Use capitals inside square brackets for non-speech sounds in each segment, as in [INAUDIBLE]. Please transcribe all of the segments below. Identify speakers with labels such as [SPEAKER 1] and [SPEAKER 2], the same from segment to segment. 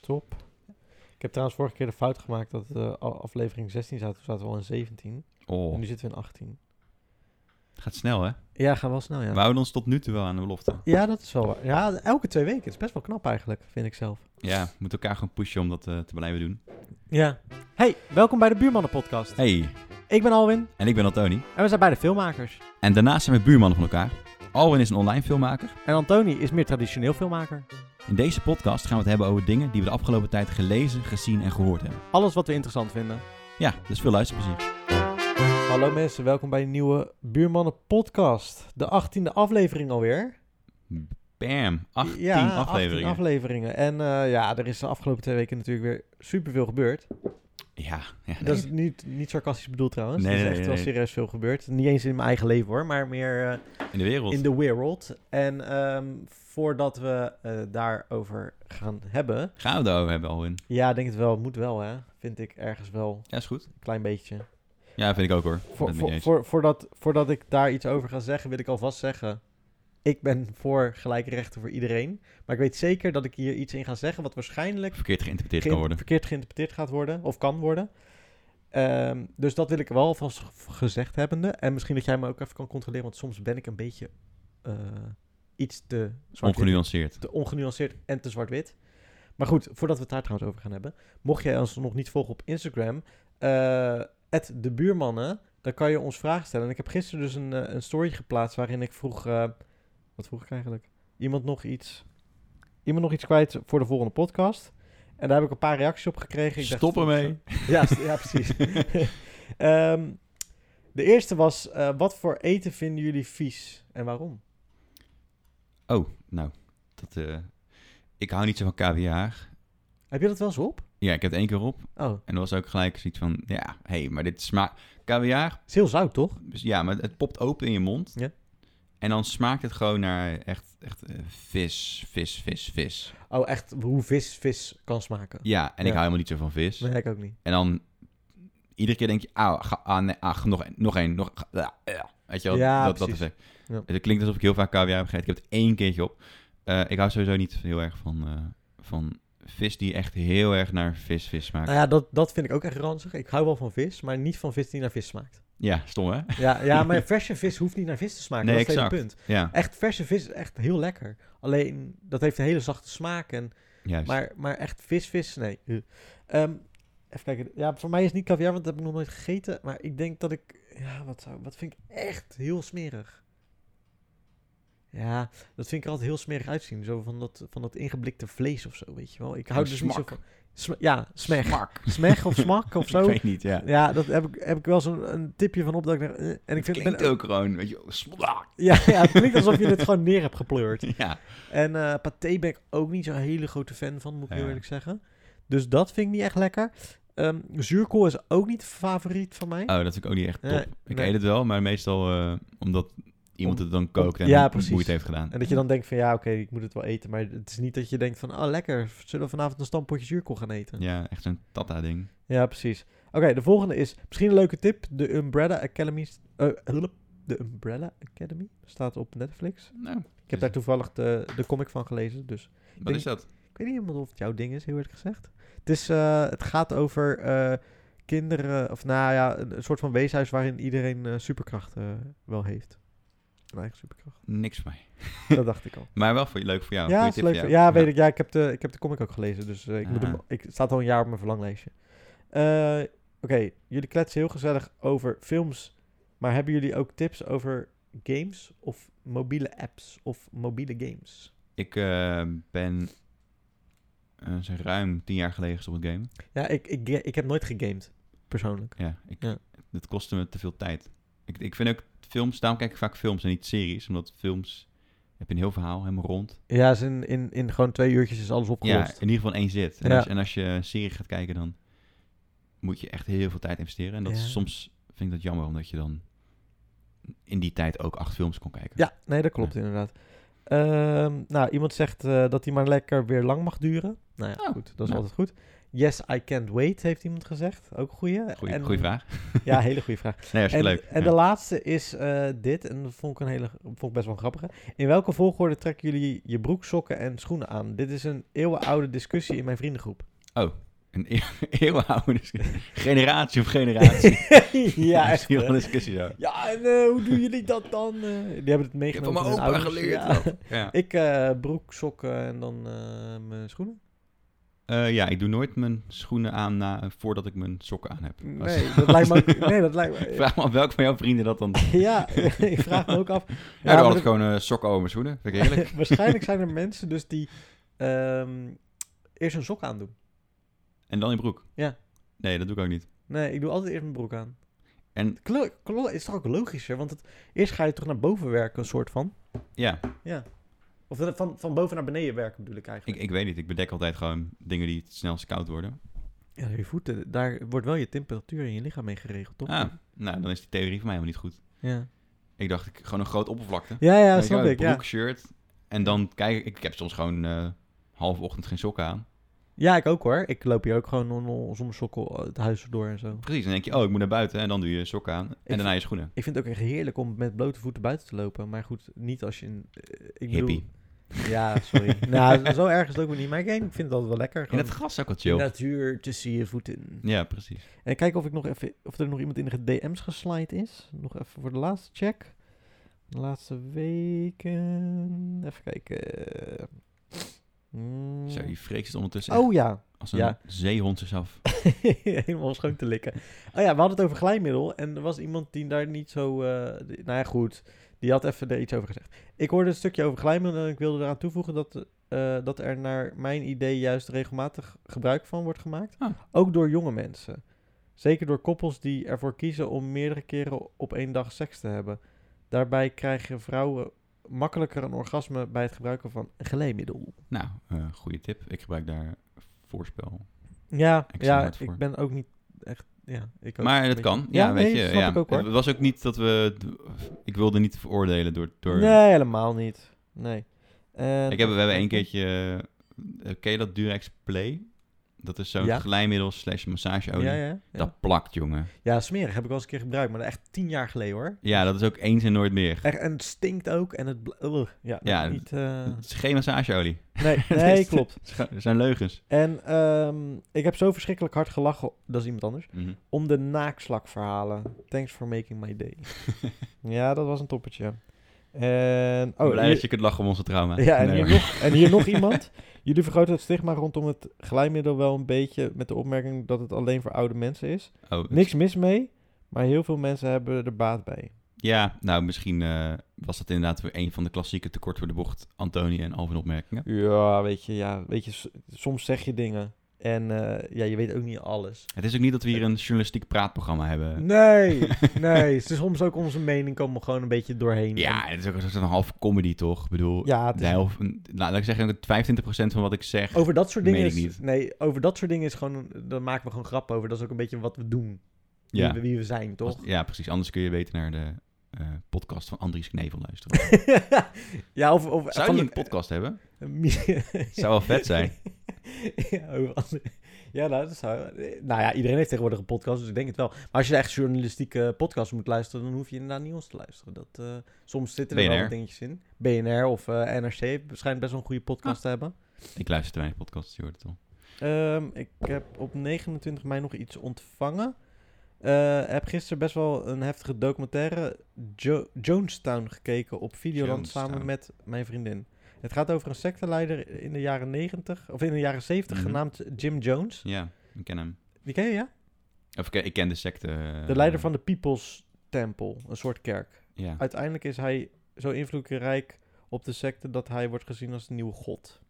[SPEAKER 1] Top. Ik heb trouwens vorige keer de fout gemaakt dat eh, a- aflevering 16 zaten. We zaten al in 17. En
[SPEAKER 2] Oh,
[SPEAKER 1] nu zitten we in 18.
[SPEAKER 2] gaat snel hè?
[SPEAKER 1] Ja, gaan wel snel, ja.
[SPEAKER 2] We houden ons tot nu toe wel aan de belofte.
[SPEAKER 1] Ja, dat is wel waar. Ja, elke twee weken. Het is best wel knap eigenlijk, vind ik zelf.
[SPEAKER 2] Ja, we moeten elkaar gewoon pushen om dat eh, te blijven doen.
[SPEAKER 1] Ja. Hey, welkom bij de Buurmannen Podcast.
[SPEAKER 2] Hey,
[SPEAKER 1] Ik ben Alwin
[SPEAKER 2] en ik ben Antoni.
[SPEAKER 1] en we zijn bij de filmmakers.
[SPEAKER 2] En daarnaast zijn we buurmannen van elkaar. Alwin is een online filmmaker.
[SPEAKER 1] En Antoni is meer traditioneel filmmaker.
[SPEAKER 2] In deze podcast gaan we het hebben over dingen die we de afgelopen tijd gelezen, gezien en gehoord hebben.
[SPEAKER 1] Alles wat we interessant vinden.
[SPEAKER 2] Ja, dus veel luisterplezier.
[SPEAKER 1] Hallo mensen, welkom bij een nieuwe Buurmannen Podcast. De 18e aflevering alweer.
[SPEAKER 2] Bam, 18
[SPEAKER 1] ja, 18
[SPEAKER 2] afleveringen.
[SPEAKER 1] afleveringen. En eh, ja, er is de afgelopen twee weken natuurlijk weer superveel gebeurd.
[SPEAKER 2] ja, ja,
[SPEAKER 1] Dat
[SPEAKER 2] nee.
[SPEAKER 1] is niet, niet sarcastisch bedoeld trouwens.
[SPEAKER 2] Nee,
[SPEAKER 1] er is
[SPEAKER 2] nee,
[SPEAKER 1] echt
[SPEAKER 2] nee,
[SPEAKER 1] wel
[SPEAKER 2] nee.
[SPEAKER 1] serieus veel gebeurd. Niet eens in mijn eigen leven hoor, maar meer eh,
[SPEAKER 2] in de wereld.
[SPEAKER 1] in de wereld. En ehm, voordat we eh, daarover gaan hebben...
[SPEAKER 2] Gaan we het daarover hebben, Alwin?
[SPEAKER 1] Ja, ik denk het wel. Het moet wel, hè? Vind ik ergens wel.
[SPEAKER 2] Ja, is goed.
[SPEAKER 1] Een klein beetje.
[SPEAKER 2] Ja, vind ik ook hoor. Ik ben
[SPEAKER 1] Voor,
[SPEAKER 2] het met je
[SPEAKER 1] voor,
[SPEAKER 2] eens.
[SPEAKER 1] voor, voordat, voordat ik daar iets over ga zeggen, wil ik alvast zeggen... Ik ben voor gelijke rechten voor iedereen. Maar ik weet zeker dat ik hier iets in ga zeggen... wat waarschijnlijk
[SPEAKER 2] Verkeerd geïnterpreteerd kan
[SPEAKER 1] geïn-
[SPEAKER 2] worden.
[SPEAKER 1] verkeerd geïnterpreteerd gaat worden. Of kan worden. Ehm, dus dat wil ik wel alvast g- gezegd hebbende. En misschien dat jij me ook even kan controleren... want soms ben ik een beetje eh, iets te zwart
[SPEAKER 2] Ongenuanceerd.
[SPEAKER 1] te ongenuanceerd en te zwart-wit. Maar goed, voordat we het daar trouwens over gaan hebben, mocht jij ons nog niet volgen op Instagram, eh, at de buurmannen, dan kan je ons vragen stellen. En ik heb gisteren dus een, eh, een story geplaatst waarin ik vroeg, eh, wat vroeg ik eigenlijk? Iemand nog iets, iemand nog iets kwijt voor de volgende podcast? En daar heb ik een paar reacties op gekregen. Ik dacht,
[SPEAKER 2] Stop ermee.
[SPEAKER 1] ja, s- ja precies.
[SPEAKER 2] [LAUGHS]
[SPEAKER 1] [LAUGHS] Ehm, de eerste was, eh, wat voor eten vinden jullie vies en waarom?
[SPEAKER 2] Oh, nou. Dat, eh, ik hou niet zo van KVR.
[SPEAKER 1] Heb je dat wel eens op?
[SPEAKER 2] Ja, ik heb het één keer op.
[SPEAKER 1] Oh,
[SPEAKER 2] En er was ook gelijk zoiets van, ja, hé, hey, maar dit smaakt... Kaviaar,
[SPEAKER 1] is heel zout toch?
[SPEAKER 2] dus ja, maar het popt open in je mond.
[SPEAKER 1] Ja.
[SPEAKER 2] En dan smaakt het gewoon naar echt, echt eh, vis, vis, vis, vis.
[SPEAKER 1] Oh, echt hoe vis vis kan smaken.
[SPEAKER 2] Ja, en ik
[SPEAKER 1] Ja.
[SPEAKER 2] hou helemaal niet zo van vis.
[SPEAKER 1] Nee, ik ook niet.
[SPEAKER 2] En dan iedere keer denk je, ah, ga, ah, nee, ah, nog één, nog één, nog... ja, ja. Weet je wel,
[SPEAKER 1] Ja,
[SPEAKER 2] dat, dat is
[SPEAKER 1] precies.
[SPEAKER 2] het.
[SPEAKER 1] Ja.
[SPEAKER 2] Het klinkt alsof ik heel vaak kaviaar heb gegeten. Ik heb het één keertje op. Eh, ik hou sowieso niet heel erg van, eh, van vis die echt heel erg naar vis, vis smaakt.
[SPEAKER 1] Nou ja, dat, dat vind ik ook echt ranzig. Ik hou wel van vis, maar niet van vis die naar vis smaakt.
[SPEAKER 2] Ja, stom hè?
[SPEAKER 1] Ja, ja
[SPEAKER 2] [LAUGHS]
[SPEAKER 1] maar verse vis hoeft niet naar vis te smaken.
[SPEAKER 2] Nee,
[SPEAKER 1] dat is het hele
[SPEAKER 2] exact.
[SPEAKER 1] punt.
[SPEAKER 2] Ja,
[SPEAKER 1] Echt verse vis is echt heel lekker. Alleen, dat heeft een hele zachte smaak. En,
[SPEAKER 2] juist.
[SPEAKER 1] maar, maar echt vis vis, nee. Uh. Ehm, even kijken. Ja, voor mij is het niet caviar, want dat heb ik nog nooit gegeten. Maar ik denk dat ik... Ja, wat, zou- wat vind ik echt heel smerig. Ja, dat vind ik er altijd heel smerig uitzien. Zo van dat, van dat ingeblikte vlees of zo, weet je wel. Ik hou
[SPEAKER 2] Oh,
[SPEAKER 1] dus niet zo
[SPEAKER 2] smak.
[SPEAKER 1] van... Sm- ja, smeg.
[SPEAKER 2] Smak.
[SPEAKER 1] Smeg of smak of zo.
[SPEAKER 2] [LAUGHS] Ik weet niet, ja.
[SPEAKER 1] Ja, dat heb ik, heb ik wel zo'n een tipje van op dat ik dacht, eh, en ik vind
[SPEAKER 2] Klinkt
[SPEAKER 1] ben-
[SPEAKER 2] ook gewoon, weet je, smak.
[SPEAKER 1] [LAUGHS] ja, ja, het klinkt alsof je het gewoon neer hebt gepleurd.
[SPEAKER 2] [LAUGHS] Ja.
[SPEAKER 1] En eh paté ben ik ook niet zo'n hele grote fan van, moet ik heel
[SPEAKER 2] Ja.
[SPEAKER 1] eerlijk zeggen. Dus dat vind ik niet echt lekker. Ehm, zuurkool is ook niet favoriet van mij.
[SPEAKER 2] Oh, dat vind ik ook niet echt top.
[SPEAKER 1] Nee,
[SPEAKER 2] ik
[SPEAKER 1] nee.
[SPEAKER 2] eet het wel, maar meestal eh, omdat iemand het dan kookt en
[SPEAKER 1] ja,
[SPEAKER 2] het
[SPEAKER 1] precies.
[SPEAKER 2] moeite heeft gedaan.
[SPEAKER 1] En dat je dan denkt van ja, oké, ik moet het wel eten. Maar het is niet dat je denkt van, oh lekker, zullen we vanavond een stampotje zuurkool gaan eten? Ja,
[SPEAKER 2] Ja, echt zo'n tata-ding.
[SPEAKER 1] precies. Oké, de volgende is misschien een leuke tip. De Umbrella Academy. eh, de Umbrella Academy staat op Netflix.
[SPEAKER 2] Nou,
[SPEAKER 1] Ik heb daar toevallig de, de comic van gelezen, dus
[SPEAKER 2] wat
[SPEAKER 1] denk-
[SPEAKER 2] is dat?
[SPEAKER 1] ik weet niet helemaal of het jouw ding is, heel eerlijk gezegd. Het, is, eh, het gaat over eh, kinderen, of nou ja, een, een soort van weeshuis waarin iedereen eh, superkrachten wel heeft. Een eigen
[SPEAKER 2] [LAUGHS]
[SPEAKER 1] superkracht.
[SPEAKER 2] Niks voor mij.
[SPEAKER 1] Dat dacht ik al.
[SPEAKER 2] Maar wel voor, leuk voor jou.
[SPEAKER 1] ja,
[SPEAKER 2] Goeie
[SPEAKER 1] is
[SPEAKER 2] tip
[SPEAKER 1] leuk.
[SPEAKER 2] voor
[SPEAKER 1] voor-
[SPEAKER 2] jou.
[SPEAKER 1] ja, weet ik. Ja, ik heb de, ik heb de comic ook gelezen, dus eh, ik moet
[SPEAKER 2] Ah.
[SPEAKER 1] hem, ik het staat al een jaar op mijn verlanglijstje. Eh, Oké, jullie kletsen heel gezellig over films, maar hebben jullie ook tips over games of mobiele apps of mobiele games?
[SPEAKER 2] Ik eh, ben eh, zo'n ruim tien jaar geleden gestopt met game.
[SPEAKER 1] Ja, ik, ik, ik heb nooit gegamed, persoonlijk.
[SPEAKER 2] Ja, ik,
[SPEAKER 1] Ja.
[SPEAKER 2] het kostte me te veel tijd. Ik, ik vind ook films, daarom kijk ik vaak films en niet series, omdat films heb je een heel verhaal helemaal rond.
[SPEAKER 1] Ja, is in, in, in gewoon twee uurtjes is alles
[SPEAKER 2] Ja,
[SPEAKER 1] opgelost.
[SPEAKER 2] in ieder geval één zit. En,
[SPEAKER 1] Ja.
[SPEAKER 2] als, en als je een serie gaat kijken, dan moet je echt heel veel tijd investeren. En dat
[SPEAKER 1] Ja.
[SPEAKER 2] is, soms vind ik dat jammer, omdat je dan in die tijd ook acht films kon kijken.
[SPEAKER 1] Ja, nee, dat klopt inderdaad. Ehm, nou, iemand zegt eh, dat hij maar lekker weer lang mag duren. Nou ja,
[SPEAKER 2] Oh,
[SPEAKER 1] goed, dat is
[SPEAKER 2] nou.
[SPEAKER 1] altijd goed. Yes, I can't wait, heeft iemand gezegd. Ook een goeie.
[SPEAKER 2] Goeie,
[SPEAKER 1] En-
[SPEAKER 2] goeie vraag.
[SPEAKER 1] Ja, hele goede
[SPEAKER 2] [LAUGHS]
[SPEAKER 1] vraag.
[SPEAKER 2] Nee,
[SPEAKER 1] En,
[SPEAKER 2] hartstikke leuk.
[SPEAKER 1] en
[SPEAKER 2] Ja.
[SPEAKER 1] de laatste is eh, dit, en dat vond ik, een hele, vond ik best wel een grappige. In welke volgorde trekken jullie je broek, sokken en schoenen aan? Dit is een eeuwenoude discussie in mijn vriendengroep.
[SPEAKER 2] Een [LAUGHS] eeuw- eeuwenoude discussie. Generatie op generatie.
[SPEAKER 1] [LAUGHS] ja,
[SPEAKER 2] Dat is
[SPEAKER 1] echt.
[SPEAKER 2] hier wel een
[SPEAKER 1] hè?
[SPEAKER 2] discussie zo.
[SPEAKER 1] Ja, en eh, hoe doen jullie dat dan? eh? die hebben het
[SPEAKER 2] Ik heb
[SPEAKER 1] meegenomen.
[SPEAKER 2] van mijn
[SPEAKER 1] van hun ouders.
[SPEAKER 2] opa geleerd.
[SPEAKER 1] Ja.
[SPEAKER 2] dat. [LAUGHS] Ja.
[SPEAKER 1] Ik eh, broek, sokken en dan eh, mijn schoenen.
[SPEAKER 2] Eh, ja, ik doe nooit mijn schoenen aan na, voordat ik mijn sokken aan heb. Als-
[SPEAKER 1] Nee, dat lijkt me ook... Nee, dat lijkt
[SPEAKER 2] [LAUGHS] Ik
[SPEAKER 1] me...
[SPEAKER 2] Vraag me af welk van jouw vrienden dat dan doet.
[SPEAKER 1] Ja, [LAUGHS] ik vraag me ook af.
[SPEAKER 2] Ja, ik
[SPEAKER 1] maar
[SPEAKER 2] doe
[SPEAKER 1] dat-
[SPEAKER 2] altijd gewoon eh, sokken over mijn schoenen. Vind
[SPEAKER 1] [LAUGHS]
[SPEAKER 2] ik heerlijk.
[SPEAKER 1] Waarschijnlijk zijn er mensen dus die ehm, eerst een sok aandoen.
[SPEAKER 2] En dan in broek.
[SPEAKER 1] Ja.
[SPEAKER 2] Nee, dat doe ik ook niet.
[SPEAKER 1] Nee, ik doe altijd eerst mijn broek aan.
[SPEAKER 2] En-
[SPEAKER 1] Klo- klo- is toch ook logischer? Want het, eerst ga je toch naar boven werken, een soort van.
[SPEAKER 2] Ja,
[SPEAKER 1] Ja. Of dat- van, van boven naar beneden werken bedoel ik
[SPEAKER 2] ik,
[SPEAKER 1] eigenlijk.
[SPEAKER 2] ik weet niet. Ik bedek altijd gewoon dingen die het snelst koud worden.
[SPEAKER 1] Ja, je voeten, daar wordt wel je temperatuur in je lichaam mee geregeld, toch?
[SPEAKER 2] Ah, nou, dan is die theorie van mij helemaal niet goed.
[SPEAKER 1] Ja,
[SPEAKER 2] Ik dacht, ik, gewoon een groot oppervlakte.
[SPEAKER 1] ja, ja
[SPEAKER 2] Weet je
[SPEAKER 1] snap
[SPEAKER 2] wel,
[SPEAKER 1] ik. Ja.
[SPEAKER 2] Broek, shirt. En dan kijk ik... Ik heb soms gewoon eh half ochtend geen sokken aan.
[SPEAKER 1] ja, ik ook hoor. Ik loop hier ook gewoon non- zonder sokken het huis door en zo.
[SPEAKER 2] Precies, dan denk je, oh, ik moet naar buiten. En dan doe je sokken aan. En
[SPEAKER 1] vind-
[SPEAKER 2] daarna je schoenen.
[SPEAKER 1] Ik vind het ook echt heerlijk om met blote voeten buiten te lopen. Maar goed, niet als je... een- eh, ik bedoel-
[SPEAKER 2] Hippie.
[SPEAKER 1] Ja,
[SPEAKER 2] [LAUGHS]
[SPEAKER 1] sorry. nou, zo erg is het ook weer niet. Maar ik ik vind het altijd wel lekker.
[SPEAKER 2] In
[SPEAKER 1] Gewoon
[SPEAKER 2] het gras is ook wel
[SPEAKER 1] de
[SPEAKER 2] chill.
[SPEAKER 1] natuur tussen je voeten.
[SPEAKER 2] Ja, precies.
[SPEAKER 1] En kijken of, ik nog even, of er nog iemand in de DM's geslide is. Nog even voor de laatste check. De laatste weken. Even kijken. Hmm.
[SPEAKER 2] Zo, je freek zit ondertussen echt
[SPEAKER 1] Oh ja,
[SPEAKER 2] als een
[SPEAKER 1] ja.
[SPEAKER 2] zeehond zichzelf.
[SPEAKER 1] [LAUGHS] helemaal schoon te likken. Oh ja, we hadden het over glijmiddel. En er was iemand die daar niet zo... eh, die- nou ja, goed. Die had even er iets over gezegd. Ik hoorde een stukje over glijmiddel en ik wilde eraan toevoegen dat, eh, dat er naar mijn idee juist regelmatig gebruik van wordt gemaakt.
[SPEAKER 2] Ah.
[SPEAKER 1] Ook door jonge mensen. Zeker door koppels die ervoor kiezen om meerdere keren op één dag seks te hebben. Daarbij krijgen vrouwen makkelijker een orgasme bij het gebruiken van glijmiddel.
[SPEAKER 2] Nou, eh goede tip. Ik gebruik daar voorspel.
[SPEAKER 1] Ja,
[SPEAKER 2] Ik sta
[SPEAKER 1] ja
[SPEAKER 2] hard voor.
[SPEAKER 1] ik ben ook niet echt... Ja, ik ook
[SPEAKER 2] maar
[SPEAKER 1] een
[SPEAKER 2] dat
[SPEAKER 1] beetje-
[SPEAKER 2] kan. Ja, weet
[SPEAKER 1] nee,
[SPEAKER 2] je.
[SPEAKER 1] snap
[SPEAKER 2] Ja.
[SPEAKER 1] ik ook, hoor.
[SPEAKER 2] Het was ook niet dat we... Ik wilde niet veroordelen door... door
[SPEAKER 1] Nee, helemaal niet. Nee. En-
[SPEAKER 2] ik heb, we hebben één keertje... eh, ken je dat Durex Play? Dat is zo'n
[SPEAKER 1] Ja.
[SPEAKER 2] glijmiddel slash massageolie.
[SPEAKER 1] [LAUGHS] Ja, ja, ja.
[SPEAKER 2] Dat plakt, jongen.
[SPEAKER 1] ja, smerig heb ik wel eens een keer gebruikt, maar echt tien jaar geleden hoor.
[SPEAKER 2] Ja, dat is ook eens en nooit meer.
[SPEAKER 1] Echt, en het stinkt ook en het... bl- Ugh. ja,
[SPEAKER 2] Ja,
[SPEAKER 1] dat niet...
[SPEAKER 2] [LAUGHS]
[SPEAKER 1] eh,
[SPEAKER 2] Het is geen massageolie.
[SPEAKER 1] [LAUGHS] Nee,
[SPEAKER 2] Het
[SPEAKER 1] nee
[SPEAKER 2] is-
[SPEAKER 1] klopt.
[SPEAKER 2] het is gewoon- Het zijn leugens.
[SPEAKER 1] En ehm, ik heb zo verschrikkelijk hard gelachen, dat is iemand anders,
[SPEAKER 2] Mhm.
[SPEAKER 1] om de naakslakverhalen. Thanks for making my
[SPEAKER 2] [LAUGHS]
[SPEAKER 1] day. ja, dat was een toppertje. En,
[SPEAKER 2] Oh,
[SPEAKER 1] oh,
[SPEAKER 2] Blij
[SPEAKER 1] hier-
[SPEAKER 2] dat je kunt lachen om onze trauma.
[SPEAKER 1] [LAUGHS] Ja, en,
[SPEAKER 2] Nee,
[SPEAKER 1] hier
[SPEAKER 2] hoor.
[SPEAKER 1] nog, en hier nog iemand. [LAUGHS] Jullie vergroten het stigma rondom het glijmiddel wel een beetje met de opmerking dat het alleen voor oude mensen is.
[SPEAKER 2] Oh, het-
[SPEAKER 1] Niks mis mee, maar heel veel mensen hebben er baat bij.
[SPEAKER 2] Ja, nou, misschien eh, was dat inderdaad weer een van de klassieke tekort voor de bocht Antonie en Alvin opmerkingen.
[SPEAKER 1] Ja, weet je, ja, weet je s- soms zeg je dingen en eh, ja, je weet ook niet alles.
[SPEAKER 2] Het is ook niet dat we hier een journalistiek praatprogramma
[SPEAKER 1] [LAUGHS]
[SPEAKER 2] hebben.
[SPEAKER 1] Nee, nee. Dus soms ook onze mening komen gewoon een beetje doorheen.
[SPEAKER 2] Ja, het is ook een soort van half comedy, toch? Ik bedoel,
[SPEAKER 1] Ja, het
[SPEAKER 2] de
[SPEAKER 1] is- Oh,
[SPEAKER 2] helft, nou, laat ik zeggen, 25% van wat ik zeg.
[SPEAKER 1] over dat soort dingen
[SPEAKER 2] Meen ik
[SPEAKER 1] is,
[SPEAKER 2] niet.
[SPEAKER 1] nee, over dat soort dingen is gewoon, daar maken we gewoon grappen over. Dat is ook een beetje wat we doen, wie,
[SPEAKER 2] ja,
[SPEAKER 1] we, wie we zijn, toch?
[SPEAKER 2] als- ja, precies. Anders kun je beter naar de eh, podcast van Andries Knevel
[SPEAKER 1] [LAUGHS]
[SPEAKER 2] luisteren.
[SPEAKER 1] ja, of, of
[SPEAKER 2] Zou
[SPEAKER 1] van
[SPEAKER 2] je een
[SPEAKER 1] de-
[SPEAKER 2] podcast
[SPEAKER 1] [LAUGHS]
[SPEAKER 2] hebben?
[SPEAKER 1] Zou
[SPEAKER 2] Zou wel vet zijn.
[SPEAKER 1] [LAUGHS] ja, over andere- ja, nou, dat zou... Nou ja, iedereen heeft tegenwoordig een podcast, dus ik denk het wel. Maar als je echt journalistieke podcast moet luisteren, dan hoef je inderdaad niet ons te luisteren. Dat, eh, soms zitten er wel
[SPEAKER 2] BNR.
[SPEAKER 1] wat dingetjes in. BNR of eh, NRC schijnt best wel een goede podcast te hebben.
[SPEAKER 2] Ik luister te weinig podcasts, je hoort het al.
[SPEAKER 1] Ehm, ik heb op 29 mei nog iets ontvangen. Eh, heb gisteren best wel een heftige documentaire Jo- Jonestown gekeken op Videoland
[SPEAKER 2] Jonestown.
[SPEAKER 1] samen met mijn vriendin. Het gaat over een secteleider in de jaren 90, of in de jaren 70,
[SPEAKER 2] Mhm.
[SPEAKER 1] genaamd Jim Jones.
[SPEAKER 2] Ja, ik ken hem.
[SPEAKER 1] Die ken je, ja?
[SPEAKER 2] Of ik ken, ik ken de secte. eh,
[SPEAKER 1] De leider van de People's Temple, een soort kerk.
[SPEAKER 2] Ja. nou,
[SPEAKER 1] Uiteindelijk is hij zo invloedrijk op de secte dat hij wordt gezien als de nieuwe god.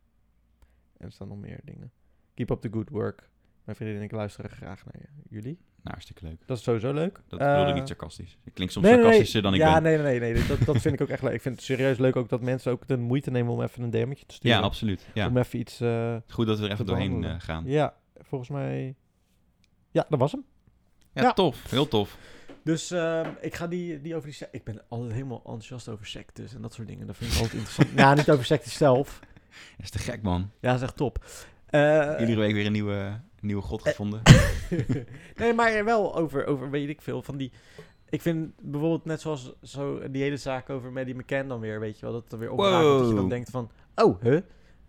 [SPEAKER 1] En er staan nog meer dingen. Keep up the good work. Mijn vriendin en ik luisteren graag naar jullie.
[SPEAKER 2] Nou, hartstikke leuk.
[SPEAKER 1] Dat is sowieso leuk.
[SPEAKER 2] Dat bedoelde ik
[SPEAKER 1] Eh,
[SPEAKER 2] niet sarcastisch. Ik klink soms
[SPEAKER 1] nee, nee, nee.
[SPEAKER 2] sarcastischer dan ik
[SPEAKER 1] ja,
[SPEAKER 2] ben.
[SPEAKER 1] nee, nee, nee. nee. Dat, dat vind ik ook echt leuk. Ik vind het serieus leuk ook dat mensen ook de moeite nemen om even een DM'tje te sturen.
[SPEAKER 2] Ja, absoluut. Ja.
[SPEAKER 1] Om even iets... eh,
[SPEAKER 2] Goed dat we er even
[SPEAKER 1] te
[SPEAKER 2] doorheen
[SPEAKER 1] behandelen.
[SPEAKER 2] eh, gaan. Ja.
[SPEAKER 1] ja, volgens mij... Ja, dat was hem. Ja.
[SPEAKER 2] tof. Heel tof.
[SPEAKER 1] Dus ehm, ik ga die, die over die sec- Ik ben altijd helemaal enthousiast over sectes en dat soort dingen. Dat vind ik altijd interessant. [LAUGHS] ja, niet over sectes zelf.
[SPEAKER 2] Dat is te gek, man.
[SPEAKER 1] Ja, dat is echt top. Eh, [LAUGHS]
[SPEAKER 2] Iedere week weer een nieuwe, nieuwe god gevonden.
[SPEAKER 1] nee, maar wel over, over, weet ik veel, van die... Ik vind bijvoorbeeld net zoals zo die hele zaak over Maddie McCann dan weer, weet je wel, dat er weer opdraagt dat je dan
[SPEAKER 2] Wow.
[SPEAKER 1] denkt van, oh, huh?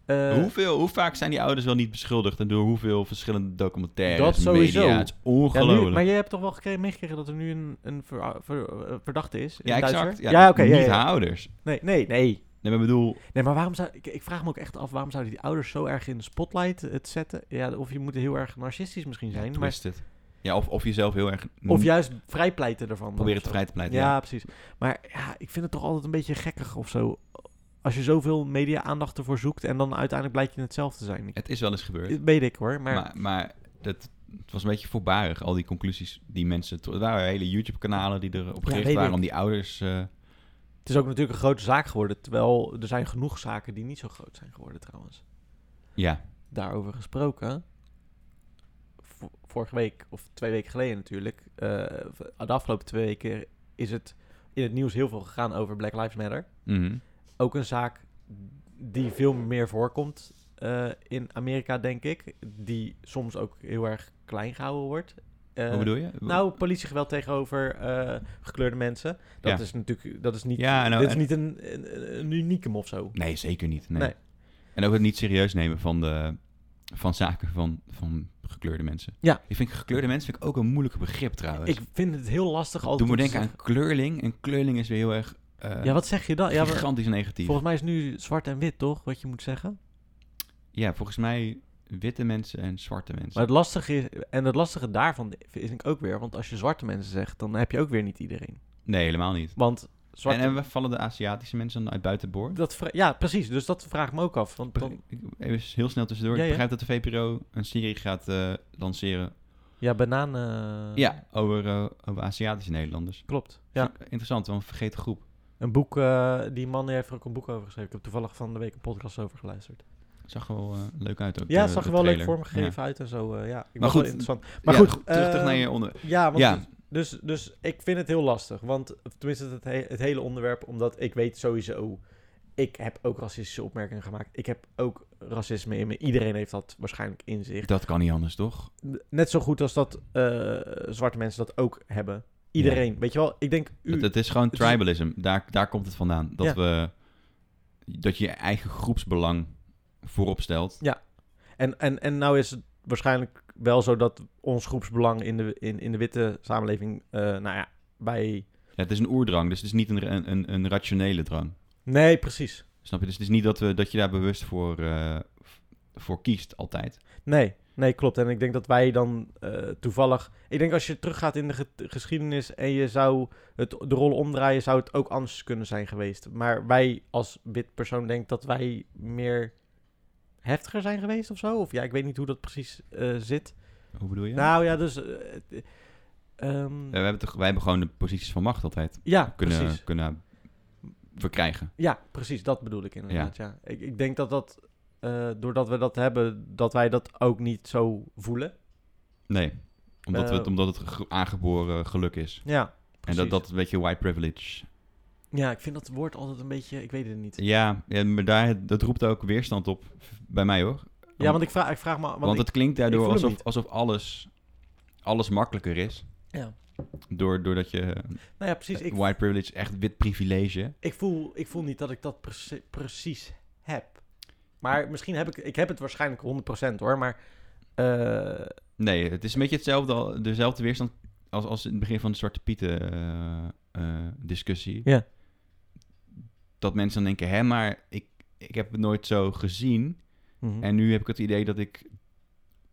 [SPEAKER 1] Eh,
[SPEAKER 2] hoeveel, hoe vaak zijn die ouders wel niet beschuldigd en door hoeveel verschillende documentaires,
[SPEAKER 1] Dat sowieso.
[SPEAKER 2] media? Het is
[SPEAKER 1] ja, nu-
[SPEAKER 2] ongelooflijk.
[SPEAKER 1] maar je hebt toch wel gekregen, meegekregen dat er nu een, een ver- ver- eh, verdachte is?
[SPEAKER 2] Ja,
[SPEAKER 1] een Duitser?
[SPEAKER 2] exact.
[SPEAKER 1] Ja,
[SPEAKER 2] Ja,
[SPEAKER 1] oké.
[SPEAKER 2] niet
[SPEAKER 1] ja, ja.
[SPEAKER 2] de ouders.
[SPEAKER 1] Nee, nee, nee.
[SPEAKER 2] Nee, maar ik bedoel,
[SPEAKER 1] Nee, maar waarom zou... Ik, ik vraag me ook echt af, waarom zouden die ouders zo erg in de spotlight het zetten? Ja, of je moet heel erg narcistisch misschien
[SPEAKER 2] ja,
[SPEAKER 1] zijn, maar...
[SPEAKER 2] twisted. Ja, of, of jezelf heel erg...
[SPEAKER 1] Of juist vrijpleiten ervan. dan
[SPEAKER 2] Proberen
[SPEAKER 1] of
[SPEAKER 2] het
[SPEAKER 1] zo.
[SPEAKER 2] vrij te pleiten.
[SPEAKER 1] Ja, precies. Maar ja, ik vind het toch altijd een beetje gekkig of zo. Als je zoveel media-aandacht ervoor zoekt en dan uiteindelijk blijkt je hetzelfde te zijn. Ik,
[SPEAKER 2] Het is wel eens gebeurd.
[SPEAKER 1] dat weet ik hoor, maar...
[SPEAKER 2] Maar, maar dat, het was een beetje voorbarig, al die conclusies die mensen... tro- Er waren hele YouTube-kanalen die erop gericht
[SPEAKER 1] weet
[SPEAKER 2] waren
[SPEAKER 1] ik.
[SPEAKER 2] om die ouders... eh,
[SPEAKER 1] het is ook natuurlijk een grote zaak geworden, terwijl er zijn genoeg zaken die niet zo groot zijn geworden trouwens.
[SPEAKER 2] ja,
[SPEAKER 1] Daarover gesproken, v- vorige week of twee weken geleden natuurlijk, eh, de afgelopen twee weken is het in het nieuws heel veel gegaan over Black Lives Matter.
[SPEAKER 2] mhm.
[SPEAKER 1] ook een zaak die veel meer voorkomt eh, in Amerika, denk ik. Die soms ook heel erg klein gehouden wordt. Eh,
[SPEAKER 2] Hoe bedoel je?
[SPEAKER 1] Nou, politiegeweld tegenover eh, gekleurde mensen. Dat
[SPEAKER 2] Ja.
[SPEAKER 1] is natuurlijk dat is niet,
[SPEAKER 2] Ja, nou,
[SPEAKER 1] dit is
[SPEAKER 2] en-
[SPEAKER 1] niet een, een, een unicum of zo.
[SPEAKER 2] Nee, zeker niet. Nee.
[SPEAKER 1] Nee.
[SPEAKER 2] En ook het niet serieus nemen van, de, van zaken van, van gekleurde mensen.
[SPEAKER 1] Ja.
[SPEAKER 2] Ik vind gekleurde mensen vind ik ook een moeilijk begrip trouwens.
[SPEAKER 1] Ik vind het heel lastig altijd.
[SPEAKER 2] Doe me
[SPEAKER 1] om te
[SPEAKER 2] denken aan
[SPEAKER 1] zeggen-
[SPEAKER 2] kleurling. En kleurling is weer heel erg eh,
[SPEAKER 1] Ja, wat zeg je dan? Ja, maar
[SPEAKER 2] gigantisch negatief.
[SPEAKER 1] volgens mij is nu zwart en wit, toch? Wat je moet zeggen.
[SPEAKER 2] Ja, volgens mij witte mensen en zwarte mensen.
[SPEAKER 1] Maar het lastige, is, en het lastige daarvan is ik ook weer... want als je zwarte mensen zegt, dan heb je ook weer niet iedereen.
[SPEAKER 2] Nee, helemaal niet.
[SPEAKER 1] Want zwarte...
[SPEAKER 2] En, en we vallen de Aziatische mensen dan uit buiten boord?
[SPEAKER 1] Dat vra- ja, precies. Dus dat vraag ik me ook af. Want dan,
[SPEAKER 2] Even heel snel tussendoor.
[SPEAKER 1] Ja,
[SPEAKER 2] Ik
[SPEAKER 1] ja.
[SPEAKER 2] begrijp dat de VPRO een serie gaat eh, lanceren.
[SPEAKER 1] ja, bananen.
[SPEAKER 2] ja, over, eh, over Aziatische Nederlanders.
[SPEAKER 1] Klopt. Ja.
[SPEAKER 2] Vind ik Interessant, wel een vergeten groep.
[SPEAKER 1] Een boek, eh, die man die heeft er ook een boek over geschreven. Ik heb toevallig van de week een podcast over geluisterd.
[SPEAKER 2] Zag er wel eh, leuk uit ook.
[SPEAKER 1] ja,
[SPEAKER 2] de-
[SPEAKER 1] zag
[SPEAKER 2] de
[SPEAKER 1] er wel leuk
[SPEAKER 2] trailer.
[SPEAKER 1] vormgegeven
[SPEAKER 2] Ja.
[SPEAKER 1] uit en zo. eh, ja, ik was
[SPEAKER 2] Maar
[SPEAKER 1] wel
[SPEAKER 2] goed,
[SPEAKER 1] interessant. Maar
[SPEAKER 2] Ja,
[SPEAKER 1] goed,
[SPEAKER 2] terug, terug naar
[SPEAKER 1] eh,
[SPEAKER 2] je onder.
[SPEAKER 1] Ja, want
[SPEAKER 2] Ja.
[SPEAKER 1] Dus, dus ik vind het heel lastig. Want, of tenminste, het, he- het hele onderwerp, omdat ik weet sowieso. Ik heb ook racistische opmerkingen gemaakt. Ik heb ook racisme in me. Iedereen heeft dat waarschijnlijk in zich.
[SPEAKER 2] Dat kan niet anders, toch?
[SPEAKER 1] Net zo goed als dat eh, zwarte mensen dat ook hebben. Iedereen. Weet je wel, ik denk. u-
[SPEAKER 2] Het, het is gewoon
[SPEAKER 1] is-
[SPEAKER 2] tribalism. Daar, daar komt het vandaan. Dat
[SPEAKER 1] Ja.
[SPEAKER 2] we... Dat je je eigen groepsbelang voorop stelt.
[SPEAKER 1] En, en, en nou is het waarschijnlijk wel zo dat ons groepsbelang in de, in, in de witte samenleving, eh, nou ja, bij...
[SPEAKER 2] Ja, het is een oerdrang, dus het is niet een, een, een- een rationele drang.
[SPEAKER 1] Nee, precies.
[SPEAKER 2] Snap je? Dus het is niet dat, we, dat je daar bewust voor, eh, v- voor kiest altijd.
[SPEAKER 1] Nee, nee, klopt. En ik denk dat wij dan eh, toevallig... Ik denk als je teruggaat in de ge- geschiedenis en je zou het, de rol omdraaien, zou het ook anders kunnen zijn geweest. Maar wij als wit persoon denk dat wij meer heftiger zijn geweest of zo. Of ja, ik weet niet hoe dat precies eh, zit.
[SPEAKER 2] Hoe bedoel je?
[SPEAKER 1] Nou ja, dus... eh, eh, ehm,
[SPEAKER 2] Ja, wij, hebben toch, wij hebben gewoon de posities van macht altijd
[SPEAKER 1] ja, precies.
[SPEAKER 2] kunnen, kunnen verkrijgen.
[SPEAKER 1] Ja, precies, dat bedoel ik inderdaad. Ja. Ik, ik denk dat dat, eh, doordat we dat hebben, dat wij dat ook niet zo voelen.
[SPEAKER 2] Nee, omdat, we het,
[SPEAKER 1] Eh,
[SPEAKER 2] omdat het ge- aangeboren geluk is.
[SPEAKER 1] Ja, precies.
[SPEAKER 2] En dat, dat weet je, white privilege.
[SPEAKER 1] Ja, ik vind dat woord altijd een beetje, ik weet het niet.
[SPEAKER 2] Ja, ja, maar daar, dat roept ook weerstand op bij mij hoor.
[SPEAKER 1] Ja, want ik vraag, ik vraag me... Want,
[SPEAKER 2] Want,
[SPEAKER 1] ik-
[SPEAKER 2] het klinkt
[SPEAKER 1] ik
[SPEAKER 2] daardoor
[SPEAKER 1] voel hem
[SPEAKER 2] alsof,
[SPEAKER 1] niet.
[SPEAKER 2] alsof alles, alles makkelijker is.
[SPEAKER 1] ja.
[SPEAKER 2] Door, doordat je eh,
[SPEAKER 1] Nou ja, precies. Ik,
[SPEAKER 2] white privilege, echt wit privilege.
[SPEAKER 1] ik, voel, ik voel niet dat ik dat preci- precies heb. Maar misschien heb ik... Ik heb het waarschijnlijk 100% hoor, maar... eh,
[SPEAKER 2] Nee, het is een beetje hetzelfde, al- dezelfde weerstand als, als in het begin van de Zwarte Pieten eh, eh, discussie.
[SPEAKER 1] Ja.
[SPEAKER 2] Dat mensen dan denken, hè, maar ik, ik heb het nooit zo gezien.
[SPEAKER 1] mhm.
[SPEAKER 2] En nu heb ik het idee dat ik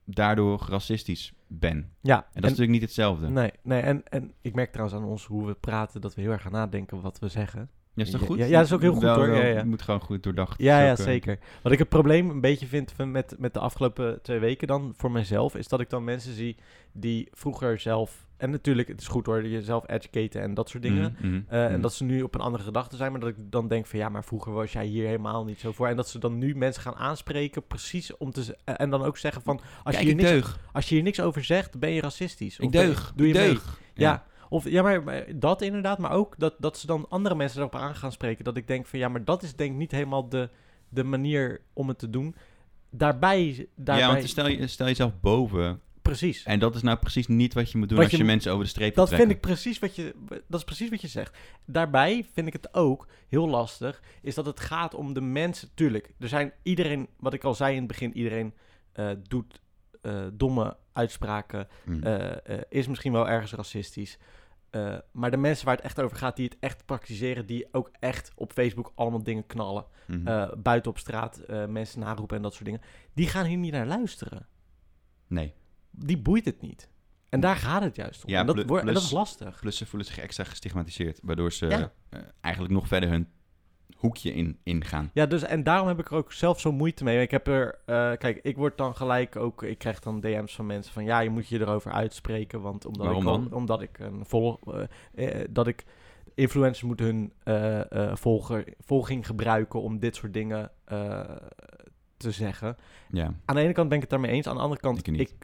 [SPEAKER 2] daardoor racistisch ben. En
[SPEAKER 1] ja,
[SPEAKER 2] dat is natuurlijk niet hetzelfde.
[SPEAKER 1] Nee, nee en, en ik merk trouwens aan ons hoe we praten dat we heel erg gaan nadenken wat we zeggen.
[SPEAKER 2] Ja, is toch
[SPEAKER 1] Ja,
[SPEAKER 2] goed?
[SPEAKER 1] ja, ja, dat is ook heel goed,
[SPEAKER 2] Wel-
[SPEAKER 1] hoor.
[SPEAKER 2] wel,
[SPEAKER 1] Ja, ja.
[SPEAKER 2] Het moet gewoon goed doordacht.
[SPEAKER 1] Ja,
[SPEAKER 2] Het is
[SPEAKER 1] ja,
[SPEAKER 2] ook, eh,
[SPEAKER 1] zeker. Wat ik het probleem een beetje vind van met, met de afgelopen twee weken dan voor mezelf, is dat ik dan mensen zie die vroeger zelf. En natuurlijk, het is goed hoor, jezelf educaten en dat soort dingen.
[SPEAKER 2] mhm, mhm,
[SPEAKER 1] Eh,
[SPEAKER 2] mhm.
[SPEAKER 1] En dat ze nu op een andere gedachte zijn, maar dat ik dan denk van ja, maar vroeger was jij hier helemaal niet zo voor. En dat ze dan nu mensen gaan aanspreken, precies om te. z- eh, En dan ook zeggen van als,
[SPEAKER 2] Kijk,
[SPEAKER 1] je, hier
[SPEAKER 2] ik
[SPEAKER 1] niks,
[SPEAKER 2] deug.
[SPEAKER 1] als je hier niks over zegt, ben je racistisch.
[SPEAKER 2] Ik
[SPEAKER 1] Of ben je-
[SPEAKER 2] deug.
[SPEAKER 1] Doe je
[SPEAKER 2] ik
[SPEAKER 1] mee.
[SPEAKER 2] deug.
[SPEAKER 1] Ja, Of, ja maar, maar dat inderdaad, maar ook dat, dat ze dan andere mensen erop aan gaan spreken. Dat ik denk van ja, maar dat is denk ik niet helemaal de, de manier om het te doen. daarbij... daarbij
[SPEAKER 2] Ja, want stel, je, stel jezelf boven.
[SPEAKER 1] Precies.
[SPEAKER 2] En dat is nou precies niet wat je moet doen
[SPEAKER 1] Wat
[SPEAKER 2] als je,
[SPEAKER 1] je-
[SPEAKER 2] mensen over de streep wil
[SPEAKER 1] Dat vind
[SPEAKER 2] trekken.
[SPEAKER 1] ik precies wat je, dat is precies wat je zegt. Daarbij vind ik het ook heel lastig, is dat het gaat om de mensen. Tuurlijk, er zijn iedereen, wat ik al zei in het begin, iedereen eh, doet eh, domme uitspraken,
[SPEAKER 2] Mm.
[SPEAKER 1] eh, eh, is misschien wel ergens racistisch. Eh, maar de mensen waar het echt over gaat, die het echt praktiseren, die ook echt op Facebook allemaal dingen knallen,
[SPEAKER 2] Mhm.
[SPEAKER 1] eh, buiten op straat eh, mensen naroepen en dat soort dingen, die gaan hier niet naar luisteren.
[SPEAKER 2] nee.
[SPEAKER 1] Die boeit het niet. En daar gaat het juist om.
[SPEAKER 2] Mm. Ja,
[SPEAKER 1] en, dat,
[SPEAKER 2] plu-
[SPEAKER 1] wordt- en dat
[SPEAKER 2] plus-
[SPEAKER 1] is lastig.
[SPEAKER 2] Plus ze voelen zich extra gestigmatiseerd, waardoor ze
[SPEAKER 1] Ja.
[SPEAKER 2] eh, eigenlijk nog verder hun hoekje in, ingaan.
[SPEAKER 1] Ja, dus en daarom heb ik er ook zelf zo moeite mee. Ik heb er, eh, kijk, ik word dan gelijk ook, ik krijg dan DM's van mensen van ja, je moet je erover uitspreken, want omdat
[SPEAKER 2] Waarom
[SPEAKER 1] ik al-
[SPEAKER 2] dan?
[SPEAKER 1] omdat ik een vol, eh, eh, dat ik influencers moeten hun eh, eh, volger, volging gebruiken om dit soort dingen eh, te zeggen.
[SPEAKER 2] Ja.
[SPEAKER 1] Aan de ene kant ben ik het daarmee eens, aan de andere kant
[SPEAKER 2] Ik niet.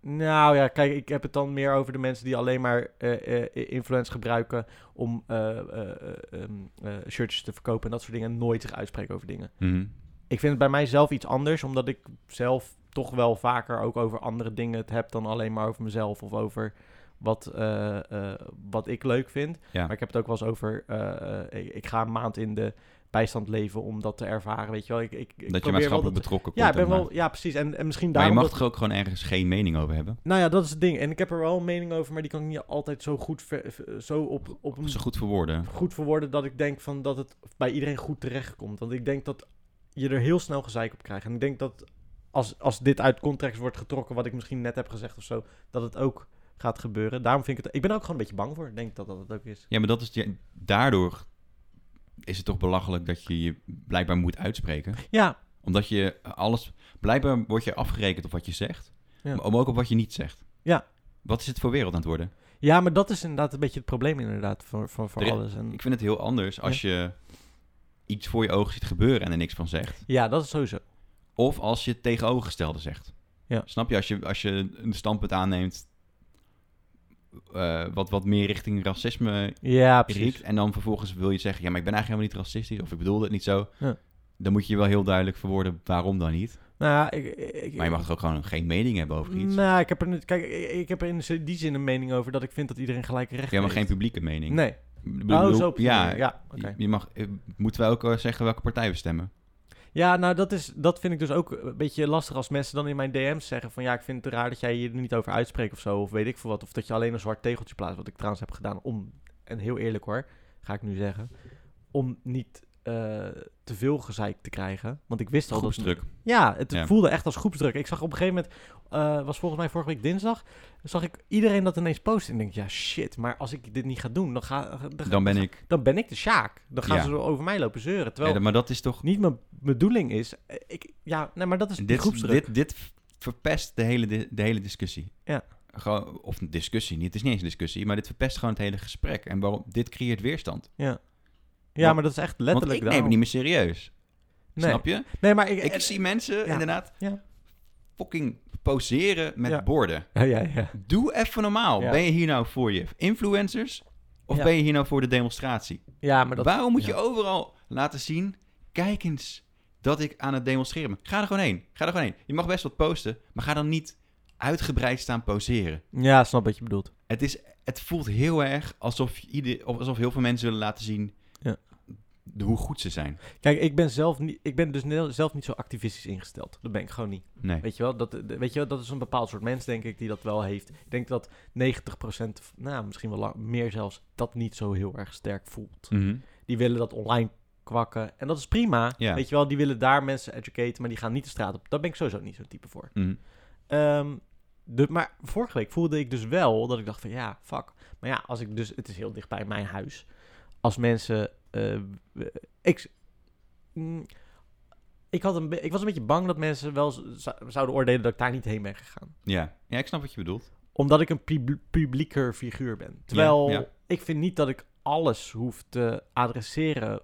[SPEAKER 1] nou ja, kijk, ik heb het dan meer over de mensen die alleen maar eh, eh, influence gebruiken om eh, eh, eh, ehm, eh, shirtjes te verkopen en dat soort dingen. En nooit zich uitspreken over dingen.
[SPEAKER 2] Mhm.
[SPEAKER 1] Ik vind het bij mijzelf iets anders, omdat ik zelf toch wel vaker ook over andere dingen het heb dan alleen maar over mezelf of over wat, eh, eh, wat ik leuk vind.
[SPEAKER 2] Ja.
[SPEAKER 1] Maar ik heb het ook wel eens over, eh, eh, ik, ik ga een maand in de bijstand leven om dat te ervaren, weet je wel. Ik, ik, ik
[SPEAKER 2] Dat je
[SPEAKER 1] probeer wel
[SPEAKER 2] maatschappelijk
[SPEAKER 1] dat...
[SPEAKER 2] betrokken
[SPEAKER 1] Ja, ik
[SPEAKER 2] content
[SPEAKER 1] ben
[SPEAKER 2] maakt.
[SPEAKER 1] wel, ja, precies. En, en misschien
[SPEAKER 2] Maar je
[SPEAKER 1] daarom...
[SPEAKER 2] mag
[SPEAKER 1] dat-
[SPEAKER 2] toch ook gewoon ergens geen mening over hebben?
[SPEAKER 1] nou ja, dat is het ding. En ik heb er wel een mening over, maar die kan ik niet altijd zo goed, ver- ver- zo op, op een
[SPEAKER 2] Zo goed verwoorden.
[SPEAKER 1] goed verwoorden dat ik denk van dat het bij iedereen goed terechtkomt. Want ik denk dat je er heel snel gezeik op krijgt. En ik denk dat als, als dit uit context wordt getrokken, wat ik misschien net heb gezegd of zo, dat het ook gaat gebeuren. Daarom vind ik het. Ik ben er ook gewoon een beetje bang voor. Ik denk dat dat het ook is.
[SPEAKER 2] Ja, maar dat is, ja, daardoor is het toch belachelijk dat je je blijkbaar moet uitspreken.
[SPEAKER 1] Ja,
[SPEAKER 2] Omdat je alles... Blijkbaar word je afgerekend op wat je zegt,
[SPEAKER 1] Ja.
[SPEAKER 2] maar ook op wat je niet zegt.
[SPEAKER 1] Ja.
[SPEAKER 2] Wat is het voor wereld aan het worden?
[SPEAKER 1] ja maar dat is inderdaad een beetje het probleem inderdaad voor, voor, voor
[SPEAKER 2] Er is-
[SPEAKER 1] alles. En,
[SPEAKER 2] Ik vind het heel anders als je iets voor je ogen ziet gebeuren en er niks van zegt.
[SPEAKER 1] ja, dat is sowieso.
[SPEAKER 2] Of als je het tegenovergestelde zegt.
[SPEAKER 1] Ja.
[SPEAKER 2] Snap je? Als je, als je een standpunt aanneemt eh, wat, wat meer richting racisme
[SPEAKER 1] Ja,
[SPEAKER 2] riekt.
[SPEAKER 1] precies.
[SPEAKER 2] En dan vervolgens wil je zeggen, ja, maar ik ben eigenlijk helemaal niet racistisch. Of ik bedoelde het niet zo.
[SPEAKER 1] Ja.
[SPEAKER 2] Dan moet je wel heel duidelijk verwoorden waarom dan niet.
[SPEAKER 1] Nou, ja, ik, ik,
[SPEAKER 2] Maar je mag toch ook gewoon geen mening hebben over iets.
[SPEAKER 1] Nou, ik heb er, niet- kijk, ik, ik heb er in die zin een mening over dat ik vind dat iedereen gelijk recht
[SPEAKER 2] Ja, maar geen
[SPEAKER 1] heeft.
[SPEAKER 2] publieke mening.
[SPEAKER 1] Nee.
[SPEAKER 2] Ik bedoel,
[SPEAKER 1] Oh, zo op die
[SPEAKER 2] ja,
[SPEAKER 1] manier. ja oké.
[SPEAKER 2] je- je mag, eh, moeten wij ook eh, zeggen welke partij we stemmen?
[SPEAKER 1] Ja, nou, dat, is, dat vind ik dus ook een beetje lastig als mensen dan in mijn DM's zeggen van... ja, ik vind het raar dat jij je er niet over uitspreekt of zo, of weet ik veel wat. Of dat je alleen een zwart tegeltje plaatst, wat ik trouwens heb gedaan om... en heel eerlijk hoor, ga ik nu zeggen... om niet eh, te veel gezeik te krijgen. Want ik wist al dat...
[SPEAKER 2] Groepsdruk.
[SPEAKER 1] Ja, het
[SPEAKER 2] Ja.
[SPEAKER 1] voelde echt als groepsdruk. Ik zag op een gegeven moment, eh, was volgens mij vorige week dinsdag... zag ik iedereen dat ineens posten en ik denk, ja shit, maar als ik dit niet ga doen... dan, ga, dan,
[SPEAKER 2] Dan ben
[SPEAKER 1] [LAUGHS]
[SPEAKER 2] ik...
[SPEAKER 1] dan ben ik de Sjaak. Dan gaan
[SPEAKER 2] Ja.
[SPEAKER 1] ze over mij lopen zeuren, terwijl
[SPEAKER 2] Ja, maar dat is toch...
[SPEAKER 1] niet mijn bedoeling is. Eh, Ik, ja, nee, maar dat is die
[SPEAKER 2] Dit,
[SPEAKER 1] groepsdruk.
[SPEAKER 2] dit, dit verpest de hele, di- de hele discussie.
[SPEAKER 1] Ja.
[SPEAKER 2] Gewoon, of een discussie niet, het is niet eens een discussie, maar dit verpest gewoon het hele gesprek. En waarom, dit creëert weerstand.
[SPEAKER 1] ja,
[SPEAKER 2] want-
[SPEAKER 1] maar dat is echt
[SPEAKER 2] Want
[SPEAKER 1] letterlijk.
[SPEAKER 2] ik neem het niet meer serieus.
[SPEAKER 1] nee.
[SPEAKER 2] Snap je?
[SPEAKER 1] Nee, maar ik.
[SPEAKER 2] Ik zie mensen
[SPEAKER 1] ja.
[SPEAKER 2] inderdaad
[SPEAKER 1] Ja.
[SPEAKER 2] fucking poseren met
[SPEAKER 1] Ja.
[SPEAKER 2] borden.
[SPEAKER 1] Ja, ja, ja.
[SPEAKER 2] Doe even normaal.
[SPEAKER 1] Ja.
[SPEAKER 2] Ben je hier nou voor je influencers of
[SPEAKER 1] Ja.
[SPEAKER 2] ben je hier nou voor de demonstratie?
[SPEAKER 1] Ja, maar dat.
[SPEAKER 2] waarom moet je
[SPEAKER 1] ja.
[SPEAKER 2] overal laten zien, kijk eens dat ik aan het demonstreren ben. Ga er gewoon heen. Ga er gewoon heen. Je mag best wat posten, maar ga dan niet uitgebreid staan poseren.
[SPEAKER 1] Ja, snap wat je bedoelt.
[SPEAKER 2] Het, is, het voelt heel erg alsof, je ieder, of alsof heel veel mensen willen laten zien
[SPEAKER 1] Ja.
[SPEAKER 2] de, hoe goed ze zijn.
[SPEAKER 1] Kijk, ik ben zelf niet. Ik ben dus ne- zelf niet zo activistisch ingesteld. Dat ben ik gewoon niet.
[SPEAKER 2] Nee.
[SPEAKER 1] Weet je wel, dat, de- weet je wel, dat is een bepaald soort mens, denk ik, die dat wel heeft. Ik denk dat 90%, of- nou misschien wel lang- meer zelfs, dat niet zo heel erg sterk voelt.
[SPEAKER 2] Mhm.
[SPEAKER 1] Die willen dat online kwakken. En dat is prima.
[SPEAKER 2] Ja.
[SPEAKER 1] Weet je wel, die willen daar mensen educaten, maar die gaan niet de straat op. Daar ben ik sowieso niet zo'n type voor.
[SPEAKER 2] Mhm.
[SPEAKER 1] Ehm, de, maar vorige week voelde ik dus wel dat ik dacht van ja, fuck. Maar ja, als ik dus, het is heel dicht bij mijn huis. Als mensen, eh, we- ik, mm, ik, had een, be- ik was een beetje bang dat mensen wel z- zou- zouden oordelen dat ik daar niet heen ben gegaan.
[SPEAKER 2] Ja. ja, ik snap wat je bedoelt.
[SPEAKER 1] Omdat ik een pub- publieker figuur ben. Terwijl
[SPEAKER 2] ja.
[SPEAKER 1] ik vind niet dat ik alles hoef te adresseren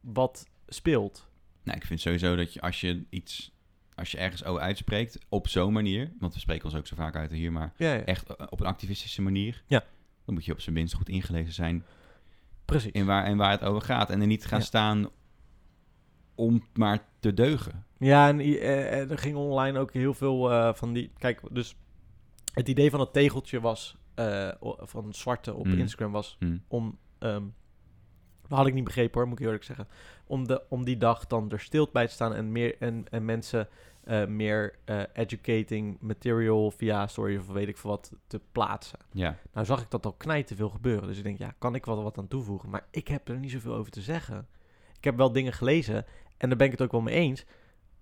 [SPEAKER 1] wat speelt.
[SPEAKER 2] Nou, ik vind sowieso dat je als je iets, als je ergens over uitspreekt op zo'n manier, want we spreken ons ook zo vaak uit hier, maar
[SPEAKER 1] Ja, ja.
[SPEAKER 2] echt eh, op een activistische manier,
[SPEAKER 1] Ja.
[SPEAKER 2] dan moet je op zijn minst goed ingelezen zijn
[SPEAKER 1] precies.
[SPEAKER 2] in waar, en waar het over gaat. En er niet gaan
[SPEAKER 1] Ja.
[SPEAKER 2] staan om maar te deugen.
[SPEAKER 1] Ja, en i- eh, eh, er ging online ook heel veel eh, van die... Kijk, dus het idee van het tegeltje was... eh, o- van zwarte op
[SPEAKER 2] Mm.
[SPEAKER 1] Instagram was
[SPEAKER 2] Hm.
[SPEAKER 1] om... ehm, dat had ik niet begrepen hoor, moet ik eerlijk zeggen. Om, de, om die dag dan er stil bij te staan en, meer, en, en mensen eh, meer eh, educating material via stories of weet ik veel wat te plaatsen.
[SPEAKER 2] Ja,
[SPEAKER 1] Nou zag ik dat al knijten veel gebeuren. Dus ik denk, ja, kan ik wel wat aan toevoegen? Maar ik heb er niet zoveel over te zeggen. Ik heb wel dingen gelezen en daar ben ik het ook wel mee eens.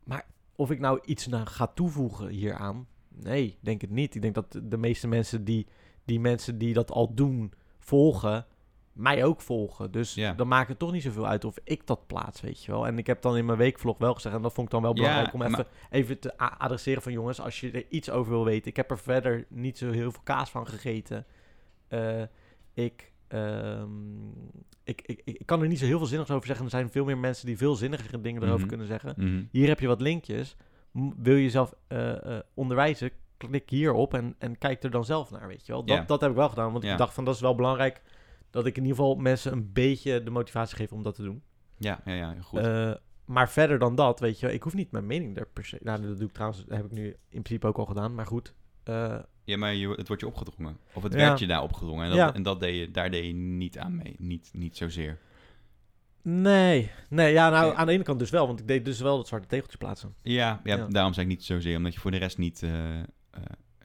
[SPEAKER 1] Maar of ik nou iets naar ga toevoegen hieraan? Nee, denk het niet. Ik denk dat de meeste mensen die, die mensen die dat al doen, volgen, mij ook volgen. Dus
[SPEAKER 2] Ja.
[SPEAKER 1] dan maakt het toch niet zoveel uit of ik dat plaats, weet je wel. En ik heb dan in mijn weekvlog wel gezegd, en dat vond ik dan wel
[SPEAKER 2] Ja,
[SPEAKER 1] belangrijk om even,
[SPEAKER 2] maar-
[SPEAKER 1] even te a- adresseren van jongens, als je er iets over wil weten. Ik heb er verder niet zo heel veel kaas van gegeten. Eh, ik, ehm, ik, ik, ik ik kan er niet zo heel veel zinnigs over zeggen. Er zijn veel meer mensen die veel zinnigere dingen erover
[SPEAKER 2] Mhm.
[SPEAKER 1] kunnen zeggen.
[SPEAKER 2] Mhm.
[SPEAKER 1] Hier heb je wat linkjes. M- wil je jezelf eh, eh, onderwijzen? Klik hierop en, en kijk er dan zelf naar, weet je wel. Dat,
[SPEAKER 2] Ja.
[SPEAKER 1] dat heb ik wel gedaan, want
[SPEAKER 2] Ja.
[SPEAKER 1] ik dacht van dat is wel belangrijk... dat ik in ieder geval mensen een beetje de motivatie geef om dat te doen.
[SPEAKER 2] ja, ja, ja, goed.
[SPEAKER 1] Eh, maar verder dan dat, weet je wel, ik hoef niet mijn mening daar per se... Nou, dat doe ik trouwens, dat heb ik nu in principe ook al gedaan, maar goed. eh,
[SPEAKER 2] ja, maar je, het wordt je opgedrongen. Of het
[SPEAKER 1] Ja.
[SPEAKER 2] werd je daar opgedrongen. En, dat,
[SPEAKER 1] Ja.
[SPEAKER 2] en dat deed je, daar deed je niet aan mee. Niet, niet zozeer.
[SPEAKER 1] nee, nee, ja, nou,
[SPEAKER 2] Ja.
[SPEAKER 1] aan de ene kant dus wel, want ik deed dus wel dat zwarte tegeltje plaatsen.
[SPEAKER 2] Ja, ja,
[SPEAKER 1] Ja.
[SPEAKER 2] daarom zei ik niet zozeer. Omdat je voor de rest niet, eh, eh,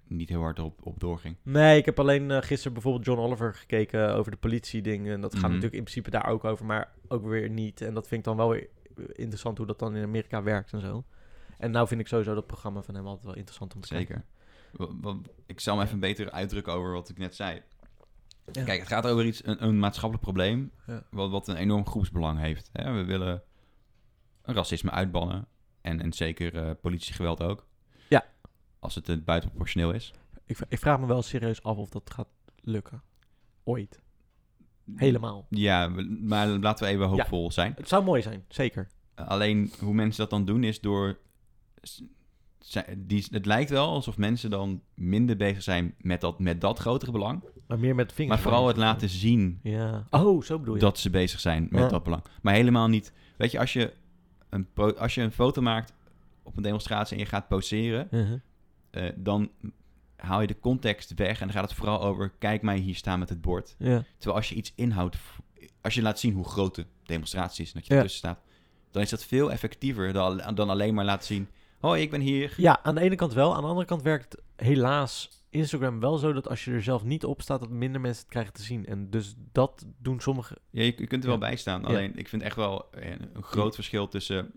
[SPEAKER 2] niet heel hard op, op doorging.
[SPEAKER 1] Nee, ik heb alleen eh, gisteren bijvoorbeeld John Oliver gekeken over de politiedingen. En dat gaat
[SPEAKER 2] Mhm.
[SPEAKER 1] natuurlijk in principe daar ook over, maar ook weer niet. En dat vind ik dan wel weer eh, interessant hoe dat dan in Amerika werkt en zo. En nou vind ik sowieso dat programma van hem altijd wel interessant om te
[SPEAKER 2] Zeker. Wa- wa- Ik zal me even beter uitdrukken over wat ik net zei.
[SPEAKER 1] kijken. Ja.
[SPEAKER 2] Kijk, het gaat over iets, een, een maatschappelijk probleem.
[SPEAKER 1] Ja.
[SPEAKER 2] Wat, wat een enorm groepsbelang heeft. Hè? We willen racisme uitbannen. En, en zeker eh, politiegeweld ook.
[SPEAKER 1] Ja.
[SPEAKER 2] Als het eh, buitenproportioneel is.
[SPEAKER 1] Ik, ik vraag me wel serieus af of dat gaat lukken. Ooit. Helemaal.
[SPEAKER 2] Ja, we- maar laten we even hoopvol zijn.
[SPEAKER 1] Het zou mooi zijn, zeker.
[SPEAKER 2] Alleen hoe mensen dat dan doen is door. s- zij- Die, het lijkt wel alsof mensen dan minder bezig zijn met dat, met dat grotere belang.
[SPEAKER 1] Maar meer met vingers.
[SPEAKER 2] Maar vooral het laten zien
[SPEAKER 1] Ja. Oh, zo bedoel je.
[SPEAKER 2] dat ze bezig zijn met
[SPEAKER 1] Ja.
[SPEAKER 2] dat belang. Maar helemaal niet. Weet je, als je, een pro- als je een foto maakt op een demonstratie en je gaat poseren,
[SPEAKER 1] Mhm.
[SPEAKER 2] eh, dan haal je de context weg en dan gaat het vooral over: kijk mij hier staan met het bord.
[SPEAKER 1] Ja.
[SPEAKER 2] Terwijl als je iets inhoudt, als je laat zien hoe groot de demonstratie is en dat je
[SPEAKER 1] Ja.
[SPEAKER 2] ertussen staat, dan is dat veel effectiever dan, dan alleen maar laten zien: hoi, ik ben hier.
[SPEAKER 1] Ja, aan de ene kant wel. Aan de andere kant werkt helaas Instagram wel zo dat als je er zelf niet op staat, dat minder mensen het krijgen te zien. En dus dat doen sommige.
[SPEAKER 2] Ja, je, je kunt er wel
[SPEAKER 1] Ja.
[SPEAKER 2] bij staan.
[SPEAKER 1] Ja.
[SPEAKER 2] Alleen ik vind echt wel eh, een groot verschil tussen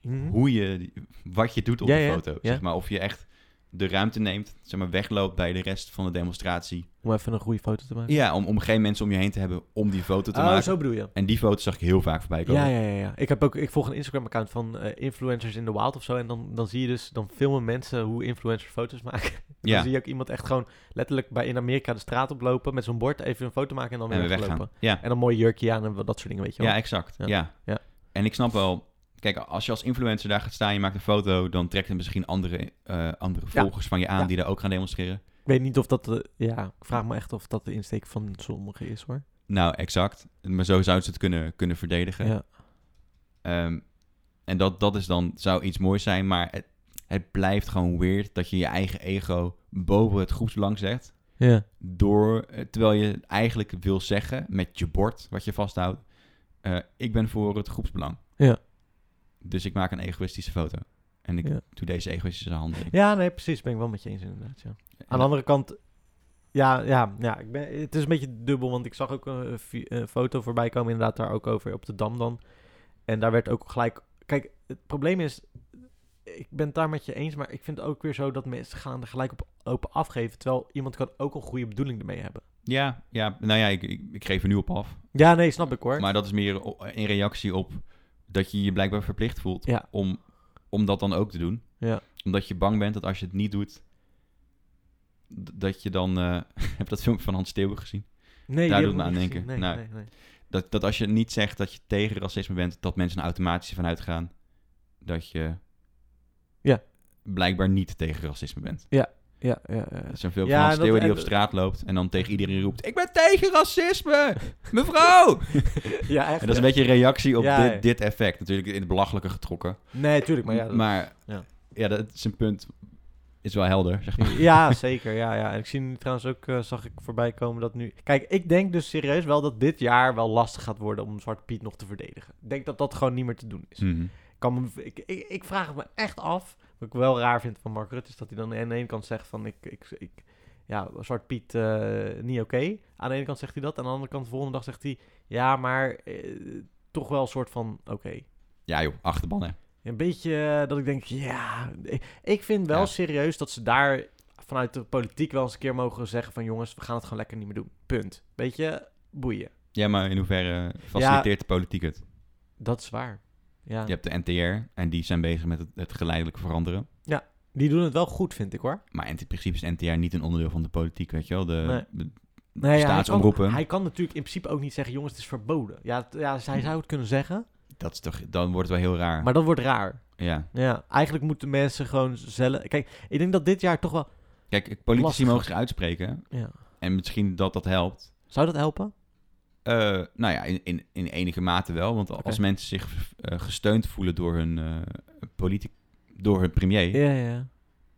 [SPEAKER 1] Hm?
[SPEAKER 2] hoe je, wat je doet op
[SPEAKER 1] Ja,
[SPEAKER 2] de
[SPEAKER 1] ja,
[SPEAKER 2] foto.
[SPEAKER 1] ja.
[SPEAKER 2] Zeg maar of je echt de ruimte neemt, zeg maar wegloopt bij de rest van de demonstratie.
[SPEAKER 1] Om even een goede foto te maken.
[SPEAKER 2] Ja, om, om geen mensen om je heen te hebben om die foto te
[SPEAKER 1] oh,
[SPEAKER 2] maken. oh.
[SPEAKER 1] zo bedoel je.
[SPEAKER 2] En die foto zag ik heel vaak voorbij komen.
[SPEAKER 1] Ja, ja, ja, ja. Ik, heb ook, ik volg een Instagram-account van eh, Influencers in the Wild of zo. En dan, dan zie je dus, dan filmen mensen hoe influencers foto's maken. [LAUGHS] En
[SPEAKER 2] Ja.
[SPEAKER 1] Dan zie je ook iemand echt gewoon letterlijk bij in Amerika de straat oplopen met zo'n bord, even een foto maken en dan
[SPEAKER 2] En
[SPEAKER 1] weer
[SPEAKER 2] we
[SPEAKER 1] weglopen.
[SPEAKER 2] weggaan. Ja.
[SPEAKER 1] En dan mooi jurkje aan en wat- dat soort dingen, weet je wel.
[SPEAKER 2] Ja, exact. Ja.
[SPEAKER 1] Ja. Ja.
[SPEAKER 2] En ik snap wel... Kijk, als je als influencer daar gaat staan, je maakt een foto... dan trekt het misschien andere, eh, andere
[SPEAKER 1] Ja.
[SPEAKER 2] volgers van je aan
[SPEAKER 1] Ja.
[SPEAKER 2] die daar ook gaan demonstreren.
[SPEAKER 1] Ik weet niet of dat de, ja, ik vraag me echt of dat de insteek van sommigen is hoor.
[SPEAKER 2] Nou, exact. Maar zo zouden ze het kunnen, kunnen verdedigen.
[SPEAKER 1] Ja.
[SPEAKER 2] Ehm, en dat, dat is dan, zou iets moois zijn, maar het, het blijft gewoon weird... dat je je eigen ego boven het groepsbelang zet...
[SPEAKER 1] Ja.
[SPEAKER 2] Door, eh, terwijl je eigenlijk wil zeggen met je bord wat je vasthoudt, eh, ik ben voor het groepsbelang.
[SPEAKER 1] Ja.
[SPEAKER 2] Dus ik maak een egoïstische foto. En ik
[SPEAKER 1] Ja.
[SPEAKER 2] doe deze egoïstische handeling.
[SPEAKER 1] ja, nee, precies. Ben ik wel met je eens inderdaad, ja. Aan
[SPEAKER 2] En-
[SPEAKER 1] de andere kant, ja, ja, ja ik ben, het is een beetje dubbel, want ik zag ook een, vi- een foto voorbij komen inderdaad daar ook over op de Dam dan. En daar werd ook gelijk, kijk, het probleem is, ik ben het daar met je eens, maar ik vind het ook weer zo dat mensen gaan er gelijk op open afgeven, terwijl iemand kan ook een goede bedoeling ermee hebben.
[SPEAKER 2] Ja, ja, nou ja, ik, ik, ik geef er nu op af.
[SPEAKER 1] Ja, nee, snap ik hoor.
[SPEAKER 2] Maar dat is meer o- in reactie op dat je je blijkbaar verplicht voelt
[SPEAKER 1] Ja.
[SPEAKER 2] om, om dat dan ook te doen.
[SPEAKER 1] Ja.
[SPEAKER 2] Omdat je bang bent dat als je het niet doet, d- dat je dan... eh, [LAUGHS] heb je dat filmpje van Hans Steeuwen gezien?
[SPEAKER 1] nee,
[SPEAKER 2] daar
[SPEAKER 1] die
[SPEAKER 2] doet
[SPEAKER 1] heb ik
[SPEAKER 2] me
[SPEAKER 1] nog
[SPEAKER 2] aan
[SPEAKER 1] niet
[SPEAKER 2] denken.
[SPEAKER 1] gezien.
[SPEAKER 2] Nou,
[SPEAKER 1] Nee, nee, nee.
[SPEAKER 2] Dat, dat als je niet zegt dat je tegen racisme bent, dat mensen er automatisch van uitgaan dat je
[SPEAKER 1] Ja.
[SPEAKER 2] blijkbaar niet tegen racisme bent.
[SPEAKER 1] Ja, ja, ja.
[SPEAKER 2] Er zijn veel
[SPEAKER 1] Ja,
[SPEAKER 2] van
[SPEAKER 1] dat-
[SPEAKER 2] Steeuwen die
[SPEAKER 1] en-
[SPEAKER 2] op straat loopt en dan tegen iedereen roept... Ik ben
[SPEAKER 1] [LAUGHS]
[SPEAKER 2] tegen racisme!
[SPEAKER 1] ja
[SPEAKER 2] Mevrouw!
[SPEAKER 1] eigenlijk.
[SPEAKER 2] en dat is een beetje een reactie op
[SPEAKER 1] Ja, ja.
[SPEAKER 2] dit, dit effect. Natuurlijk in het belachelijke getrokken.
[SPEAKER 1] Nee, tuurlijk, maar ja. dat-
[SPEAKER 2] maar
[SPEAKER 1] ja.
[SPEAKER 2] ja. dat is een punt... Is wel helder, zeg maar.
[SPEAKER 1] [LAUGHS] Ja, zeker. Ja, ja. En ik zie nu trouwens ook, eh, zag ik voorbij komen dat nu... Kijk, ik denk dus serieus wel dat dit jaar wel lastig gaat worden om Zwarte Piet nog te verdedigen. Ik denk dat dat gewoon niet meer te doen is.
[SPEAKER 2] Mhm.
[SPEAKER 1] Ik Kan me, ik, ik, ik vraag het me echt af. Wat ik wel raar vind van Mark Rutte is dat hij dan aan de ene kant zegt van... Ik, ik, ik, ja, Zwarte Piet eh, niet oké. Aan de ene kant zegt hij dat. Aan de andere kant de volgende dag zegt hij... Ja, maar eh, toch wel een soort van oké.
[SPEAKER 2] Ja joh, achterban hè.
[SPEAKER 1] Een beetje eh, dat ik denk, ja, ik- ik vind wel
[SPEAKER 2] Ja.
[SPEAKER 1] serieus dat ze daar vanuit de politiek wel eens een keer mogen zeggen van jongens, we gaan het gewoon lekker niet meer doen. Punt. Weet je, boeien.
[SPEAKER 2] Ja, maar in hoeverre faciliteert de politiek het?
[SPEAKER 1] Dat is waar. Ja.
[SPEAKER 2] Je hebt de NTR en die zijn bezig met het, het geleidelijk veranderen.
[SPEAKER 1] Die doen het wel goed, vind ik hoor.
[SPEAKER 2] Maar in principe is NTR niet een onderdeel van de politiek, weet je wel. De,
[SPEAKER 1] Nee.
[SPEAKER 2] de-
[SPEAKER 1] Nee, Nou ja, hij, kan,
[SPEAKER 2] Staatsomroepen.
[SPEAKER 1] hij kan natuurlijk in principe ook niet zeggen, jongens, het is verboden. Ja, het- ja hij zou het kunnen zeggen,
[SPEAKER 2] dat is toch, dan wordt het wel heel raar.
[SPEAKER 1] maar dat wordt raar.
[SPEAKER 2] ja.
[SPEAKER 1] Ja, eigenlijk moeten mensen gewoon zelf... Kijk, ik denk dat dit jaar toch wel...
[SPEAKER 2] Kijk, politici
[SPEAKER 1] Lastig.
[SPEAKER 2] mogen zich uitspreken
[SPEAKER 1] Ja.
[SPEAKER 2] en misschien dat dat helpt.
[SPEAKER 1] Zou dat helpen?
[SPEAKER 2] Eh, nou ja, in, in, in enige mate wel. Want als
[SPEAKER 1] Oké.
[SPEAKER 2] mensen zich eh, gesteund voelen door hun, eh politie- door hun premier,
[SPEAKER 1] Ja, ja.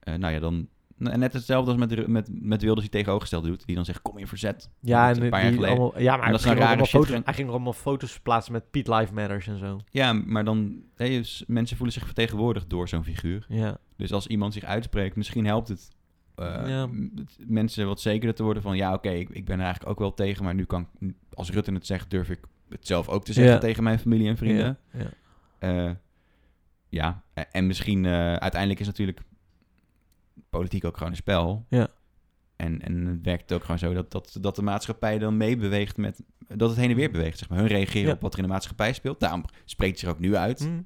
[SPEAKER 2] eh, nou ja, dan... nou, Net hetzelfde als met, Ru- met, met Wilders die tegenovergesteld doet. Die dan zegt, kom in verzet.
[SPEAKER 1] Ja,
[SPEAKER 2] Dat is
[SPEAKER 1] en
[SPEAKER 2] een paar
[SPEAKER 1] die
[SPEAKER 2] jaar geleden.
[SPEAKER 1] allemaal- ja, maar
[SPEAKER 2] En
[SPEAKER 1] hij
[SPEAKER 2] dat
[SPEAKER 1] ging,
[SPEAKER 2] zijn
[SPEAKER 1] ook
[SPEAKER 2] rare
[SPEAKER 1] allemaal
[SPEAKER 2] shit
[SPEAKER 1] foto's,
[SPEAKER 2] gaan-
[SPEAKER 1] hij ging er allemaal foto's plaatsen met Piet Life Matters en zo.
[SPEAKER 2] Ja, maar dan... hé, dus mensen voelen zich vertegenwoordigd door zo'n figuur.
[SPEAKER 1] Ja.
[SPEAKER 2] Dus als iemand zich uitspreekt, misschien helpt het. eh,
[SPEAKER 1] Ja.
[SPEAKER 2] m- het mensen wat zekerder te worden van ja, oké, ik, ik ben er eigenlijk ook wel tegen, maar nu kan ik, als Rutte het zegt, durf ik het zelf ook te zeggen
[SPEAKER 1] Ja.
[SPEAKER 2] tegen mijn familie en vrienden.
[SPEAKER 1] Ja, ja.
[SPEAKER 2] Ja, ja. e- en misschien eh, uiteindelijk is natuurlijk politiek ook gewoon een spel.
[SPEAKER 1] Ja.
[SPEAKER 2] En, en het werkt ook gewoon zo dat, dat, dat de maatschappij dan meebeweegt met dat het heen en weer beweegt. Zeg maar. Hun reageren
[SPEAKER 1] Ja.
[SPEAKER 2] op wat er in de maatschappij speelt. Daarom spreekt zich ook nu uit.
[SPEAKER 1] Hm.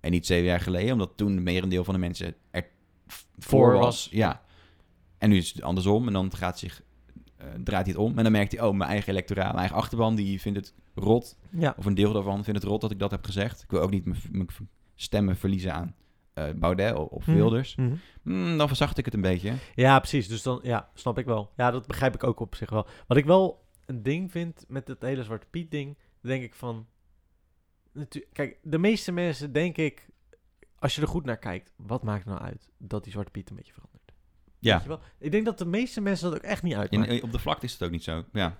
[SPEAKER 2] En niet zeven jaar geleden, omdat toen het merendeel van de mensen er v-
[SPEAKER 1] Voor
[SPEAKER 2] voor
[SPEAKER 1] was.
[SPEAKER 2] was. Ja. En nu is het andersom. En dan gaat zich, eh, draait hij het om. En dan merkt hij, oh, mijn eigen electoraat, mijn eigen achterban, die vindt het rot.
[SPEAKER 1] Ja.
[SPEAKER 2] Of een deel daarvan vindt het rot dat ik dat heb gezegd. Ik wil ook niet mijn v- mijn v- stemmen verliezen aan eh, Baudet o- of
[SPEAKER 1] Mhm.
[SPEAKER 2] Wilders. Hmm, dan verzacht ik het een beetje.
[SPEAKER 1] ja, precies. Dus dan, ja, snap ik wel. Ja, dat begrijp ik ook op zich wel. Wat ik wel een ding vind met het hele Zwarte Piet ding, denk ik van... Natu- Kijk, de meeste mensen, denk ik, als je er goed naar kijkt, wat maakt nou uit dat die Zwarte Piet een beetje verandert?
[SPEAKER 2] Ja.
[SPEAKER 1] Weet je wel? Ik denk dat de meeste mensen dat ook echt niet uitmaakt.
[SPEAKER 2] In, eh, op de vlakte is het ook niet zo. Ja.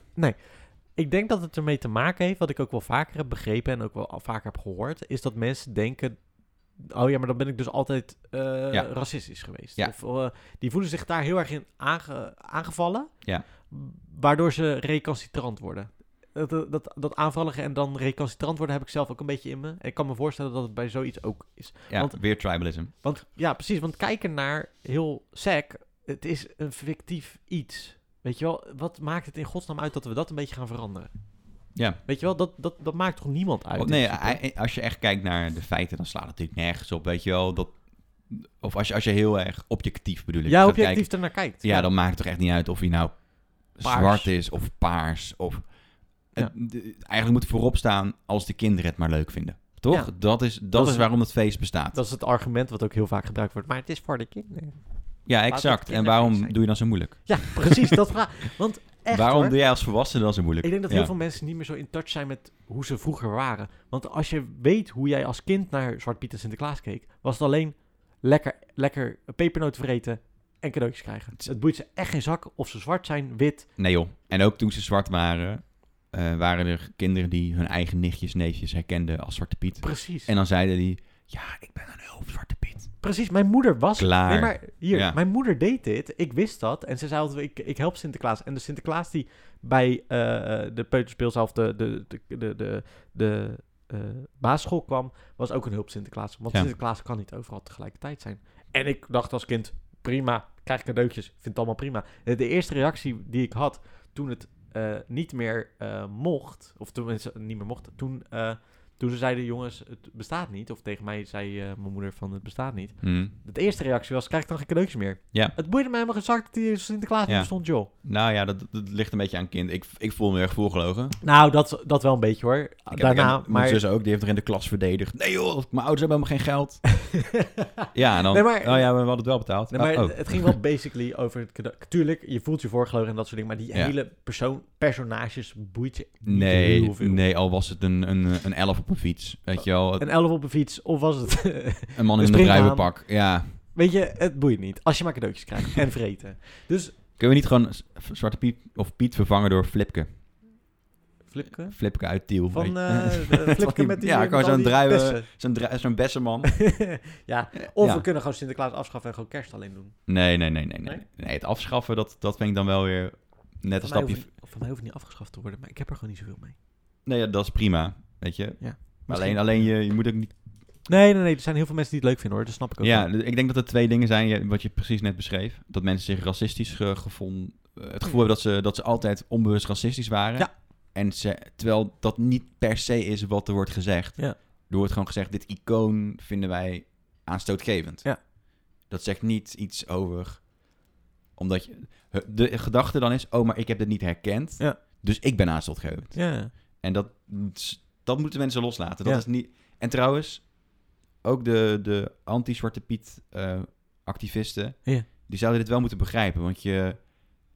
[SPEAKER 1] Ik denk dat het ermee te maken heeft, wat ik ook wel vaker heb begrepen en ook wel al vaker heb gehoord, is dat mensen denken, oh ja, maar dan ben ik dus altijd eh,
[SPEAKER 2] Ja.
[SPEAKER 1] racistisch geweest.
[SPEAKER 2] Ja.
[SPEAKER 1] Of, eh, die voelen zich daar heel erg in aange- aangevallen,
[SPEAKER 2] Ja.
[SPEAKER 1] waardoor ze recalcitrant worden. Dat, dat, dat aanvallige en dan recalcitrant worden heb ik zelf ook een beetje in me. En ik kan me voorstellen dat het bij zoiets ook is.
[SPEAKER 2] ja
[SPEAKER 1] Want-
[SPEAKER 2] weer tribalism.
[SPEAKER 1] Want ja, precies. Want kijken naar heel sec, het is een fictief iets. Weet je wel, wat maakt het in godsnaam uit dat we dat een beetje gaan veranderen?
[SPEAKER 2] Ja.
[SPEAKER 1] Weet je wel, dat, dat, dat maakt toch niemand uit?
[SPEAKER 2] Want nee,
[SPEAKER 1] in principe?
[SPEAKER 2] eh, als je echt kijkt naar de feiten, dan slaat het natuurlijk nergens op, weet je wel. Dat, of als je, als je heel erg objectief bedoel ik.
[SPEAKER 1] ja,
[SPEAKER 2] gaat
[SPEAKER 1] objectief
[SPEAKER 2] kijken,
[SPEAKER 1] ernaar kijkt.
[SPEAKER 2] ja, dan maakt het toch echt niet uit of hij nou
[SPEAKER 1] Paars.
[SPEAKER 2] zwart is of paars. Of,
[SPEAKER 1] Ja.
[SPEAKER 2] Het- de- eigenlijk moet voorop staan als de kinderen het maar leuk vinden. Toch?
[SPEAKER 1] Ja.
[SPEAKER 2] Dat, is, dat,
[SPEAKER 1] Dat
[SPEAKER 2] is
[SPEAKER 1] is-
[SPEAKER 2] waarom het feest bestaat.
[SPEAKER 1] Dat is het argument wat ook heel vaak gebruikt wordt. Maar het is voor de kinderen.
[SPEAKER 2] ja,
[SPEAKER 1] het
[SPEAKER 2] exact. En
[SPEAKER 1] kinderfeest zijn.
[SPEAKER 2] waarom doe je dan zo moeilijk?
[SPEAKER 1] Ja, precies, dat vraag. Want echt
[SPEAKER 2] waarom
[SPEAKER 1] hoor,
[SPEAKER 2] doe jij als volwassene dan zo moeilijk?
[SPEAKER 1] ik denk dat
[SPEAKER 2] Ja.
[SPEAKER 1] heel veel mensen niet meer zo in touch zijn met hoe ze vroeger waren. Want als je weet hoe jij als kind naar Zwart Piet en Sinterklaas keek, was het alleen lekker, lekker pepernoten vreten en cadeautjes krijgen.
[SPEAKER 2] Het is-
[SPEAKER 1] Het boeit ze echt geen zak of ze zwart zijn, wit.
[SPEAKER 2] Nee joh. En ook toen ze zwart waren, eh, waren er kinderen die hun eigen nichtjes, neefjes herkenden als Zwarte Piet.
[SPEAKER 1] Precies.
[SPEAKER 2] En dan zeiden die, ja, ik ben een hulp, Zwarte Piet.
[SPEAKER 1] Precies, mijn moeder was...
[SPEAKER 2] Klaar.
[SPEAKER 1] Nee, maar hier,
[SPEAKER 2] Ja.
[SPEAKER 1] mijn moeder deed dit. Ik wist dat. En ze zei altijd, ik, ik help Sinterklaas. En de Sinterklaas die bij eh, de peuterspeelzaal of de, de, de, de, de, de eh, basisschool kwam, was ook een hulp Sinterklaas. Want
[SPEAKER 2] Ja.
[SPEAKER 1] Sinterklaas kan niet overal tegelijkertijd zijn. En ik dacht als kind, prima, krijg cadeautjes. Vind het allemaal prima. Eh, De eerste reactie die ik had toen het eh, niet meer eh, mocht, of toen mensen niet meer mochten, toen... eh, Toen ze zeiden, jongens, het bestaat niet. Of tegen mij zei eh, mijn moeder van, het bestaat niet.
[SPEAKER 2] Hm.
[SPEAKER 1] De eerste reactie was, krijg ik dan geen cadeautjes meer?
[SPEAKER 2] Ja.
[SPEAKER 1] Het boeide me helemaal gezakt dat die Sinterklaas niet
[SPEAKER 2] Ja.
[SPEAKER 1] bestond, joh.
[SPEAKER 2] Nou ja, dat, dat ligt een beetje aan kind. Ik, ik voel me erg voorgelogen.
[SPEAKER 1] Nou, dat, dat wel een beetje hoor.
[SPEAKER 2] Ik heb-
[SPEAKER 1] Daarna,
[SPEAKER 2] ik heb-
[SPEAKER 1] maar...
[SPEAKER 2] Mijn
[SPEAKER 1] [LAUGHS]
[SPEAKER 2] zus ook, die heeft er in de klas verdedigd. Nee joh, mijn ouders hebben helemaal geen geld. ja, en dan...
[SPEAKER 1] Nee, maar-
[SPEAKER 2] oh ja, we hadden het wel betaald.
[SPEAKER 1] Nee, maar
[SPEAKER 2] Oh, oh.
[SPEAKER 1] het- het ging wel basically over het cadeau. Tuurlijk, je voelt je voorgelogen en dat soort dingen. Maar die
[SPEAKER 2] Ja.
[SPEAKER 1] hele persoon, personages boeit je niet
[SPEAKER 2] Nee,
[SPEAKER 1] heel veel.
[SPEAKER 2] nee, al was het een, een, een elf op een fiets. Weet je wel,
[SPEAKER 1] Een elf op een fiets, of was het... [LAUGHS]
[SPEAKER 2] een man
[SPEAKER 1] een
[SPEAKER 2] in een
[SPEAKER 1] springhaan.
[SPEAKER 2] druivenpak. Ja.
[SPEAKER 1] Weet je, het boeit niet. Als je maar cadeautjes krijgt en vreten. Dus,
[SPEAKER 2] Kunnen we niet gewoon S- Zwarte Piet of Piet vervangen door Flipke?
[SPEAKER 1] flikken.
[SPEAKER 2] Flipke uit Tiel. weet
[SPEAKER 1] Van
[SPEAKER 2] je.
[SPEAKER 1] eh
[SPEAKER 2] [LAUGHS]
[SPEAKER 1] de flikken met die...
[SPEAKER 2] Ja,
[SPEAKER 1] met
[SPEAKER 2] gewoon
[SPEAKER 1] al
[SPEAKER 2] zo'n
[SPEAKER 1] die
[SPEAKER 2] druiven-
[SPEAKER 1] bessen.
[SPEAKER 2] Zo'n dru- zo'n bessenman.
[SPEAKER 1] ja, of
[SPEAKER 2] Ja.
[SPEAKER 1] we kunnen gewoon Sinterklaas afschaffen en gewoon kerst alleen doen.
[SPEAKER 2] Nee, nee, nee, nee, nee.
[SPEAKER 1] Nee?
[SPEAKER 2] Nee, het afschaffen, dat, dat vind ik dan wel weer net een
[SPEAKER 1] Van mij,
[SPEAKER 2] stapje...
[SPEAKER 1] hoeft, het- van mij hoeft het niet afgeschaft te worden, maar ik heb er gewoon niet zoveel mee.
[SPEAKER 2] Nee, ja, dat is prima, weet je. Maar
[SPEAKER 1] Misschien-
[SPEAKER 2] alleen, alleen je, je moet ook niet...
[SPEAKER 1] Nee, nee, nee. Er zijn heel veel mensen die het leuk vinden hoor. Dat snap ik ook
[SPEAKER 2] Ja,
[SPEAKER 1] wel.
[SPEAKER 2] ik denk dat er twee dingen zijn je- wat je precies net beschreef. Dat mensen zich racistisch ge- gevonden... eh, Het gevoel hebben dat ze, dat ze altijd onbewust racistisch waren.
[SPEAKER 1] Ja.
[SPEAKER 2] En ze, terwijl dat niet per se is wat er wordt gezegd.
[SPEAKER 1] Ja.
[SPEAKER 2] Er wordt gewoon gezegd, dit icoon vinden wij aanstootgevend.
[SPEAKER 1] Ja.
[SPEAKER 2] Dat zegt niet iets over... Omdat je... De gedachte dan is, oh, maar ik heb dit niet herkend.
[SPEAKER 1] Ja.
[SPEAKER 2] Dus ik ben aanstootgevend.
[SPEAKER 1] Ja.
[SPEAKER 2] En dat, dat moeten mensen loslaten. Dat
[SPEAKER 1] Ja.
[SPEAKER 2] is niet... En trouwens, ook de, de anti-Zwarte Piet eh, activisten,
[SPEAKER 1] Ja.
[SPEAKER 2] die zouden dit wel moeten begrijpen. Want je,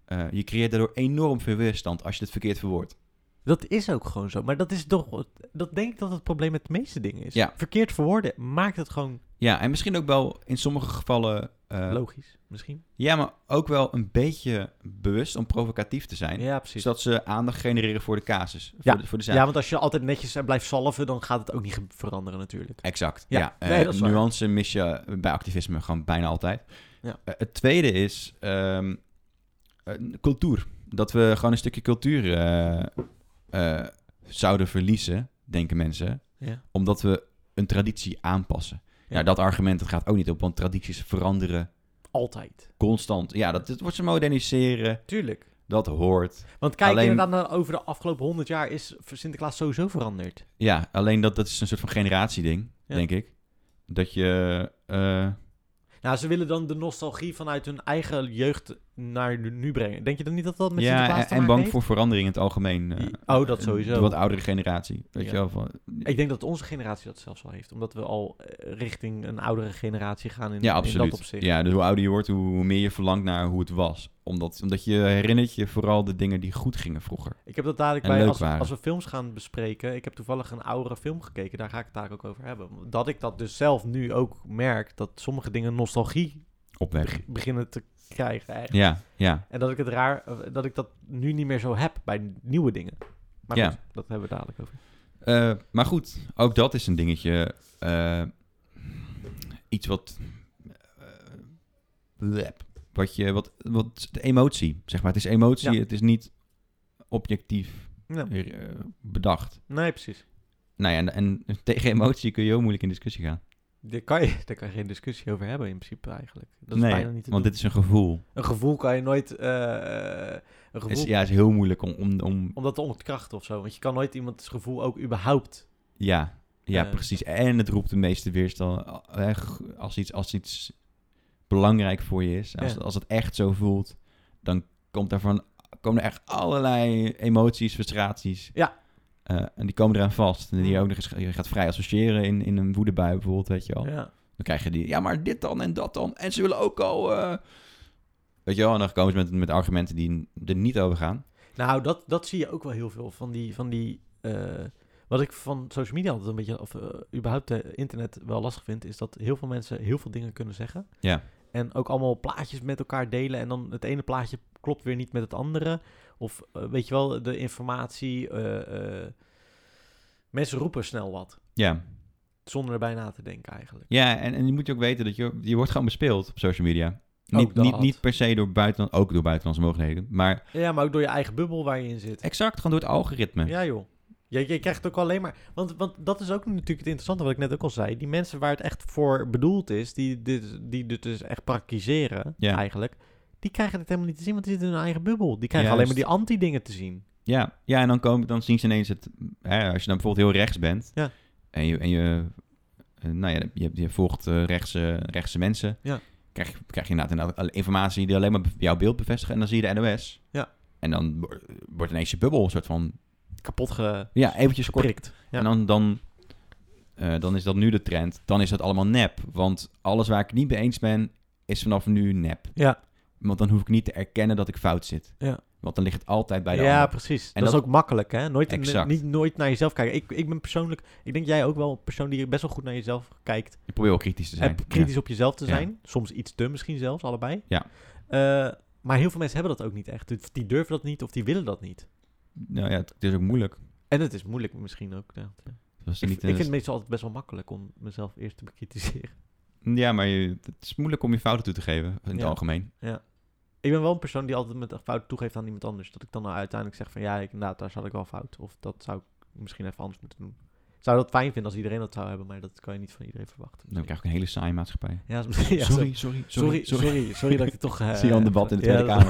[SPEAKER 2] eh, je creëert daardoor enorm veel weerstand als je het verkeerd verwoordt.
[SPEAKER 1] Dat is ook gewoon zo. Maar dat is toch... Dat denk ik dat het probleem met de meeste dingen is.
[SPEAKER 2] Ja.
[SPEAKER 1] Verkeerd verwoorden maakt het gewoon
[SPEAKER 2] Ja, en misschien ook wel in sommige gevallen... eh,
[SPEAKER 1] logisch. Misschien.
[SPEAKER 2] ja, maar ook wel een beetje bewust om provocatief te zijn.
[SPEAKER 1] Ja, precies.
[SPEAKER 2] Zodat ze aandacht genereren voor de casus, voor,
[SPEAKER 1] Ja.
[SPEAKER 2] de, voor de zaak.
[SPEAKER 1] Ja, want als je altijd netjes en blijft salven, dan gaat het ook niet ge- veranderen natuurlijk.
[SPEAKER 2] Exact.
[SPEAKER 1] Ja.
[SPEAKER 2] Ja,
[SPEAKER 1] Nee,
[SPEAKER 2] Eh,
[SPEAKER 1] dat is waar.
[SPEAKER 2] nuance mis je bij activisme gewoon bijna altijd.
[SPEAKER 1] Ja.
[SPEAKER 2] Eh, het tweede is ehm, eh, cultuur. Dat we gewoon een stukje cultuur eh, eh, zouden verliezen, denken mensen,
[SPEAKER 1] Ja.
[SPEAKER 2] omdat we een traditie aanpassen.
[SPEAKER 1] Ja.
[SPEAKER 2] Ja, dat argument dat gaat ook niet op, want tradities veranderen
[SPEAKER 1] Altijd.
[SPEAKER 2] constant. Ja, dat, het wordt ze moderniseren,
[SPEAKER 1] Tuurlijk.
[SPEAKER 2] dat hoort.
[SPEAKER 1] Want kijk
[SPEAKER 2] Alleen-
[SPEAKER 1] inderdaad naar over de afgelopen honderd jaar is Sinterklaas sowieso veranderd.
[SPEAKER 2] Ja, alleen dat, dat is een soort van generatieding,
[SPEAKER 1] Ja.
[SPEAKER 2] denk ik. Dat je... eh,
[SPEAKER 1] Nou, ze willen dan de nostalgie vanuit hun eigen jeugd naar nu- nu brengen. Denk je dan niet dat dat met
[SPEAKER 2] ja,
[SPEAKER 1] Sinterklaas
[SPEAKER 2] en,
[SPEAKER 1] te
[SPEAKER 2] en
[SPEAKER 1] maken
[SPEAKER 2] bang
[SPEAKER 1] heeft?
[SPEAKER 2] voor verandering in het algemeen. eh,
[SPEAKER 1] Die- oh, dat
[SPEAKER 2] de
[SPEAKER 1] sowieso.
[SPEAKER 2] wat oudere generatie. Weet
[SPEAKER 1] Ja.
[SPEAKER 2] je wel, van,
[SPEAKER 1] Ik denk dat onze generatie dat zelfs al heeft. Omdat we al eh, richting een oudere generatie gaan in,
[SPEAKER 2] ja,
[SPEAKER 1] in dat
[SPEAKER 2] absoluut.
[SPEAKER 1] opzicht.
[SPEAKER 2] Ja, dus hoe ouder je wordt, hoe meer je verlangt naar hoe het was. Omdat, omdat je herinnert je vooral de dingen die goed gingen vroeger.
[SPEAKER 1] Ik heb dat dadelijk
[SPEAKER 2] En
[SPEAKER 1] bij,
[SPEAKER 2] leuk
[SPEAKER 1] als,
[SPEAKER 2] waren.
[SPEAKER 1] als we films gaan bespreken. Ik heb toevallig een oudere film gekeken, daar ga ik het daar ook over hebben. Dat ik dat dus zelf nu ook merk, dat sommige dingen nostalgie
[SPEAKER 2] Op weg.
[SPEAKER 1] beg- beginnen te krijgen. eigenlijk.
[SPEAKER 2] Ja, ja.
[SPEAKER 1] En dat ik het raar, eh, dat ik dat nu niet meer zo heb bij nieuwe dingen. Maar
[SPEAKER 2] Ja.
[SPEAKER 1] goed, dat hebben we dadelijk over.
[SPEAKER 2] Eh, maar goed, ook dat is een dingetje. eh, iets wat. eh, blep. wat je. Wat, wat. De emotie, zeg maar. Het is emotie,
[SPEAKER 1] Ja.
[SPEAKER 2] het is niet objectief
[SPEAKER 1] Ja.
[SPEAKER 2] eh, bedacht.
[SPEAKER 1] Nee, precies.
[SPEAKER 2] Nou ja, en, en [LAUGHS] tegen emotie kun je heel moeilijk in discussie gaan.
[SPEAKER 1] Daar kan, je, [LAUGHS] daar kan je geen discussie over hebben in principe eigenlijk. Dat is
[SPEAKER 2] nee,
[SPEAKER 1] bijna niet te
[SPEAKER 2] want
[SPEAKER 1] doen.
[SPEAKER 2] dit is een gevoel.
[SPEAKER 1] Een gevoel kan je nooit... eh, een gevoel,
[SPEAKER 2] Is, ja, is heel moeilijk om... om, om
[SPEAKER 1] Om dat te ontkrachten of zo. Want je kan nooit iemands gevoel ook überhaupt...
[SPEAKER 2] ja, ja
[SPEAKER 1] Eh.
[SPEAKER 2] precies. En het roept de meeste weerstand. eh, g- Als iets, als iets belangrijk voor je is, als,
[SPEAKER 1] Ja.
[SPEAKER 2] als het echt zo voelt, dan komt daarvan, komen er echt allerlei emoties, frustraties.
[SPEAKER 1] Ja.
[SPEAKER 2] Eh, en die komen eraan vast. En die je
[SPEAKER 1] Mm.
[SPEAKER 2] ook nog eens je gaat vrij associëren in, in een woedebui bijvoorbeeld, weet je wel.
[SPEAKER 1] Ja.
[SPEAKER 2] Dan krijg je die, ja, maar dit dan en dat dan. En ze willen ook al... eh, Weet je wel, en dan komen ze met, met argumenten die er niet over gaan.
[SPEAKER 1] Nou, dat, dat zie je ook wel heel veel van die. Van die eh, wat ik van social media altijd een beetje, of eh, überhaupt eh, internet wel lastig vind, is dat heel veel mensen heel veel dingen kunnen zeggen.
[SPEAKER 2] Ja.
[SPEAKER 1] En ook allemaal plaatjes met elkaar delen. En dan het ene plaatje klopt weer niet met het andere. Of eh, weet je wel, de informatie. eh, eh, mensen roepen snel wat.
[SPEAKER 2] Ja.
[SPEAKER 1] Zonder erbij na te denken eigenlijk.
[SPEAKER 2] Ja, en, en je moet je ook weten dat je, je wordt gewoon bespeeld op social media.
[SPEAKER 1] Ook
[SPEAKER 2] Niet,
[SPEAKER 1] dat.
[SPEAKER 2] niet, niet per se door buitenland, ook door buitenlandse mogelijkheden. Maar
[SPEAKER 1] Ja, maar ook door je eigen bubbel waar je in zit.
[SPEAKER 2] exact, gewoon door het algoritme.
[SPEAKER 1] Ja, joh. Je, je krijgt ook alleen maar. Want, want dat is ook natuurlijk het interessante wat ik net ook al zei. Die mensen waar het echt voor bedoeld is, die dit, die dit dus echt praktiseren,
[SPEAKER 2] Ja.
[SPEAKER 1] eigenlijk, die krijgen het helemaal niet te zien, want die zitten in hun eigen bubbel. Die krijgen alleen maar
[SPEAKER 2] Juist.
[SPEAKER 1] die anti-dingen te zien.
[SPEAKER 2] Ja, ja en dan, komen, dan zien ze ineens het... Hè, als je dan bijvoorbeeld heel rechts bent...
[SPEAKER 1] Ja.
[SPEAKER 2] En je, en je eh, nou ja, je, je volgt eh, rechtse, rechtse mensen.
[SPEAKER 1] Ja.
[SPEAKER 2] Krijg, je- krijg je inderdaad inderdaad alle informatie die alleen maar be- jouw beeld bevestigen. En dan zie je de NOS.
[SPEAKER 1] Ja.
[SPEAKER 2] En dan wo- wordt ineens je bubbel een soort van...
[SPEAKER 1] Kapot ge...
[SPEAKER 2] Ja, eventjes kort.
[SPEAKER 1] geprikt. Ja.
[SPEAKER 2] En dan, dan, eh, dan is dat nu de trend. Dan is dat allemaal nep. Want alles waar ik het niet mee eens ben, is vanaf nu nep.
[SPEAKER 1] Ja.
[SPEAKER 2] Want dan hoef ik niet te erkennen dat ik fout zit.
[SPEAKER 1] Ja.
[SPEAKER 2] Want dan ligt het altijd bij de
[SPEAKER 1] Ja,
[SPEAKER 2] ander.
[SPEAKER 1] precies.
[SPEAKER 2] En
[SPEAKER 1] dat,
[SPEAKER 2] dat-
[SPEAKER 1] is ook makkelijk, hè? Nooit,
[SPEAKER 2] Exact.
[SPEAKER 1] Niet nooit naar jezelf kijken. Ik, ik ben persoonlijk... Ik denk jij ook wel een persoon die best wel goed naar jezelf kijkt.
[SPEAKER 2] Ik probeer wel kritisch te zijn.
[SPEAKER 1] En kritisch op jezelf te
[SPEAKER 2] Ja.
[SPEAKER 1] zijn. Soms iets te misschien zelfs, allebei.
[SPEAKER 2] Ja.
[SPEAKER 1] Eh, maar heel veel mensen hebben dat ook niet echt. Die- Die durven dat niet of die willen dat niet.
[SPEAKER 2] Ja. Nou ja, het is ook moeilijk.
[SPEAKER 1] En het is moeilijk misschien ook. ja.
[SPEAKER 2] Dat is
[SPEAKER 1] Ik,
[SPEAKER 2] niet,
[SPEAKER 1] ik vind het meestal altijd best wel makkelijk om mezelf eerst te bekritiseren. [LAUGHS]
[SPEAKER 2] Ja, maar je, het is moeilijk om je fouten toe te geven, in het
[SPEAKER 1] Ja.
[SPEAKER 2] algemeen.
[SPEAKER 1] Ik ben wel een persoon die altijd met een fout toegeeft aan iemand anders. Dat ik dan nou uiteindelijk zeg van ja, ik, inderdaad, daar zat ik wel fout. Of dat zou ik misschien even anders moeten doen. Ik zou dat fijn vinden als iedereen dat zou hebben, maar dat kan je niet van iedereen verwachten.
[SPEAKER 2] Dan krijg ik een hele saaie maatschappij.
[SPEAKER 1] Ja, is [LAUGHS] misschien- ja,
[SPEAKER 2] sorry, sorry,
[SPEAKER 1] Sorry,
[SPEAKER 2] sorry,
[SPEAKER 1] sorry, sorry, dat ik het toch... eh,
[SPEAKER 2] [LAUGHS] Zie je al een debat in de
[SPEAKER 1] [LAUGHS] ja,
[SPEAKER 2] Tweede
[SPEAKER 1] dat-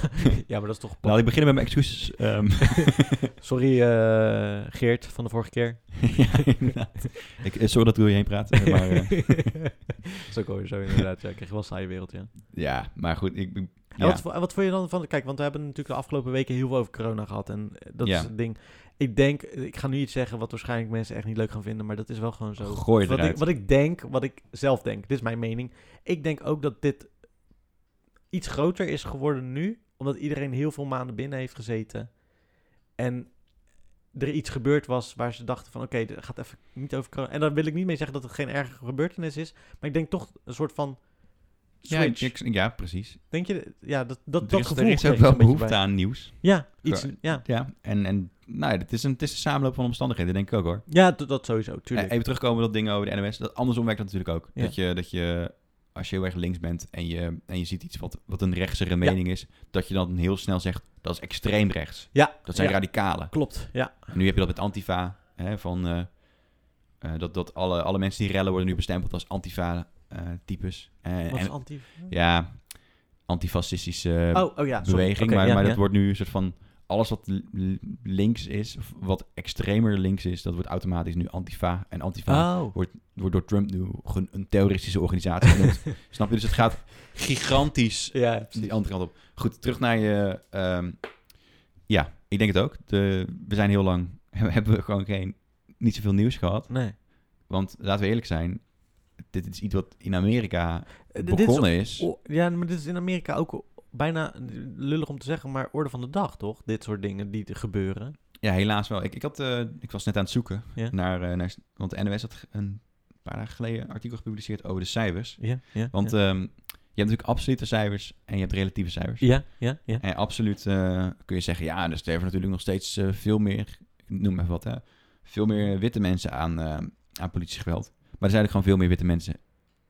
[SPEAKER 2] Kamer.
[SPEAKER 1] ja, maar dat is toch...
[SPEAKER 2] Laat Nou, ik beginnen met mijn excuses. ehm. [LAUGHS]
[SPEAKER 1] Sorry eh, Geert van de vorige
[SPEAKER 2] [LAUGHS]
[SPEAKER 1] keer.
[SPEAKER 2] ja, inderdaad. ik, eh, sorry dat ik door je heen [LAUGHS] praat. eh, Maar, eh,
[SPEAKER 1] dat is ook alweer zo inderdaad. Ja, ik kreeg wel een saaie wereld, ja.
[SPEAKER 2] ja, maar goed. Ik, ik-
[SPEAKER 1] En
[SPEAKER 2] ja.
[SPEAKER 1] wat, vo- en wat vond je dan van... Kijk, want we hebben natuurlijk de afgelopen weken heel veel over corona gehad. En eh, dat
[SPEAKER 2] Ja.
[SPEAKER 1] is het ding. Ik denk, ik ga nu iets zeggen wat waarschijnlijk mensen echt niet leuk gaan vinden. Maar dat is wel gewoon zo.
[SPEAKER 2] Gooi het
[SPEAKER 1] wat, ik,
[SPEAKER 2] eruit.
[SPEAKER 1] wat ik denk, wat ik zelf denk. Dit is mijn mening. Ik denk ook dat dit iets groter is geworden nu. Omdat iedereen heel veel maanden binnen heeft gezeten. En er iets gebeurd was waar ze dachten van... Oké, het gaat even niet over corona. En daar wil ik niet mee zeggen dat het geen erge gebeurtenis is. Maar ik denk toch een soort van...
[SPEAKER 2] ja,
[SPEAKER 1] Switch.
[SPEAKER 2] ik- ja, precies.
[SPEAKER 1] Denk je, ja, dat, dat,
[SPEAKER 2] er
[SPEAKER 1] dat
[SPEAKER 2] is,
[SPEAKER 1] gevoel
[SPEAKER 2] er is
[SPEAKER 1] kreeg
[SPEAKER 2] ook
[SPEAKER 1] ik
[SPEAKER 2] wel
[SPEAKER 1] een beetje bij.
[SPEAKER 2] behoefte aan nieuws.
[SPEAKER 1] Ja, iets,
[SPEAKER 2] Ja.
[SPEAKER 1] ja.
[SPEAKER 2] Ja, en, en nou ja, het is, een, het is een samenloop van omstandigheden, denk ik ook hoor.
[SPEAKER 1] Ja, dat, dat sowieso,
[SPEAKER 2] Eh,
[SPEAKER 1] tuurlijk.
[SPEAKER 2] Even terugkomen op dat ding over de NOS. Dat, andersom werkt dat natuurlijk ook.
[SPEAKER 1] Ja.
[SPEAKER 2] Dat, je, dat je, als je heel erg links bent en je, en je ziet iets wat, wat een rechtsere mening is, dat je dan heel snel zegt, dat is extreem rechts.
[SPEAKER 1] ja,
[SPEAKER 2] Dat zijn
[SPEAKER 1] ja,
[SPEAKER 2] radicalen.
[SPEAKER 1] klopt. Ja,
[SPEAKER 2] En nu heb je dat met Antifa, hè, van, eh, eh, dat, dat alle, alle mensen die rellen worden nu bestempeld als eh, Antifa-types.
[SPEAKER 1] wat is anti...
[SPEAKER 2] ja, antifascistische
[SPEAKER 1] oh, oh ja, sorry.
[SPEAKER 2] beweging.
[SPEAKER 1] Oké,
[SPEAKER 2] maar
[SPEAKER 1] ja,
[SPEAKER 2] maar
[SPEAKER 1] ja.
[SPEAKER 2] dat wordt nu een soort van... Alles wat l- l- links is, of wat extremer links is, dat wordt automatisch nu Antifa. En Antifa
[SPEAKER 1] Oh.
[SPEAKER 2] wordt door Trump nu gewoon een terroristische organisatie
[SPEAKER 1] [LAUGHS]
[SPEAKER 2] genoemd. Snap je? Dus het gaat gigantisch
[SPEAKER 1] Ja, precies.
[SPEAKER 2] die andere kant op. Goed, terug naar je... ehm, ja, ik denk het ook. De, we zijn heel lang... [LAUGHS] Hebben we gewoon geen, niet zoveel nieuws gehad.
[SPEAKER 1] Nee.
[SPEAKER 2] Want laten we eerlijk zijn... Dit is iets wat in
[SPEAKER 1] Eh,
[SPEAKER 2] Amerika
[SPEAKER 1] dit- dit is-
[SPEAKER 2] begonnen is.
[SPEAKER 1] oh, ja, maar dit is in Amerika ook bijna lullig om te zeggen, maar orde van de dag, toch? Dit soort dingen die er gebeuren.
[SPEAKER 2] Ja, helaas wel. Ik, ik, had, eh, ik was net aan het zoeken
[SPEAKER 1] Ja.
[SPEAKER 2] naar, eh, naar... Want de NOS had een paar dagen geleden een artikel gepubliceerd over de cijfers.
[SPEAKER 1] Ja, ja.
[SPEAKER 2] Want
[SPEAKER 1] ja.
[SPEAKER 2] ehm, je hebt natuurlijk absolute cijfers en je hebt relatieve cijfers.
[SPEAKER 1] ja, ja, ja.
[SPEAKER 2] En absoluut eh, kun je zeggen, ja, er sterven natuurlijk nog steeds eh, veel meer, ik noem maar wat, hè, veel meer witte mensen aan, eh aan politiegeweld. Maar er zijn eigenlijk gewoon veel meer witte mensen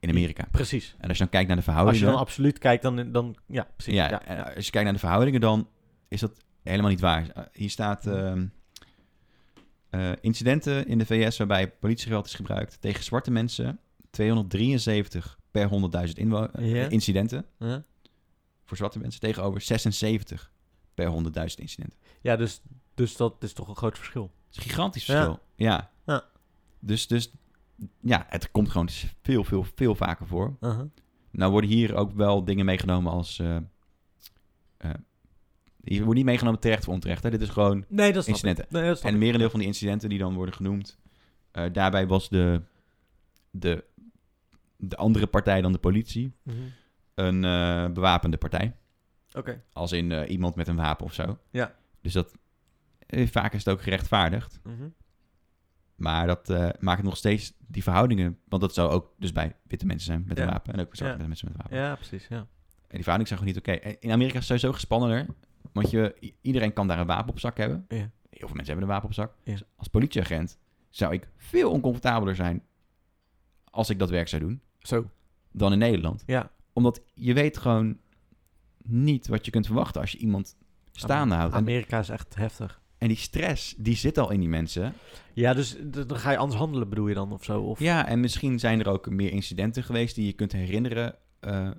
[SPEAKER 2] in Amerika.
[SPEAKER 1] Precies.
[SPEAKER 2] En als je dan kijkt naar de
[SPEAKER 1] Als je
[SPEAKER 2] verhoudingen...
[SPEAKER 1] dan absoluut kijkt, dan... dan ja, precies.
[SPEAKER 2] ja,
[SPEAKER 1] Ja, ja,
[SPEAKER 2] en eh, als je kijkt naar de verhoudingen, dan is dat helemaal niet waar. Eh, Hier staat ehm, eh, incidenten in de VS waarbij politiegeweld is gebruikt tegen zwarte mensen, 273 per 100.000 inwo- eh,
[SPEAKER 1] Ja.
[SPEAKER 2] incidenten
[SPEAKER 1] Huh?
[SPEAKER 2] voor zwarte mensen, tegenover 76 per 100.000 incidenten.
[SPEAKER 1] Ja, dus, dus dat is toch een groot verschil.
[SPEAKER 2] Het is een gigantisch
[SPEAKER 1] Ja.
[SPEAKER 2] verschil. Ja.
[SPEAKER 1] Ja.
[SPEAKER 2] Dus, dus ja, het komt gewoon veel, veel, veel vaker voor.
[SPEAKER 1] Uh-huh.
[SPEAKER 2] Nou worden hier ook wel dingen meegenomen als... eh eh, hier wordt niet meegenomen terecht of onterecht. Hè? Dit is gewoon...
[SPEAKER 1] Nee, dat snap
[SPEAKER 2] Incidenten.
[SPEAKER 1] ik. Nee, dat snap
[SPEAKER 2] En
[SPEAKER 1] ik.
[SPEAKER 2] het merendeel van die incidenten die dan worden genoemd... eh, daarbij was de, de, de andere partij dan de politie
[SPEAKER 1] Mhm.
[SPEAKER 2] een eh, bewapende partij.
[SPEAKER 1] Oké.
[SPEAKER 2] Als in eh, iemand met een wapen of zo.
[SPEAKER 1] Ja.
[SPEAKER 2] Dus dat... eh, vaak is het ook gerechtvaardigd.
[SPEAKER 1] Mhm.
[SPEAKER 2] Maar dat eh, maakt nog steeds die verhoudingen. Want dat zou ook dus bij witte mensen zijn met een
[SPEAKER 1] Ja.
[SPEAKER 2] wapen. En ook zwarte
[SPEAKER 1] Ja.
[SPEAKER 2] mensen met een wapen.
[SPEAKER 1] Ja, precies, ja.
[SPEAKER 2] En die verhoudingen zijn gewoon niet oké. En In Amerika is het sowieso gespannender. Want je, i- iedereen kan daar een wapen op zak hebben.
[SPEAKER 1] Ja.
[SPEAKER 2] Heel veel mensen hebben een wapen op zak.
[SPEAKER 1] Ja.
[SPEAKER 2] Dus als politieagent zou ik veel oncomfortabeler zijn. als ik dat werk zou doen.
[SPEAKER 1] Zo.
[SPEAKER 2] dan in Nederland.
[SPEAKER 1] Ja.
[SPEAKER 2] Omdat je weet gewoon niet wat je kunt verwachten. als je iemand staande houdt. En,
[SPEAKER 1] Amerika is echt heftig.
[SPEAKER 2] en die stress, die zit al in die mensen.
[SPEAKER 1] Ja, dus d- dan ga je anders handelen, bedoel je dan of zo? Of...
[SPEAKER 2] Ja, en misschien zijn er ook meer incidenten geweest die je kunt herinneren eh,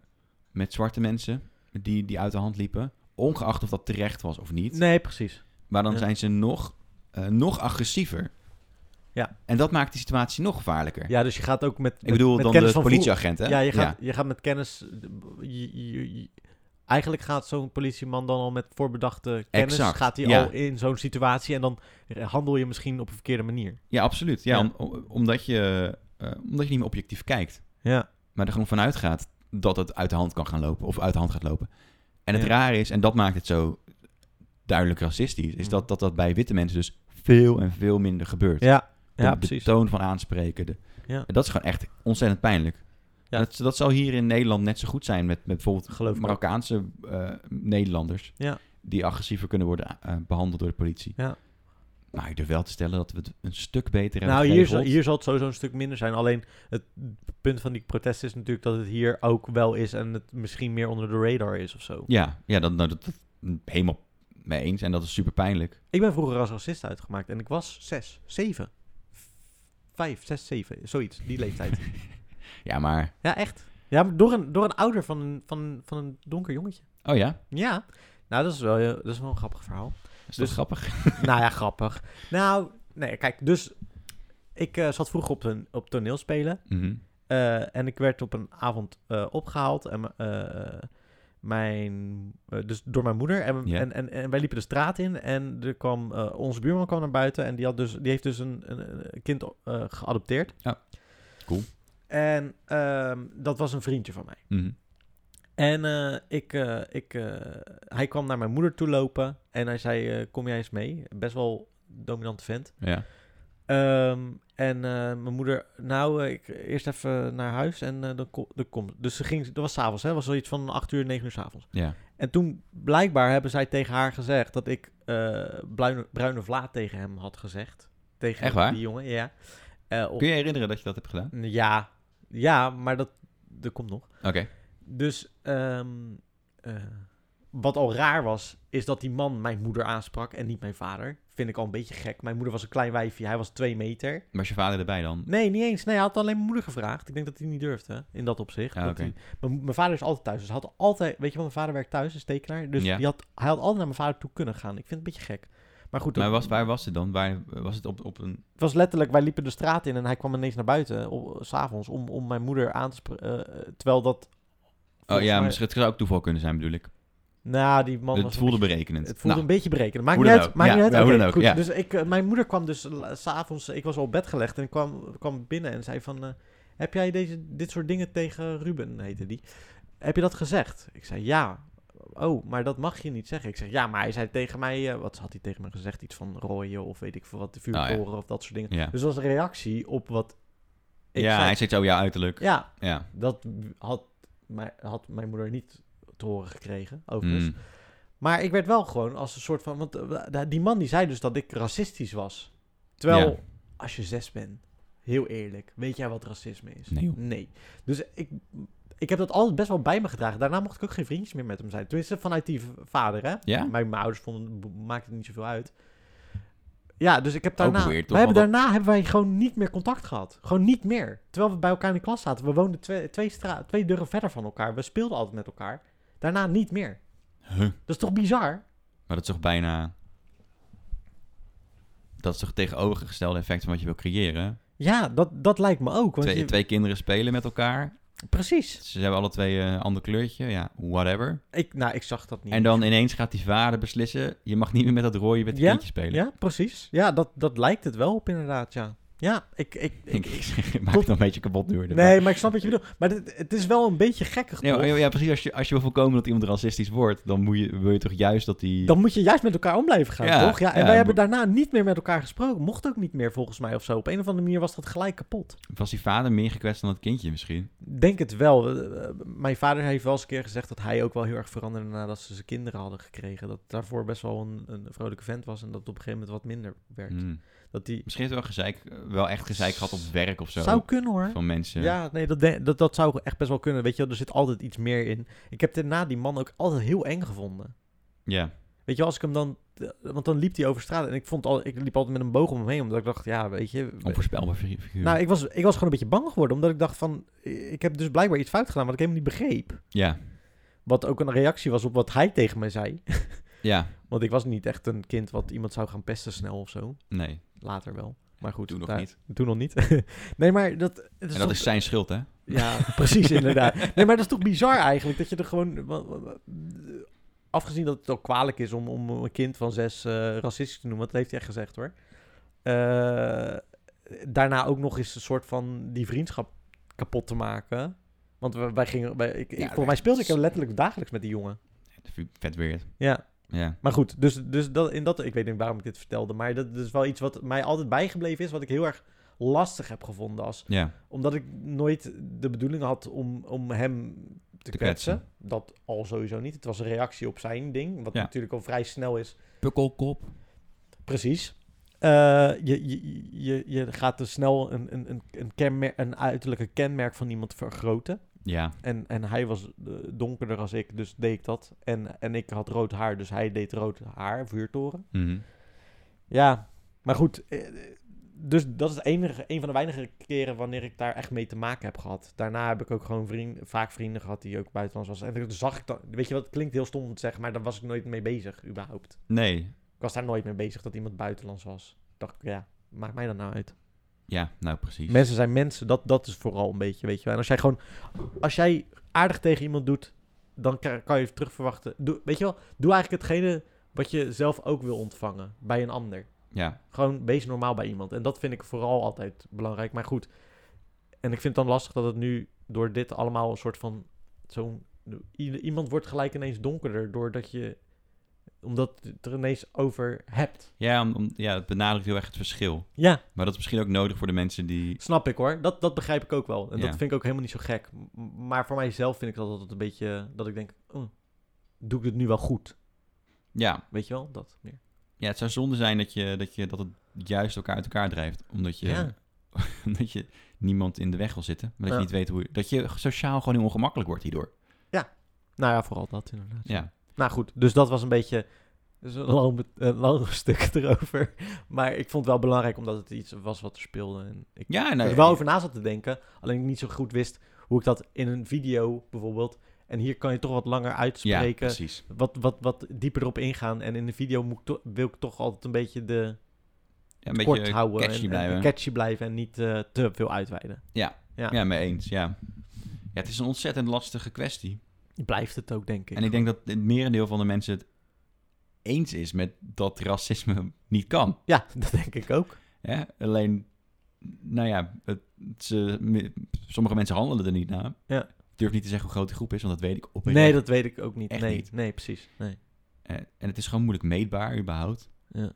[SPEAKER 2] met zwarte mensen die, die uit de hand liepen. Ongeacht of dat terecht was of niet.
[SPEAKER 1] Nee, precies.
[SPEAKER 2] Maar dan
[SPEAKER 1] Ja.
[SPEAKER 2] zijn ze nog, eh, nog agressiever.
[SPEAKER 1] Ja.
[SPEAKER 2] En dat maakt de situatie nog gevaarlijker.
[SPEAKER 1] Ja, dus je gaat ook met.
[SPEAKER 2] Ik bedoel,
[SPEAKER 1] met
[SPEAKER 2] dan
[SPEAKER 1] kennis
[SPEAKER 2] de
[SPEAKER 1] van vroeger-
[SPEAKER 2] politieagent, hè?
[SPEAKER 1] Ja, je gaat, Je gaat met kennis. je- je- je- eigenlijk gaat zo'n politieman dan al met voorbedachte kennis.
[SPEAKER 2] Exact,
[SPEAKER 1] gaat hij
[SPEAKER 2] ja.
[SPEAKER 1] al in zo'n situatie en dan handel je misschien op een verkeerde manier.
[SPEAKER 2] Ja, absoluut. Ja,
[SPEAKER 1] Ja.
[SPEAKER 2] om- om- omdat, je, eh, omdat je niet meer objectief kijkt.
[SPEAKER 1] Ja.
[SPEAKER 2] Maar er gewoon vanuit gaat dat het uit de hand kan gaan lopen. Of uit de hand gaat lopen. En het
[SPEAKER 1] Ja.
[SPEAKER 2] raar is, en dat maakt het zo duidelijk racistisch... is
[SPEAKER 1] Mhm.
[SPEAKER 2] dat, dat dat bij witte mensen dus veel en veel minder gebeurt.
[SPEAKER 1] Ja,
[SPEAKER 2] De-
[SPEAKER 1] ja
[SPEAKER 2] de,
[SPEAKER 1] precies.
[SPEAKER 2] toon van aanspreken. De,
[SPEAKER 1] Ja.
[SPEAKER 2] en Dat is gewoon echt ontzettend pijnlijk.
[SPEAKER 1] Ja.
[SPEAKER 2] En Dat, dat zal hier in Nederland net zo goed zijn met, met bijvoorbeeld
[SPEAKER 1] Geloof me.
[SPEAKER 2] Marokkaanse eh, Nederlanders.
[SPEAKER 1] Ja.
[SPEAKER 2] Die agressiever kunnen worden eh, behandeld door de politie.
[SPEAKER 1] Ja.
[SPEAKER 2] Maar ik durf wel te stellen dat we het een stuk beter hebben
[SPEAKER 1] Nou, hier zal,
[SPEAKER 2] geregeld.
[SPEAKER 1] hier zal het sowieso een stuk minder zijn. Alleen het punt van die protest is natuurlijk dat het hier ook wel is en het misschien meer onder de radar is of zo.
[SPEAKER 2] Ja, ja dat, nou, dat, dat- helemaal mee eens. En dat is super pijnlijk.
[SPEAKER 1] Ik ben vroeger als racist uitgemaakt en ik was zes, zeven, vijf, zes, zeven, zoiets, die leeftijd.
[SPEAKER 2] Ja, maar...
[SPEAKER 1] ja, echt. Ja, maar door een, door een ouder van een, van, van een donker jongetje.
[SPEAKER 2] Oh ja?
[SPEAKER 1] Ja, nou dat is wel, eh, dat is wel een grappig verhaal. [LAUGHS]
[SPEAKER 2] Is dat
[SPEAKER 1] Dus-
[SPEAKER 2] grappig?
[SPEAKER 1] nou ja, grappig. Nou, nee, kijk, dus ik eh, zat vroeger op, een, op toneelspelen.
[SPEAKER 2] Mhm.
[SPEAKER 1] Eh, en ik werd op een avond eh, opgehaald. En, m- eh, mijn, eh, dus door mijn moeder. En,
[SPEAKER 2] Ja.
[SPEAKER 1] en, en, en wij liepen de straat in. En er kwam, eh, onze buurman kwam naar buiten. En die, had dus, die heeft dus een, een, een kind eh, geadopteerd.
[SPEAKER 2] Ja. Cool.
[SPEAKER 1] En ehm, dat was een vriendje van mij.
[SPEAKER 2] Mhm.
[SPEAKER 1] En eh, ik, eh, ik, eh, hij kwam naar mijn moeder toe lopen. En hij zei, eh, kom jij eens mee? Best wel dominante vent.
[SPEAKER 2] Ja.
[SPEAKER 1] Ehm, en eh, mijn moeder, nou, eh, ik eerst even naar huis en eh, dan, kom, dan kom. Dus ze ging, dat was s'avonds, hè? Dat was zoiets van 8 uur, 9 uur s'avonds.
[SPEAKER 2] Ja.
[SPEAKER 1] En toen, blijkbaar, hebben zij tegen haar gezegd dat ik eh, bruine, bruine vlaat tegen hem had gezegd. Tegen
[SPEAKER 2] Echt waar?
[SPEAKER 1] die jongen, ja. Eh, of-
[SPEAKER 2] Kun je je herinneren dat je dat hebt gedaan?
[SPEAKER 1] ja, ja, maar dat, dat komt nog.
[SPEAKER 2] Oké.
[SPEAKER 1] Dus ehm, eh, wat al raar was, is dat die man mijn moeder aansprak en niet mijn vader. Vind ik al een beetje gek. Mijn moeder was een klein wijfje, hij was twee meter.
[SPEAKER 2] Maar is je vader erbij dan?
[SPEAKER 1] Nee, niet eens. Nee, hij had alleen mijn moeder gevraagd. Ik denk dat hij niet durfde in dat opzicht.
[SPEAKER 2] Ah,
[SPEAKER 1] Dat
[SPEAKER 2] oké.
[SPEAKER 1] hij- mijn, mijn vader is altijd thuis. Dus hij had altijd. Weet je wel, mijn vader werkt thuis, is tekenaar. Dus
[SPEAKER 2] Ja.
[SPEAKER 1] die had, hij had altijd naar mijn vader toe kunnen gaan. Ik vind het een beetje gek. Maar goed,
[SPEAKER 2] Maar
[SPEAKER 1] dat-
[SPEAKER 2] was, waar was het dan? Waar, was het op, op een...
[SPEAKER 1] het was letterlijk. Wij liepen de straat in en hij kwam ineens naar buiten. o- S'avonds om, om mijn moeder aan te spreken. terwijl dat.
[SPEAKER 2] Oh
[SPEAKER 1] volgens
[SPEAKER 2] ja,
[SPEAKER 1] mij-
[SPEAKER 2] misschien het zou ook toeval kunnen zijn, bedoel ik.
[SPEAKER 1] Nou, die man was.
[SPEAKER 2] het
[SPEAKER 1] een
[SPEAKER 2] voelde berekenend.
[SPEAKER 1] Het voelde
[SPEAKER 2] Nou,
[SPEAKER 1] een beetje berekenen. Maakt
[SPEAKER 2] hoe
[SPEAKER 1] niet
[SPEAKER 2] dan
[SPEAKER 1] uit.
[SPEAKER 2] ook.
[SPEAKER 1] Maakt
[SPEAKER 2] Ja,
[SPEAKER 1] niet uit.
[SPEAKER 2] ja, hoe
[SPEAKER 1] Oké,
[SPEAKER 2] dan ook,
[SPEAKER 1] goed.
[SPEAKER 2] ja.
[SPEAKER 1] Dus ik, eh, mijn moeder kwam dus l- s'avonds... Ik was al op bed gelegd en kwam, kwam binnen en zei van... eh, heb jij deze, dit soort dingen tegen Ruben, heette die? Heb je dat gezegd? Ik zei ja. Oh, maar dat mag je niet zeggen. Ik zeg ja, maar hij zei tegen mij... eh, wat had hij tegen me gezegd? Iets van rooien of weet ik veel wat, de vuurtoren of dat soort dingen.
[SPEAKER 2] Nou ja.
[SPEAKER 1] Dus dat was een reactie op wat ik
[SPEAKER 2] ja,
[SPEAKER 1] zei.
[SPEAKER 2] hij zegt zo, ja, uiterlijk. Ja.
[SPEAKER 1] Ja, dat had, mij, had mijn moeder niet te horen gekregen, overigens.
[SPEAKER 2] Mm.
[SPEAKER 1] Maar ik werd wel gewoon als een soort van. Want eh, die man die zei dus dat ik racistisch was. Terwijl,
[SPEAKER 2] Ja.
[SPEAKER 1] als je zes bent, heel eerlijk, weet jij wat racisme is?
[SPEAKER 2] Nee, joh.
[SPEAKER 1] Dus ik, ik heb dat altijd best wel bij me gedragen. Daarna mocht ik ook geen vriendjes meer met hem zijn. Tenminste, vanuit die v- vader, hè?
[SPEAKER 2] Ja?
[SPEAKER 1] Mijn, mijn ouders vonden, b- maakte het niet zoveel uit. Ja, dus ik heb daarna.
[SPEAKER 2] weird, toch?
[SPEAKER 1] we hebben
[SPEAKER 2] Want
[SPEAKER 1] daarna hebben wij gewoon niet meer contact gehad. Gewoon niet meer. Terwijl we bij elkaar in de klas zaten. We woonden twee, twee, stra- twee deuren verder van elkaar. We speelden altijd met elkaar. Daarna niet meer.
[SPEAKER 2] Huh.
[SPEAKER 1] Dat is toch bizar?
[SPEAKER 2] Maar dat is toch bijna... Dat is toch het tegenovergestelde effect van wat je wil creëren?
[SPEAKER 1] Ja, dat, dat lijkt me ook. Want
[SPEAKER 2] Twee,
[SPEAKER 1] je-
[SPEAKER 2] twee kinderen spelen met elkaar.
[SPEAKER 1] Precies.
[SPEAKER 2] Ze hebben alle twee een ander kleurtje. Ja, whatever.
[SPEAKER 1] Ik, nou, ik zag dat niet.
[SPEAKER 2] En dan ineens gaat die vader beslissen... je mag niet meer met dat rode witte
[SPEAKER 1] Ja?
[SPEAKER 2] kindje spelen.
[SPEAKER 1] Ja, precies. Ja, dat, dat lijkt het wel op inderdaad, ja. Ja, ik... ik,
[SPEAKER 2] Ik,
[SPEAKER 1] ik
[SPEAKER 2] ik zeg, [LAUGHS] je maakt het een beetje kapot nu. hoor.
[SPEAKER 1] nee, maar ik snap wat je bedoelt. Maar dit, het is wel een beetje gekkig,
[SPEAKER 2] Nee,
[SPEAKER 1] toch?
[SPEAKER 2] maar- ja, precies. Als je, als je wil voorkomen dat iemand racistisch wordt... dan moet je, wil je toch juist dat die...
[SPEAKER 1] Dan moet je juist met elkaar om blijven gaan,
[SPEAKER 2] Ja,
[SPEAKER 1] toch? Ja, en
[SPEAKER 2] ja,
[SPEAKER 1] wij hebben
[SPEAKER 2] bo-
[SPEAKER 1] daarna niet meer met elkaar gesproken. Mocht ook niet meer, volgens mij, of zo. Op een of andere manier was dat gelijk kapot.
[SPEAKER 2] Was die vader meer gekwetst dan het kindje misschien?
[SPEAKER 1] Denk het wel. Eh, eh, Mijn vader heeft wel eens een keer gezegd dat hij ook wel heel erg veranderde nadat ze zijn kinderen hadden gekregen. Dat daarvoor best wel een, een vrolijke vent was en dat het op een gegeven moment wat minder werd.
[SPEAKER 2] Hmm.
[SPEAKER 1] Dat die...
[SPEAKER 2] Misschien heeft hij wel, gezeik, wel echt gezeik gehad op werk of zo.
[SPEAKER 1] Zou kunnen hoor.
[SPEAKER 2] Van mensen.
[SPEAKER 1] Ja, nee, dat, de- dat, dat zou echt best wel kunnen. Weet je wel, er zit altijd iets meer in. Ik heb daarna die man ook altijd heel eng gevonden.
[SPEAKER 2] Ja.
[SPEAKER 1] Weet je, wel, als ik hem dan... eh, Want dan liep hij over straat en ik, vond al, ik liep altijd met een boog om hem heen. Omdat ik dacht, ja, weet je...
[SPEAKER 2] Onvoorspelbaar fi- figuur.
[SPEAKER 1] Nou, ik was, ik was gewoon een beetje bang geworden. Omdat ik dacht van... Ik heb dus blijkbaar iets fout gedaan wat ik helemaal niet begreep.
[SPEAKER 2] Ja.
[SPEAKER 1] Wat ook een reactie was op wat hij tegen mij zei.
[SPEAKER 2] Ja.
[SPEAKER 1] Want ik was niet echt een kind wat iemand zou gaan pesten snel of zo.
[SPEAKER 2] Nee.
[SPEAKER 1] Later wel. Maar goed,
[SPEAKER 2] Toen nog
[SPEAKER 1] daar-
[SPEAKER 2] niet.
[SPEAKER 1] Toen nog niet. [LAUGHS] nee, maar dat... het
[SPEAKER 2] En dat
[SPEAKER 1] toch-
[SPEAKER 2] is zijn schuld, hè?
[SPEAKER 1] Ja, [LAUGHS] precies, inderdaad. Nee, maar dat is toch bizar eigenlijk, dat je er gewoon... wa- wa- wa- Afgezien dat het ook kwalijk is om, om een kind van zes eh, racistisch te noemen, want dat heeft hij echt gezegd hoor. Eh, daarna ook nog eens een soort van die vriendschap kapot te maken. Want we- wij gingen... Wij, ik, ik- volgens mij speelde ik letterlijk dagelijks met die jongen.
[SPEAKER 2] Dat vind ik Vet weird.
[SPEAKER 1] Ja.
[SPEAKER 2] Ja.
[SPEAKER 1] Maar goed, dus, dus dat, in dat, ik weet niet waarom ik dit vertelde, maar dat, is wel iets wat mij altijd bijgebleven is, wat ik heel erg lastig heb gevonden als,
[SPEAKER 2] Ja.
[SPEAKER 1] omdat ik nooit de bedoeling had om, om hem te,
[SPEAKER 2] Te
[SPEAKER 1] kwetsen.
[SPEAKER 2] kwetsen.
[SPEAKER 1] Dat al sowieso niet. Het was een reactie op zijn ding, wat
[SPEAKER 2] Ja.
[SPEAKER 1] natuurlijk al vrij snel is.
[SPEAKER 2] Pukkelkop.
[SPEAKER 1] Precies. Eh, je, je, je, je gaat dus snel een, een, een, een, kenmer, een uiterlijke kenmerk van iemand vergroten.
[SPEAKER 2] Ja.
[SPEAKER 1] En, en hij was eh, donkerder als ik, dus deed ik dat. En, en ik had rood haar, dus hij deed rood haar, vuurtoren.
[SPEAKER 2] Mhm.
[SPEAKER 1] Ja, maar goed. eh, Dus dat is het enige, een van de weinige keren wanneer ik daar echt mee te maken heb gehad. Daarna heb ik ook gewoon vriend, vaak vrienden gehad die ook buitenlands was. En toen zag ik dan, weet je wat, het klinkt heel stom om te zeggen, maar daar was ik nooit mee bezig, überhaupt.
[SPEAKER 2] Nee.
[SPEAKER 1] Ik was daar nooit mee bezig dat iemand buitenlands was. Dacht ik, ja, maakt mij dat nou uit.
[SPEAKER 2] Ja, nou precies.
[SPEAKER 1] Mensen zijn mensen, dat, dat is vooral een beetje, weet je wel. En als jij gewoon, als jij aardig tegen iemand doet, dan ka- kan je terug verwachten. Doe, weet je wel, doe eigenlijk hetgene wat je zelf ook wil ontvangen bij een ander.
[SPEAKER 2] Ja.
[SPEAKER 1] Gewoon wees normaal bij iemand. En dat vind ik vooral altijd belangrijk. Maar goed. En ik vind het dan lastig dat het nu door dit allemaal een soort van zo'n... i- Iemand wordt gelijk ineens donkerder doordat je... Omdat je het er ineens over hebt.
[SPEAKER 2] Ja, om, om- ja, het benadrukt heel erg het verschil.
[SPEAKER 1] Ja,
[SPEAKER 2] Maar dat is misschien ook nodig voor de mensen die...
[SPEAKER 1] snap ik hoor. Dat, dat begrijp ik ook wel. En
[SPEAKER 2] Ja.
[SPEAKER 1] dat vind ik ook helemaal niet zo gek. M- Maar voor mijzelf vind ik dat altijd een beetje... Dat ik denk, oh, doe ik het nu wel goed?
[SPEAKER 2] Ja,
[SPEAKER 1] Weet je wel, dat meer.
[SPEAKER 2] ja het zou zonde zijn dat, je, dat, je, dat het juist elkaar uit elkaar drijft. Omdat je,
[SPEAKER 1] Ja.
[SPEAKER 2] [LAUGHS] omdat je niemand in de weg wil zitten. Maar dat
[SPEAKER 1] Ja.
[SPEAKER 2] je niet weet hoe... je- Dat je sociaal gewoon heel ongemakkelijk wordt hierdoor.
[SPEAKER 1] Nou ja, vooral dat inderdaad.
[SPEAKER 2] Ja.
[SPEAKER 1] Nou goed, dus dat was een beetje dat is een lang, be- een lang [LAUGHS] stuk erover. Maar ik vond het wel belangrijk omdat het iets was wat er speelde. En ik
[SPEAKER 2] Ja,
[SPEAKER 1] er
[SPEAKER 2] nou,
[SPEAKER 1] wel over na zat te denken, alleen ik niet zo goed wist hoe ik dat in een video bijvoorbeeld. En hier kan je toch wat langer
[SPEAKER 2] Ja,
[SPEAKER 1] uitspreken,
[SPEAKER 2] precies.
[SPEAKER 1] wat, wat, wat dieper erop ingaan. En in de video moet ik to- wil ik toch altijd een beetje de
[SPEAKER 2] Ja, een
[SPEAKER 1] kort
[SPEAKER 2] beetje
[SPEAKER 1] houden
[SPEAKER 2] catchy
[SPEAKER 1] en- en,
[SPEAKER 2] blijven.
[SPEAKER 1] catchy blijven en niet eh, te veel uitweiden. ja.
[SPEAKER 2] Ja, mee eens, ja. ja. Het is een ontzettend lastige kwestie.
[SPEAKER 1] Blijft het ook, denk ik.
[SPEAKER 2] En ik denk dat het merendeel van de mensen het eens is met dat racisme niet kan.
[SPEAKER 1] Ja, [LAUGHS] dat denk ik ook.
[SPEAKER 2] Hè? Alleen, nou ja, het, ze, me- sommige mensen handelen er niet naar.
[SPEAKER 1] Ja.
[SPEAKER 2] Ik durf niet te zeggen hoe groot die groep is, want dat weet ik op
[SPEAKER 1] Nee, dat weet ik ook niet.
[SPEAKER 2] Echt
[SPEAKER 1] Nee,
[SPEAKER 2] niet.
[SPEAKER 1] nee precies. Nee.
[SPEAKER 2] Eh, En het is gewoon moeilijk meetbaar, überhaupt.
[SPEAKER 1] Ja.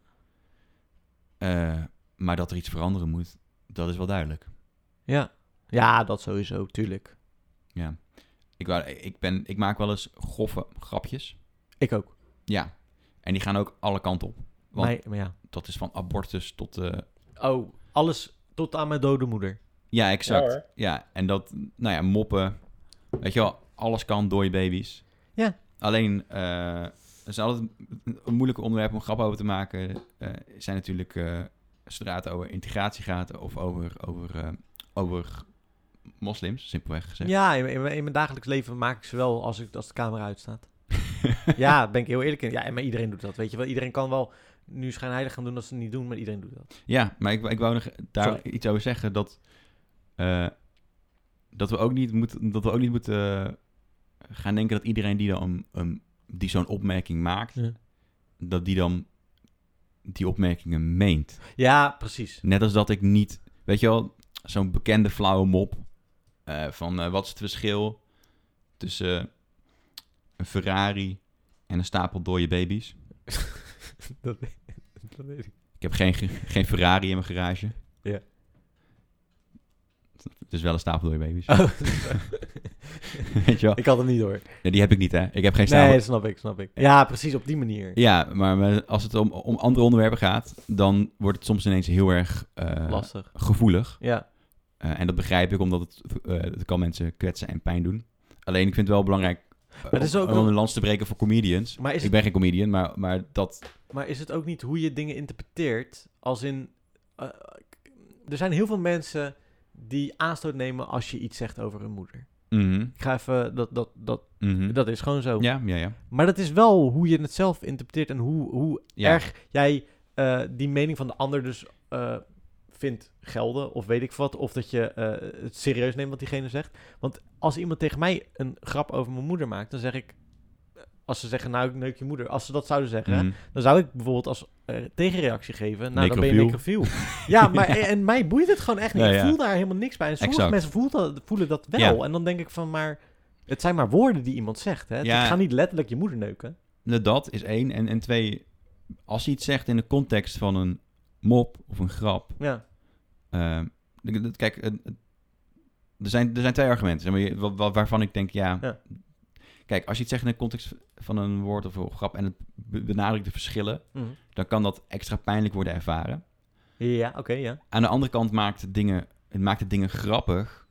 [SPEAKER 2] Eh, maar dat er iets veranderen moet, dat is wel duidelijk.
[SPEAKER 1] Ja. ja, dat sowieso, tuurlijk.
[SPEAKER 2] Ja. Ik, wou- ik, ben, ik maak wel eens grove grapjes.
[SPEAKER 1] Ik ook.
[SPEAKER 2] Ja. En die gaan ook alle kanten op. Want-
[SPEAKER 1] Mij- maar ja.
[SPEAKER 2] Dat is van abortus tot... eh,
[SPEAKER 1] Oh, alles tot aan mijn dode moeder.
[SPEAKER 2] Ja, exact.
[SPEAKER 1] Ja,
[SPEAKER 2] Ja,
[SPEAKER 1] hoor.
[SPEAKER 2] en dat, nou ja, moppen. Weet je wel, alles kan door je baby's.
[SPEAKER 1] Ja.
[SPEAKER 2] Alleen, eh het is altijd een- een moeilijk onderwerp om grap over te maken. Eh zijn natuurlijk, eh, zodra het over integratie gaat of over, over, eh, over moslims, simpelweg gezegd.
[SPEAKER 1] Ja, in, in mijn- in mijn dagelijks leven maak ik ze wel als, ik, als de camera [LAUGHS] uitstaat. ja, daar ben ik heel eerlijk in. Ja, en maar iedereen doet dat, weet je wel. Iedereen kan wel nu schijnheilig gaan doen dat ze het niet doen, maar iedereen doet dat.
[SPEAKER 2] Ja, maar ik, ik wou nog daar
[SPEAKER 1] Sorry.
[SPEAKER 2] iets over zeggen dat, eh, dat, we ook niet moeten, dat we ook niet moeten eh, gaan denken dat iedereen die, dan een- die zo'n opmerking maakt,
[SPEAKER 1] Ja.
[SPEAKER 2] dat die dan die opmerkingen meent.
[SPEAKER 1] Ja, precies.
[SPEAKER 2] Net als dat ik niet, weet je wel, zo'n bekende flauwe mop eh, van eh, wat is het verschil tussen een Ferrari en een stapel dode baby's.
[SPEAKER 1] [LAUGHS] dat, dat weet ik.
[SPEAKER 2] Ik heb geen, ge- geen Ferrari in mijn garage.
[SPEAKER 1] Ja.
[SPEAKER 2] Dus wel een stapel dode
[SPEAKER 1] [LAUGHS]
[SPEAKER 2] baby's.
[SPEAKER 1] Oh,
[SPEAKER 2] [LAUGHS] Weet je wel?
[SPEAKER 1] ik had hem niet hoor.
[SPEAKER 2] Ja, die heb ik niet, hè? Ik heb geen stapel.
[SPEAKER 1] Nee, dat snap ik, snap ik. Ja, precies, op die manier.
[SPEAKER 2] Ja, maar eh, als het om, om andere onderwerpen gaat, dan wordt het soms ineens heel erg eh,
[SPEAKER 1] Lastig.
[SPEAKER 2] gevoelig.
[SPEAKER 1] Ja,
[SPEAKER 2] Eh, en dat begrijp ik, omdat het, eh, het kan mensen kwetsen en pijn doen. Alleen, ik vind het wel belangrijk eh,
[SPEAKER 1] het is
[SPEAKER 2] om-
[SPEAKER 1] ook
[SPEAKER 2] om
[SPEAKER 1] een-
[SPEAKER 2] een lans te breken voor comedians.
[SPEAKER 1] maar is
[SPEAKER 2] Ik
[SPEAKER 1] het
[SPEAKER 2] ben geen comedian, maar, maar dat...
[SPEAKER 1] Maar is het ook niet hoe je dingen interpreteert? Als in. eh, er zijn heel veel mensen die aanstoot nemen als je iets zegt over hun moeder.
[SPEAKER 2] Mhm,
[SPEAKER 1] Ik ga even. Dat, dat, dat,
[SPEAKER 2] mhm.
[SPEAKER 1] dat is gewoon zo.
[SPEAKER 2] Ja, ja, ja.
[SPEAKER 1] Maar dat is wel hoe je het zelf interpreteert en hoe, hoe
[SPEAKER 2] Ja.
[SPEAKER 1] erg jij eh, die mening van de ander dus eh, vindt gelden of weet ik wat. Of dat je eh, het serieus neemt wat diegene zegt. Want als iemand tegen mij een grap over mijn moeder maakt, dan zeg ik... eh, Als ze zeggen, nou, ik neuk je moeder. Als ze dat zouden zeggen,
[SPEAKER 2] Mhm.
[SPEAKER 1] dan zou ik bijvoorbeeld als eh, tegenreactie geven... Nou, dan ben je
[SPEAKER 2] Necrofiel.
[SPEAKER 1] necrofiel. [LAUGHS] ja, maar en, en mij boeit het gewoon echt niet.
[SPEAKER 2] Ja,
[SPEAKER 1] Ik
[SPEAKER 2] ja.
[SPEAKER 1] voel daar helemaal niks bij. En sommige
[SPEAKER 2] Exact.
[SPEAKER 1] mensen voelt dat, voelen dat wel.
[SPEAKER 2] Ja.
[SPEAKER 1] En dan denk ik van, maar... Het zijn maar woorden die iemand zegt, hè?
[SPEAKER 2] Ja.
[SPEAKER 1] Ik ga niet letterlijk je moeder neuken.
[SPEAKER 2] Nou, Dat is één. En, en twee, als je iets zegt in de context van een mop of een grap.
[SPEAKER 1] Ja.
[SPEAKER 2] ehm, d- d- kijk, eh, er, zijn, er zijn twee argumenten zeg maar, je- wa- wa- waarvan ik denk, ja,
[SPEAKER 1] Ja.
[SPEAKER 2] Kijk, als je iets zegt in de context van een woord of een grap en het be- benadrukt de verschillen,
[SPEAKER 1] Mhm.
[SPEAKER 2] dan kan dat extra pijnlijk worden ervaren.
[SPEAKER 1] Ja, oké, ja.
[SPEAKER 2] Aan de andere kant maakt het dingen, het maakt het dingen grappig,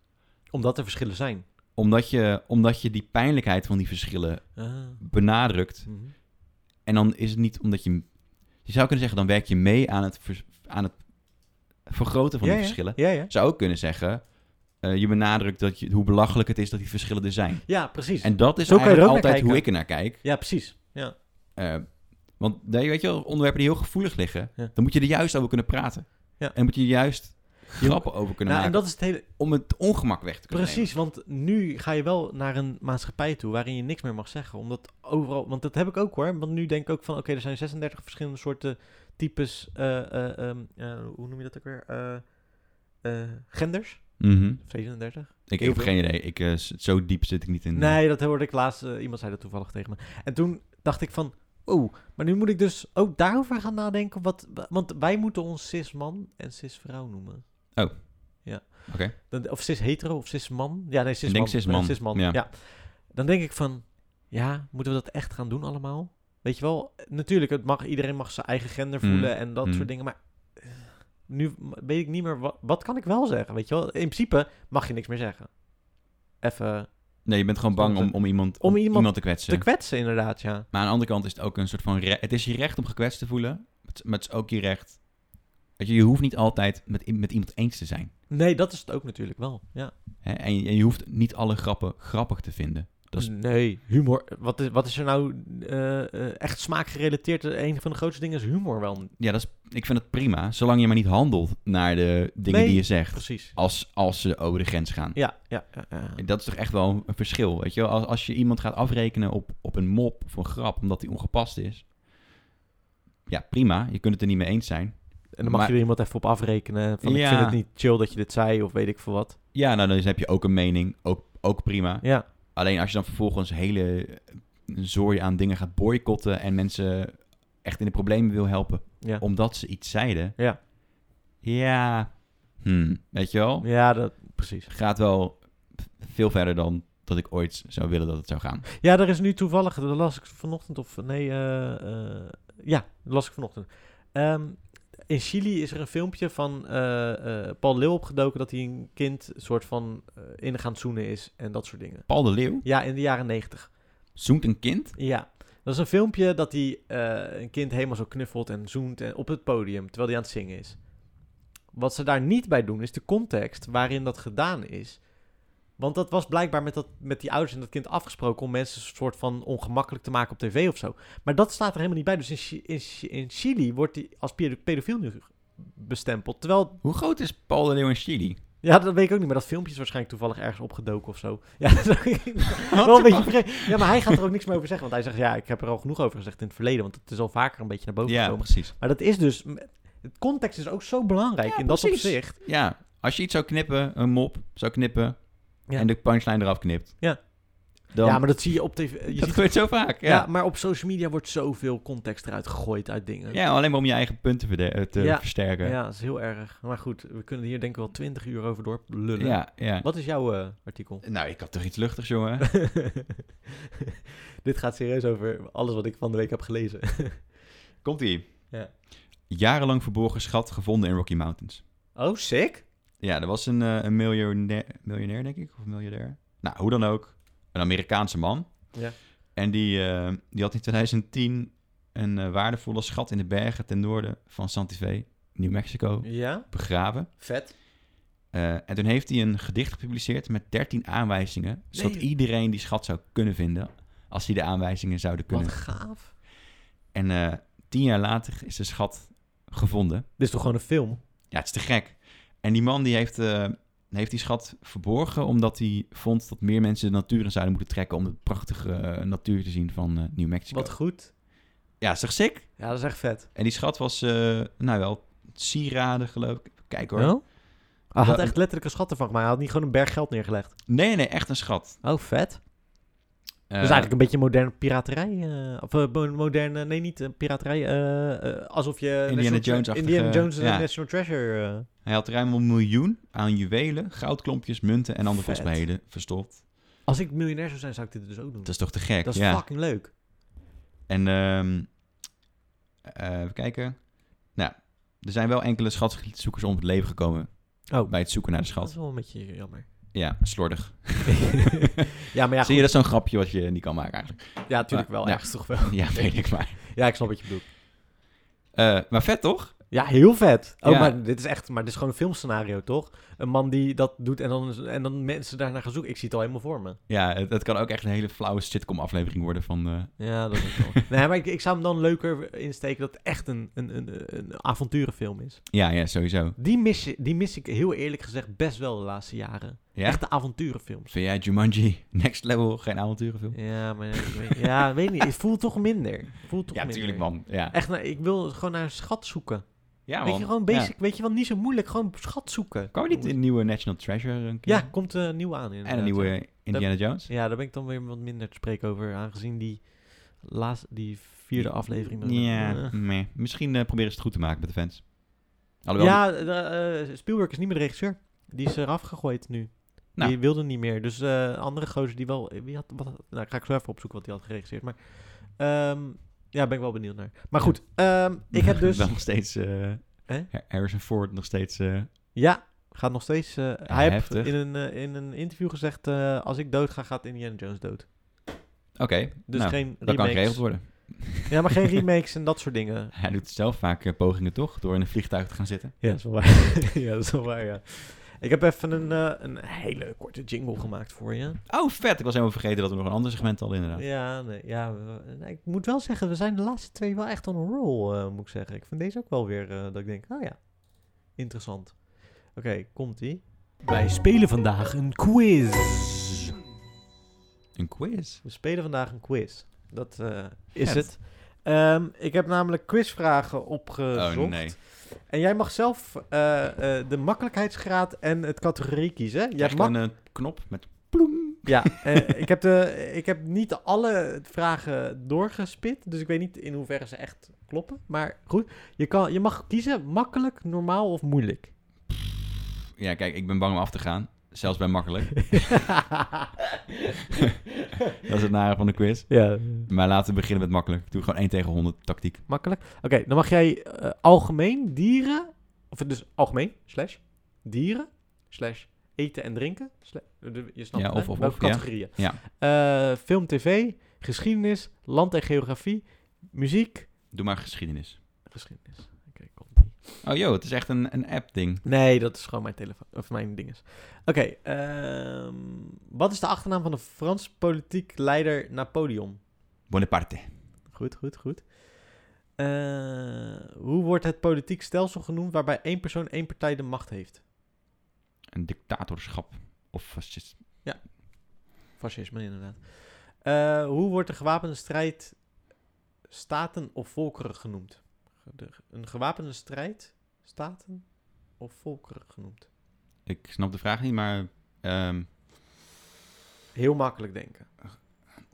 [SPEAKER 1] Omdat er verschillen zijn.
[SPEAKER 2] omdat je, omdat je die pijnlijkheid van die verschillen
[SPEAKER 1] Ah.
[SPEAKER 2] benadrukt.
[SPEAKER 1] Mhm.
[SPEAKER 2] En dan is het niet omdat je. Je zou kunnen zeggen, dan werk je mee aan het, vers- aan het vergroten van
[SPEAKER 1] ja,
[SPEAKER 2] die
[SPEAKER 1] ja.
[SPEAKER 2] verschillen.
[SPEAKER 1] Ja, ja.
[SPEAKER 2] Je zou ook kunnen zeggen, eh, je benadrukt dat je, hoe belachelijk het is dat die verschillen er zijn.
[SPEAKER 1] Ja, precies.
[SPEAKER 2] En dat is
[SPEAKER 1] Zo kan je er
[SPEAKER 2] eigenlijk
[SPEAKER 1] ook naar
[SPEAKER 2] altijd hoe ik
[SPEAKER 1] kijken.
[SPEAKER 2] er naar kijk.
[SPEAKER 1] Ja, precies. Ja.
[SPEAKER 2] Eh, want daar- weet je wel, onderwerpen die heel gevoelig liggen,
[SPEAKER 1] Ja.
[SPEAKER 2] dan moet je er juist over kunnen praten.
[SPEAKER 1] Ja.
[SPEAKER 2] En moet je er juist grappen over kunnen
[SPEAKER 1] Nou, en
[SPEAKER 2] maken
[SPEAKER 1] dat is het hele...
[SPEAKER 2] om het ongemak weg te kunnen
[SPEAKER 1] Precies, want nu ga je wel naar een maatschappij toe waarin je niks meer mag zeggen. Omdat overal... Want dat heb ik ook hoor. Want nu denk ik ook van, oké, er zijn 36 verschillende soorten types... eh, eh, ehm, eh, hoe noem je dat ook weer? Eh, eh, genders?
[SPEAKER 2] nemen. Mhm.
[SPEAKER 1] 37?
[SPEAKER 2] Ik, ik
[SPEAKER 1] Heel
[SPEAKER 2] heb geen idee. Ik, eh, s- zo diep zit ik niet in.
[SPEAKER 1] Nee, dat hoorde ik laatst. eh, iemand zei dat toevallig tegen me. En toen dacht ik van, oh, maar nu moet ik dus ook daarover gaan nadenken. Wat, wa- want wij moeten ons cis-man en cis-vrouw noemen.
[SPEAKER 2] Oh.
[SPEAKER 1] Ja.
[SPEAKER 2] Oké.
[SPEAKER 1] Dan, of cis-hetero of cis-man. Ja, nee, cis-man.
[SPEAKER 2] denk cis-man,
[SPEAKER 1] Eh, cis-man,
[SPEAKER 2] ja.
[SPEAKER 1] ja. Dan denk ik van, ja, moeten we dat echt gaan doen allemaal? Weet je wel, natuurlijk, het mag, iedereen mag zijn eigen gender
[SPEAKER 2] Mm,
[SPEAKER 1] voelen en dat
[SPEAKER 2] mm.
[SPEAKER 1] soort dingen. Maar eh, nu m- weet ik niet meer, wat, wat kan ik wel zeggen? Weet je wel, in principe mag je niks meer zeggen. Even
[SPEAKER 2] Nee, je bent gewoon bang om, om, iemand,
[SPEAKER 1] Om iemand
[SPEAKER 2] te kwetsen.
[SPEAKER 1] te kwetsen, inderdaad, ja.
[SPEAKER 2] Maar aan de andere kant is het ook een soort van... re- Het is je recht om gekwetst te voelen, maar het- maar het is ook je recht... Weet je, je hoeft niet altijd met, i- met iemand eens te zijn.
[SPEAKER 1] Nee, dat is het ook natuurlijk wel. Ja.
[SPEAKER 2] Hè? En, je- en je hoeft niet alle grappen grappig te vinden. Dat is,
[SPEAKER 1] Nee, humor. Wat is, wat is er nou eh, eh, echt smaakgerelateerd? eh, Een van de grootste dingen is humor wel.
[SPEAKER 2] ja, dat is, ik vind het prima, zolang je maar niet handelt naar de dingen
[SPEAKER 1] Nee.
[SPEAKER 2] die je zegt.
[SPEAKER 1] Precies.
[SPEAKER 2] Als, als ze over de grens gaan.
[SPEAKER 1] Ja, ja, ja, ja.
[SPEAKER 2] Dat is toch echt wel een verschil, weet je wel? Als, als je iemand gaat afrekenen op, op een mop of een grap, omdat die ongepast is... Ja, prima, je kunt het er niet mee eens zijn.
[SPEAKER 1] En dan mag
[SPEAKER 2] maar-
[SPEAKER 1] je er iemand even op afrekenen. Van,
[SPEAKER 2] Ja.
[SPEAKER 1] Ik vind het niet chill dat je dit zei, of weet ik veel wat.
[SPEAKER 2] Ja, nou, dan heb je ook een mening, ook, ook prima.
[SPEAKER 1] Ja,
[SPEAKER 2] Alleen als je dan vervolgens hele eh, zooi aan dingen gaat boycotten en mensen echt in de problemen wil helpen
[SPEAKER 1] ja.
[SPEAKER 2] omdat ze iets zeiden.
[SPEAKER 1] Ja.
[SPEAKER 2] Ja. Hm, weet je wel?
[SPEAKER 1] Ja, dat, precies.
[SPEAKER 2] Gaat wel veel verder dan dat ik ooit zou willen dat het zou gaan.
[SPEAKER 1] Ja, er is nu toevallig, dat las ik vanochtend of nee, eh, eh, ja, dat las ik vanochtend. Ehm, in Chili is er een filmpje van eh, eh, Paul Leeuw opgedoken dat hij een kind soort van eh, in gaan zoenen is en dat soort dingen.
[SPEAKER 2] Paul de Leeuw
[SPEAKER 1] Ja, in de jaren negentig.
[SPEAKER 2] zoent een kind.
[SPEAKER 1] Ja, dat is een filmpje dat hij eh, een kind helemaal zo knuffelt en zoent en op het podium terwijl hij aan het zingen is. Wat ze daar niet bij doen is de context waarin dat gedaan is. Want dat was blijkbaar met, dat, met die ouders en dat kind afgesproken om mensen een soort van ongemakkelijk te maken op tv of zo. Maar dat staat er helemaal niet bij. Dus in, Chi- in, Chi- in Chili wordt hij als pedo- pedofiel nu bestempeld. Terwijl
[SPEAKER 2] Hoe groot is Paul de Leeuw in Chili?
[SPEAKER 1] ja, dat weet ik ook niet, maar dat filmpje is waarschijnlijk toevallig ergens opgedoken of zo. Ja, [LAUGHS] dat is ook- wel een beetje vreemd. Ja, maar hij gaat er ook niks meer over zeggen, want hij zegt, ja, ik heb er al genoeg over gezegd in het verleden, want het is al vaker een beetje naar boven
[SPEAKER 2] Ja,
[SPEAKER 1] gekomen.
[SPEAKER 2] precies.
[SPEAKER 1] Maar dat is dus, het context is ook zo belangrijk
[SPEAKER 2] Ja,
[SPEAKER 1] in dat
[SPEAKER 2] precies.
[SPEAKER 1] opzicht.
[SPEAKER 2] Ja, als je iets zou knippen, een mop zou knippen
[SPEAKER 1] Ja.
[SPEAKER 2] en de punchline eraf knipt.
[SPEAKER 1] Ja.
[SPEAKER 2] Dan,
[SPEAKER 1] Ja, maar dat zie je op tv. Je
[SPEAKER 2] [LAUGHS] dat
[SPEAKER 1] ziet,
[SPEAKER 2] gebeurt zo vaak.
[SPEAKER 1] ja.
[SPEAKER 2] ja.
[SPEAKER 1] maar op social media wordt zoveel context eruit gegooid uit dingen.
[SPEAKER 2] Ja, alleen maar om je eigen punten verde- eh, te
[SPEAKER 1] Ja.
[SPEAKER 2] versterken. Ja,
[SPEAKER 1] Ja, dat is heel erg. Maar goed, we kunnen hier denk ik wel twintig uur over door lullen.
[SPEAKER 2] ja.
[SPEAKER 1] Wat is jouw eh, artikel? [LAUGHS]
[SPEAKER 2] Nou, ik had toch iets luchtigs, jongen.
[SPEAKER 1] Dit gaat serieus over alles wat ik van de week heb gelezen.
[SPEAKER 2] Komt-ie.
[SPEAKER 1] Ja.
[SPEAKER 2] Jarenlang verborgen schat gevonden in Rocky Mountains.
[SPEAKER 1] Oh, sick.
[SPEAKER 2] Ja, er was een, eh, een miljonair, miljonair, denk ik, of miljardair. Nou, hoe dan ook. Een Amerikaanse man.
[SPEAKER 1] Ja.
[SPEAKER 2] En die, eh, die had in 2010 een eh, waardevolle schat in de bergen ten noorden van Santife, New Mexico,
[SPEAKER 1] Ja,
[SPEAKER 2] begraven.
[SPEAKER 1] vet.
[SPEAKER 2] Eh, en toen heeft hij een gedicht gepubliceerd met 13 aanwijzingen, zodat
[SPEAKER 1] Nee.
[SPEAKER 2] iedereen die schat zou kunnen vinden, als hij de aanwijzingen zouden kunnen
[SPEAKER 1] Wat gaaf.
[SPEAKER 2] En eh, tien jaar later is de schat gevonden.
[SPEAKER 1] Dit is toch gewoon een film?
[SPEAKER 2] Ja, het is te gek. En die man die heeft, eh, heeft die schat verborgen omdat hij vond dat meer mensen de natuur in zouden moeten trekken om de prachtige eh, natuur te zien van eh, New Mexico.
[SPEAKER 1] Wat goed.
[SPEAKER 2] Ja, is toch sick?
[SPEAKER 1] Ja, dat is echt vet.
[SPEAKER 2] En die schat was, eh, nou wel, sieraden geloof ik. Kijk hoor.
[SPEAKER 1] Ja? Hij had
[SPEAKER 2] Ja,
[SPEAKER 1] echt letterlijk een schat ervan gemaakt. Hij had niet gewoon een berg geld neergelegd.
[SPEAKER 2] Nee, nee, echt een schat.
[SPEAKER 1] Oh, vet.
[SPEAKER 2] Eh,
[SPEAKER 1] Dat is Dus eigenlijk een beetje moderne piraterij. eh, of eh, mo- moderne, nee niet eh, piraterij. eh, eh, alsof je...
[SPEAKER 2] Indiana
[SPEAKER 1] National-
[SPEAKER 2] Jones-achtige-
[SPEAKER 1] Indiana Jones en
[SPEAKER 2] ja.
[SPEAKER 1] National Treasure. eh.
[SPEAKER 2] Hij had ruim een miljoen aan juwelen, goudklompjes, munten en andere
[SPEAKER 1] Vet.
[SPEAKER 2] kostbaarheden verstopt.
[SPEAKER 1] Als ik miljonair zou zijn, zou ik dit dus ook doen.
[SPEAKER 2] Dat is toch te gek?
[SPEAKER 1] Dat is
[SPEAKER 2] ja.
[SPEAKER 1] fucking leuk.
[SPEAKER 2] En ehm eh, even kijken. Nou, er zijn wel enkele schatzoekers om het leven gekomen
[SPEAKER 1] Oh,
[SPEAKER 2] bij het zoeken naar de
[SPEAKER 1] dat is
[SPEAKER 2] schat.
[SPEAKER 1] wel een beetje
[SPEAKER 2] [LAUGHS]
[SPEAKER 1] jammer.
[SPEAKER 2] Ja, slordig.
[SPEAKER 1] ja, maar ja,
[SPEAKER 2] Zie je,
[SPEAKER 1] goed.
[SPEAKER 2] dat is zo'n grapje wat je niet kan maken eigenlijk. [LAUGHS]
[SPEAKER 1] Ja, natuurlijk wel.
[SPEAKER 2] Ja.
[SPEAKER 1] Ergens toch wel.
[SPEAKER 2] ja, weet ik maar.
[SPEAKER 1] Ja, ik snap wat je bedoelt.
[SPEAKER 2] Eh, maar vet toch?
[SPEAKER 1] Ja, heel vet. Oh,
[SPEAKER 2] Ja.
[SPEAKER 1] maar dit is echt, maar dit is gewoon een filmscenario, toch? Een man die dat doet en dan, en dan mensen daarnaar gaan zoeken. Ik zie het al helemaal voor me.
[SPEAKER 2] Ja, het, het kan ook echt een hele flauwe sitcom aflevering worden van... eh,
[SPEAKER 1] Ja, dat is wel. [LAUGHS] nee, maar ik, ik zou hem dan leuker insteken dat het echt een, een, een, een avonturenfilm is.
[SPEAKER 2] Ja, ja, sowieso.
[SPEAKER 1] Die mis, je- die mis ik heel eerlijk gezegd best wel de laatste jaren.
[SPEAKER 2] Ja?
[SPEAKER 1] Echte avonturenfilms.
[SPEAKER 2] Vind jij Jumanji [LAUGHS] Next Level geen avonturenfilm?
[SPEAKER 1] Ja, maar ik weet, [LAUGHS] ja, weet niet. Het voelt toch minder. Het Voelt toch
[SPEAKER 2] Ja,
[SPEAKER 1] minder.
[SPEAKER 2] tuurlijk man. Ja,
[SPEAKER 1] Echt, nou, ik wil gewoon naar een schat zoeken.
[SPEAKER 2] ja
[SPEAKER 1] weet je, gewoon
[SPEAKER 2] Ja.
[SPEAKER 1] basic, weet je wel, niet zo moeilijk. Gewoon schat zoeken.
[SPEAKER 2] Kan we niet een nieuwe National Treasure een keer?
[SPEAKER 1] Ja, komt eh, nieuw aan
[SPEAKER 2] En
[SPEAKER 1] inderdaad,
[SPEAKER 2] een nieuwe Indiana Jones?
[SPEAKER 1] Ja, daar ben ik dan weer wat minder te spreken over, aangezien die, laatste, die vierde aflevering... dan-
[SPEAKER 2] Ja,
[SPEAKER 1] Eh.
[SPEAKER 2] meh. misschien eh, proberen ze het goed te maken met de fans. Alhoewel,
[SPEAKER 1] Ja, de, eh, Spielberg is niet meer de regisseur. Die is eraf gegooid nu.
[SPEAKER 2] Nou.
[SPEAKER 1] Die wilde niet meer. Dus eh, een andere gozer die wel... Wie had, wat, nou, ga ik zo even opzoeken wat hij had geregisseerd. Maar ehm, ja, ben ik wel benieuwd naar. Maar goed, ehm, ik
[SPEAKER 2] [LAUGHS]
[SPEAKER 1] heb dus...
[SPEAKER 2] wel nog steeds... eh,
[SPEAKER 1] Hè?
[SPEAKER 2] Harrison Ford nog steeds... eh,
[SPEAKER 1] Ja, gaat nog steeds... eh, hij heeft
[SPEAKER 2] heftig.
[SPEAKER 1] in een, eh, in een interview gezegd... eh, als ik dood ga, gaat Indiana Jones dood.
[SPEAKER 2] Oké,
[SPEAKER 1] Dus
[SPEAKER 2] nou,
[SPEAKER 1] geen
[SPEAKER 2] dat kan
[SPEAKER 1] remakes.
[SPEAKER 2] geregeld worden.
[SPEAKER 1] Ja, maar geen
[SPEAKER 2] [LAUGHS]
[SPEAKER 1] remakes en dat soort dingen.
[SPEAKER 2] Hij doet zelf vaak eh, pogingen toch, door in een vliegtuig te gaan zitten.
[SPEAKER 1] Ja, dat is wel waar. [LAUGHS] ja, dat is wel waar, ja. Ik heb even een, eh, een hele korte jingle gemaakt voor je.
[SPEAKER 2] Oh, vet! Ik was helemaal vergeten dat we nog een ander segment hadden inderdaad.
[SPEAKER 1] Ja, nee, ja we- nee, ik moet wel zeggen, we zijn de laatste twee wel echt on a roll, eh, moet ik zeggen. Ik vind deze ook wel weer eh, dat ik denk, oh ja, interessant. Oké, komt-ie. Wij spelen vandaag een quiz.
[SPEAKER 2] Een quiz.
[SPEAKER 1] We spelen vandaag een quiz. Dat eh, is
[SPEAKER 2] Vet.
[SPEAKER 1] het. Ehm, ik heb namelijk quizvragen opgezocht.
[SPEAKER 2] oh nee.
[SPEAKER 1] En jij mag zelf eh, eh, de makkelijkheidsgraad en het categorie kiezen. hè? Jij
[SPEAKER 2] Echt
[SPEAKER 1] mag
[SPEAKER 2] een eh, knop met...
[SPEAKER 1] Ja, eh, ik, heb de, ik heb niet alle vragen doorgespit. Dus ik weet niet in hoeverre ze echt kloppen. Maar goed, je, kan, je mag kiezen makkelijk, normaal of moeilijk.
[SPEAKER 2] Ja, kijk, ik ben bang om af te gaan. Zelfs bij
[SPEAKER 1] [LAUGHS]
[SPEAKER 2] makkelijk. dat
[SPEAKER 1] [LAUGHS]
[SPEAKER 2] is het nou. nare van de quiz.
[SPEAKER 1] ja.
[SPEAKER 2] Maar laten we beginnen met makkelijk. Ik doe gewoon 1 tegen 100 tactiek.
[SPEAKER 1] Makkelijk. Oké, dan mag jij eh, algemeen dieren. Of dus algemeen, slash dieren, slash eten en drinken. sla- de- je snapt
[SPEAKER 2] Ja,
[SPEAKER 1] het, hè?
[SPEAKER 2] of- of-
[SPEAKER 1] welke
[SPEAKER 2] of, ja.
[SPEAKER 1] categorieën. Eh, film, tv, geschiedenis, land en geografie, muziek,
[SPEAKER 2] Doe maar geschiedenis.
[SPEAKER 1] geschiedenis. Oké, komt ie.
[SPEAKER 2] Oh joh, het is echt een, een app-ding.
[SPEAKER 1] Nee, dat is gewoon mijn telefoon. Of mijn dinges. Oké, ehm, wat is de achternaam van de Franse politiek leider Napoleon?
[SPEAKER 2] Bonaparte.
[SPEAKER 1] Goed, goed, goed. Eh, hoe wordt het politiek stelsel genoemd waarbij één persoon één partij de macht heeft?
[SPEAKER 2] Een dictatorschap. Of fascist.
[SPEAKER 1] Fascisme, inderdaad. Eh, hoe wordt de gewapende strijd staten of volkeren genoemd? De- een gewapende strijd staten of volkeren genoemd?
[SPEAKER 2] Ik snap de vraag niet, maar... ehm,
[SPEAKER 1] Heel makkelijk denken.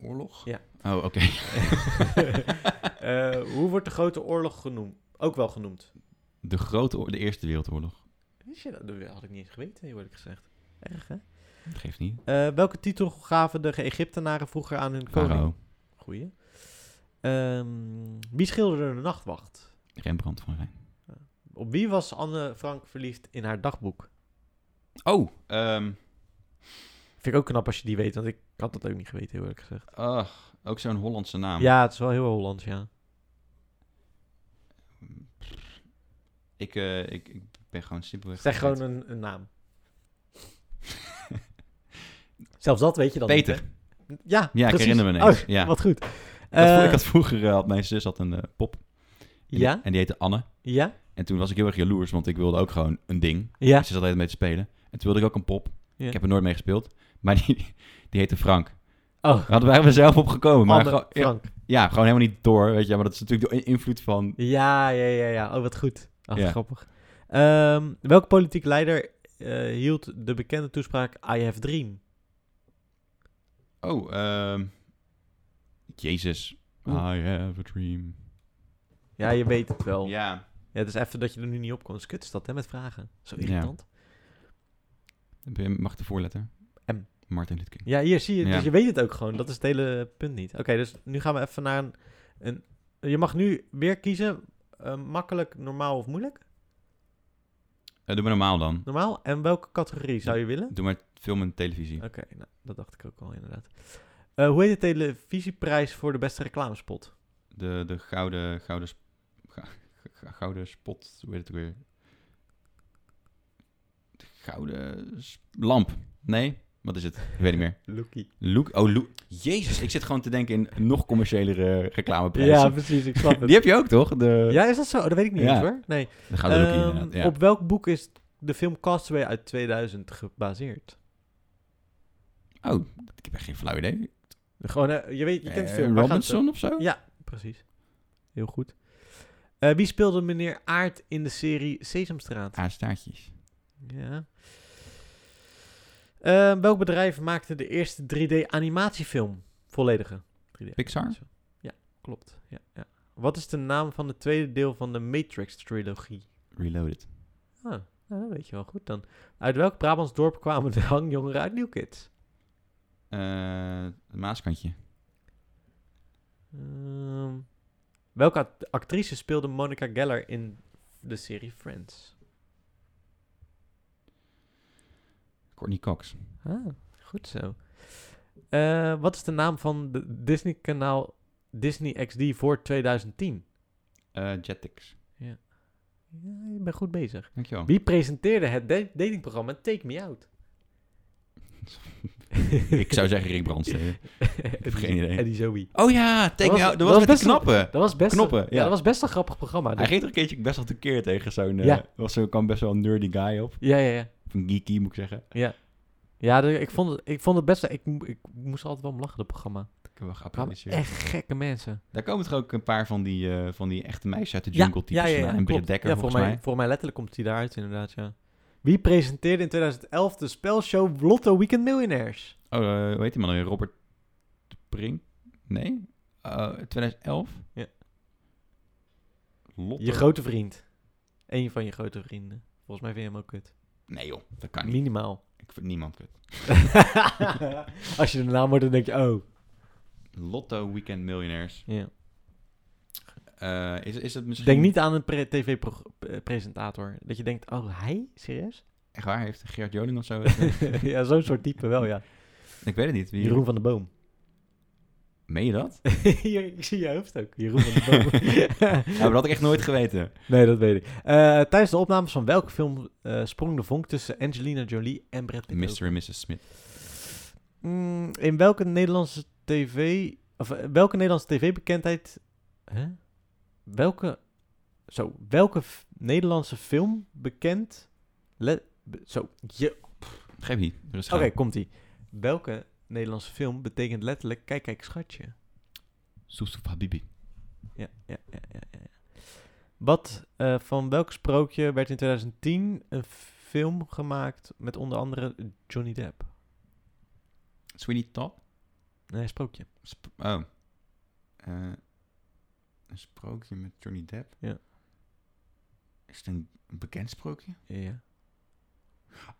[SPEAKER 2] oorlog?
[SPEAKER 1] Ja.
[SPEAKER 2] Oh, oké. [LAUGHS]
[SPEAKER 1] [LAUGHS] Eh, hoe wordt de Grote Oorlog genoemd? Ook wel genoemd.
[SPEAKER 2] De grote oor- de Eerste Wereldoorlog.
[SPEAKER 1] Wist je dat? Dat had ik niet eens geweten, heel eerlijk gezegd. Erg, hè?
[SPEAKER 2] Dat geeft niet.
[SPEAKER 1] Eh, welke titel gaven de Egyptenaren vroeger aan hun koning?
[SPEAKER 2] Farao.
[SPEAKER 1] Goeie. Ehm, wie schilderde de nachtwacht?
[SPEAKER 2] Rembrandt van Rijn.
[SPEAKER 1] Op wie was Anne Frank verliefd in haar dagboek?
[SPEAKER 2] Oh, ehm,
[SPEAKER 1] Vind ik ook knap als je die weet, want ik had dat ook niet geweten, heel eerlijk gezegd.
[SPEAKER 2] ach, ook zo'n Hollandse naam.
[SPEAKER 1] Ja, het is wel heel Hollands, ja.
[SPEAKER 2] Ik, eh, ik, ik ben gewoon simpelweg...
[SPEAKER 1] Zeg gewoon een, een
[SPEAKER 2] [LAUGHS]
[SPEAKER 1] naam. Zelfs dat weet je dan
[SPEAKER 2] Peter.
[SPEAKER 1] niet, hè? Ja,
[SPEAKER 2] Ja, ik
[SPEAKER 1] precies.
[SPEAKER 2] herinner me ineens.
[SPEAKER 1] Oh,
[SPEAKER 2] ja.
[SPEAKER 1] wat goed.
[SPEAKER 2] Ik had, vro-
[SPEAKER 1] Eh,
[SPEAKER 2] ik had vroeger eh, had mijn zus had een eh, pop. En die-
[SPEAKER 1] Ja?
[SPEAKER 2] en die heette Anne.
[SPEAKER 1] Ja?
[SPEAKER 2] En toen was ik heel erg jaloers, want ik wilde ook gewoon een ding. Dus
[SPEAKER 1] Ja.
[SPEAKER 2] Ze zat altijd mee te spelen. En toen wilde ik ook een pop.
[SPEAKER 1] Ja.
[SPEAKER 2] Ik heb er nooit mee gespeeld. Maar die, [LAUGHS] die heette Frank.
[SPEAKER 1] Oh,
[SPEAKER 2] Daar hadden wij er zelf op gekomen. Oh, Maar
[SPEAKER 1] Anne
[SPEAKER 2] gewoon- ja,
[SPEAKER 1] Frank.
[SPEAKER 2] ja, gewoon helemaal niet door, weet je. Maar dat is natuurlijk de in- invloed van...
[SPEAKER 1] Ja, ja, ja, ja. Oh, wat goed. Ach,
[SPEAKER 2] Ja.
[SPEAKER 1] grappig. Ehm, welke politiek leider eh, hield de bekende toespraak I have dream?
[SPEAKER 2] Oh, ehm, Jezus.
[SPEAKER 1] Oeh.
[SPEAKER 2] I have a dream.
[SPEAKER 1] Ja, je weet het wel. Ja.
[SPEAKER 2] Ja,
[SPEAKER 1] het is even dat je er nu niet op komt. Dus kut is dat, hè, met vragen. Zo
[SPEAKER 2] Ja.
[SPEAKER 1] irritant.
[SPEAKER 2] Heb je- mag ik de voorletter?
[SPEAKER 1] M.
[SPEAKER 2] Martin Lutking.
[SPEAKER 1] Ja, hier zie je.
[SPEAKER 2] Ja.
[SPEAKER 1] Dus je weet het ook gewoon. Dat is het hele punt niet. Oké, dus nu gaan we even naar een... een je mag nu weer kiezen. eh, makkelijk, normaal of moeilijk?
[SPEAKER 2] Eh, doe maar normaal dan.
[SPEAKER 1] Normaal. En welke categorie zou je willen?
[SPEAKER 2] Doe maar film en televisie.
[SPEAKER 1] Oké, nou, dat dacht ik ook al inderdaad. Eh, hoe heet de televisieprijs voor de beste reclamespot?
[SPEAKER 2] De, de gouden, gouden, sp- ga- ga- gouden spot, hoe heet het ook weer? De gouden s- lamp. Nee, wat is het? Ik weet niet meer.
[SPEAKER 1] Lookie.
[SPEAKER 2] Look, oh, look. Jezus, ik zit gewoon te denken in nog commerciëlere reclameprijzen.
[SPEAKER 1] Ja, precies. Ik
[SPEAKER 2] [LAUGHS]
[SPEAKER 1] snap het.
[SPEAKER 2] Die heb je ook, toch? De,
[SPEAKER 1] Ja, is dat zo? Dat weet ik niet
[SPEAKER 2] Ja. Oh,
[SPEAKER 1] eens hoor. Nee.
[SPEAKER 2] de gouden lookie,
[SPEAKER 1] Ehm,
[SPEAKER 2] inderdaad. Ja.
[SPEAKER 1] Op welk boek is de film Castaway uit 2000 gebaseerd?
[SPEAKER 2] Oh, ik heb echt geen flauw idee.
[SPEAKER 1] Gewoon, eh, je weet, je kent de
[SPEAKER 2] Eh,
[SPEAKER 1] film. waar gaat het
[SPEAKER 2] Robinson of zo?
[SPEAKER 1] Ja. over? Precies. Heel goed. Eh, wie speelde meneer Aard in de serie Sesamstraat?
[SPEAKER 2] Ah, Aardstaartjes.
[SPEAKER 1] Ja. Eh, welk bedrijf maakte de eerste 3D-animatiefilm? Volledige. 3D.
[SPEAKER 2] Pixar?
[SPEAKER 1] Ja, klopt. Ja, ja. Wat is de naam van het tweede deel van de Matrix-trilogie?
[SPEAKER 2] Reloaded.
[SPEAKER 1] Ah, nou, dat weet je wel goed dan. Uit welk Brabants dorp kwamen de hangjongeren uit Nieuwkids?
[SPEAKER 2] Eh, het Maaskantje.
[SPEAKER 1] Ehm, welke act- actrice speelde Monica Geller in de serie Friends?
[SPEAKER 2] Courtney Cox.
[SPEAKER 1] Ah, goed zo. Eh, wat is de naam van de Disney-kanaal Disney XD voor 2010?
[SPEAKER 2] Eh Jetix.
[SPEAKER 1] Ja, je bent goed bezig.
[SPEAKER 2] Dankjewel.
[SPEAKER 1] Wie presenteerde het da- datingprogramma Take Me Out?
[SPEAKER 2] [LAUGHS] Ik zou zeggen Rick
[SPEAKER 1] [LAUGHS]
[SPEAKER 2] Brandstede.
[SPEAKER 1] Eddie-
[SPEAKER 2] geen idee.
[SPEAKER 1] Eddie Zoe.
[SPEAKER 2] Oh ja,
[SPEAKER 1] Dat
[SPEAKER 2] Take Me
[SPEAKER 1] was- dat
[SPEAKER 2] Out. Dat was
[SPEAKER 1] was
[SPEAKER 2] met die
[SPEAKER 1] best wel-
[SPEAKER 2] knappen.
[SPEAKER 1] Dat was best,
[SPEAKER 2] Knoppen,
[SPEAKER 1] een, ja.
[SPEAKER 2] ja.
[SPEAKER 1] dat was best een grappig programma.
[SPEAKER 2] Hij ging er een keertje best wel tekeer tegen zo'n... eh,
[SPEAKER 1] Ja.
[SPEAKER 2] was zo, kwam best wel een nerdy guy op.
[SPEAKER 1] Ja, ja, ja.
[SPEAKER 2] Of een geeky, moet ik zeggen.
[SPEAKER 1] Ja, de- ik vond het, ik vond het best... Ik, mo- ik moest er altijd wel om lachen, dat programma.
[SPEAKER 2] Ik heb wel
[SPEAKER 1] Kwamen
[SPEAKER 2] geapplaudisseerd.
[SPEAKER 1] echt gekke mensen.
[SPEAKER 2] Daar komen toch ook een paar van die, eh, van die echte meisjes uit de
[SPEAKER 1] Ja,
[SPEAKER 2] jungle types vandaan. En Britt
[SPEAKER 1] klopt.
[SPEAKER 2] Dekker,
[SPEAKER 1] ja,
[SPEAKER 2] volgens mij.
[SPEAKER 1] Voor mij letterlijk komt hij daaruit, inderdaad, ja. Wie presenteerde in 2011 de spelshow Lotto Weekend Millionaires?
[SPEAKER 2] Oh, eh, hoe heet die man nou weer? Robert de Brink? Nee? Eh, 2011?
[SPEAKER 1] Ja.
[SPEAKER 2] Lotte?
[SPEAKER 1] Je grote vriend. Eén van je grote vrienden. Volgens mij vind je hem ook kut.
[SPEAKER 2] Nee joh, dat kan niet. [LAUGHS]
[SPEAKER 1] Minimaal. [LAUGHS]
[SPEAKER 2] Ik vind niemand kut.
[SPEAKER 1] Als je de naam hoort, dan denk je, oh.
[SPEAKER 2] Lotto Weekend Millionaires.
[SPEAKER 1] Ja.
[SPEAKER 2] Eh, is, is het misschien...
[SPEAKER 1] Denk niet aan een pre- tv-presentator. Dat je denkt, oh, hij? Serieus?
[SPEAKER 2] Echt waar, heeft Gerard
[SPEAKER 1] [LAUGHS]
[SPEAKER 2] Joling of zo? [LAUGHS]
[SPEAKER 1] ja, zo'n soort type wel, ja.
[SPEAKER 2] ik weet het niet. Wie...
[SPEAKER 1] Jeroen van de Boom. [LAUGHS]
[SPEAKER 2] Meen je dat?
[SPEAKER 1] Hier, ik zie je hoofd ook. Jeroen van de
[SPEAKER 2] [LAUGHS] Ja,
[SPEAKER 1] Boom.
[SPEAKER 2] maar dat had ik echt nooit geweten.
[SPEAKER 1] nee, dat weet ik. Eh, tijdens de opnames van welke film eh, sprong de vonk tussen Angelina Jolie en Brad Pitt?
[SPEAKER 2] Mr. en Mrs. Smith.
[SPEAKER 1] Mm, in welke Nederlandse tv... Of eh, welke Nederlandse tv-bekendheid... Hè? Welke... Zo, welke f- Nederlandse film bekend... le- be- zo, je...
[SPEAKER 2] Geef niet, rustig
[SPEAKER 1] Oké,
[SPEAKER 2] aan.
[SPEAKER 1] komt-ie. Welke Nederlandse film betekent letterlijk... Kijk, kijk, schatje.
[SPEAKER 2] Soesoef Habibi.
[SPEAKER 1] ja, ja, ja, ja, ja. Wat, eh, van welk sprookje werd in 2010 een film gemaakt met onder andere Johnny Depp?
[SPEAKER 2] Sweeney Todd?
[SPEAKER 1] Nee, sprookje.
[SPEAKER 2] Sp- oh. Eh, een sprookje met Johnny Depp?
[SPEAKER 1] Ja.
[SPEAKER 2] Is het een bekend sprookje?
[SPEAKER 1] Ja,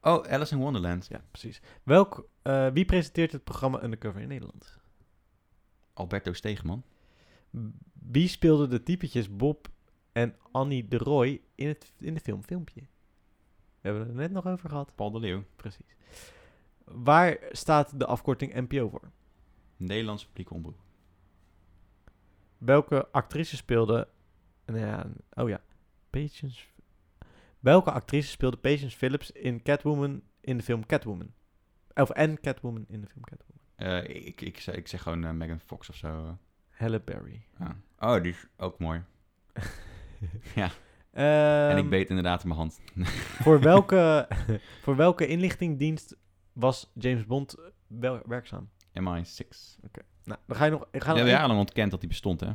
[SPEAKER 2] Oh, Alice in Wonderland.
[SPEAKER 1] ja precies. Welk, eh, wie presenteert het programma Undercover in Nederland?
[SPEAKER 2] Alberto Stegeman.
[SPEAKER 1] B- Wie speelde de typetjes Bob en Annie de Roy in, het, in de film Filmpje? We hebben het er net nog over gehad.
[SPEAKER 2] Paul de Leeuw.
[SPEAKER 1] Precies. Waar staat de afkorting NPO voor?
[SPEAKER 2] Nederlandse publieke omroep.
[SPEAKER 1] Welke actrice speelde. Nou ja, oh ja. Patience. Welke actrice speelde Patience Phillips in Catwoman in de film Catwoman? Of en Catwoman in de film Catwoman.
[SPEAKER 2] Eh, ik, ik, zeg- ik zeg gewoon eh, Megan Fox of zo.
[SPEAKER 1] Halle Berry.
[SPEAKER 2] [LAUGHS] Ja. Oh, die is ook mooi. Ja. en ik
[SPEAKER 1] [LAUGHS] Ehm,
[SPEAKER 2] beet inderdaad in mijn hand. [LAUGHS]
[SPEAKER 1] voor, welke, voor welke inlichtingdienst was James Bond wel werkzaam?
[SPEAKER 2] MI6.
[SPEAKER 1] Nou, dan ga je nog... Ik ga
[SPEAKER 2] Die
[SPEAKER 1] nog
[SPEAKER 2] hebben
[SPEAKER 1] één-
[SPEAKER 2] jarenlang ontkend dat die bestond, hè?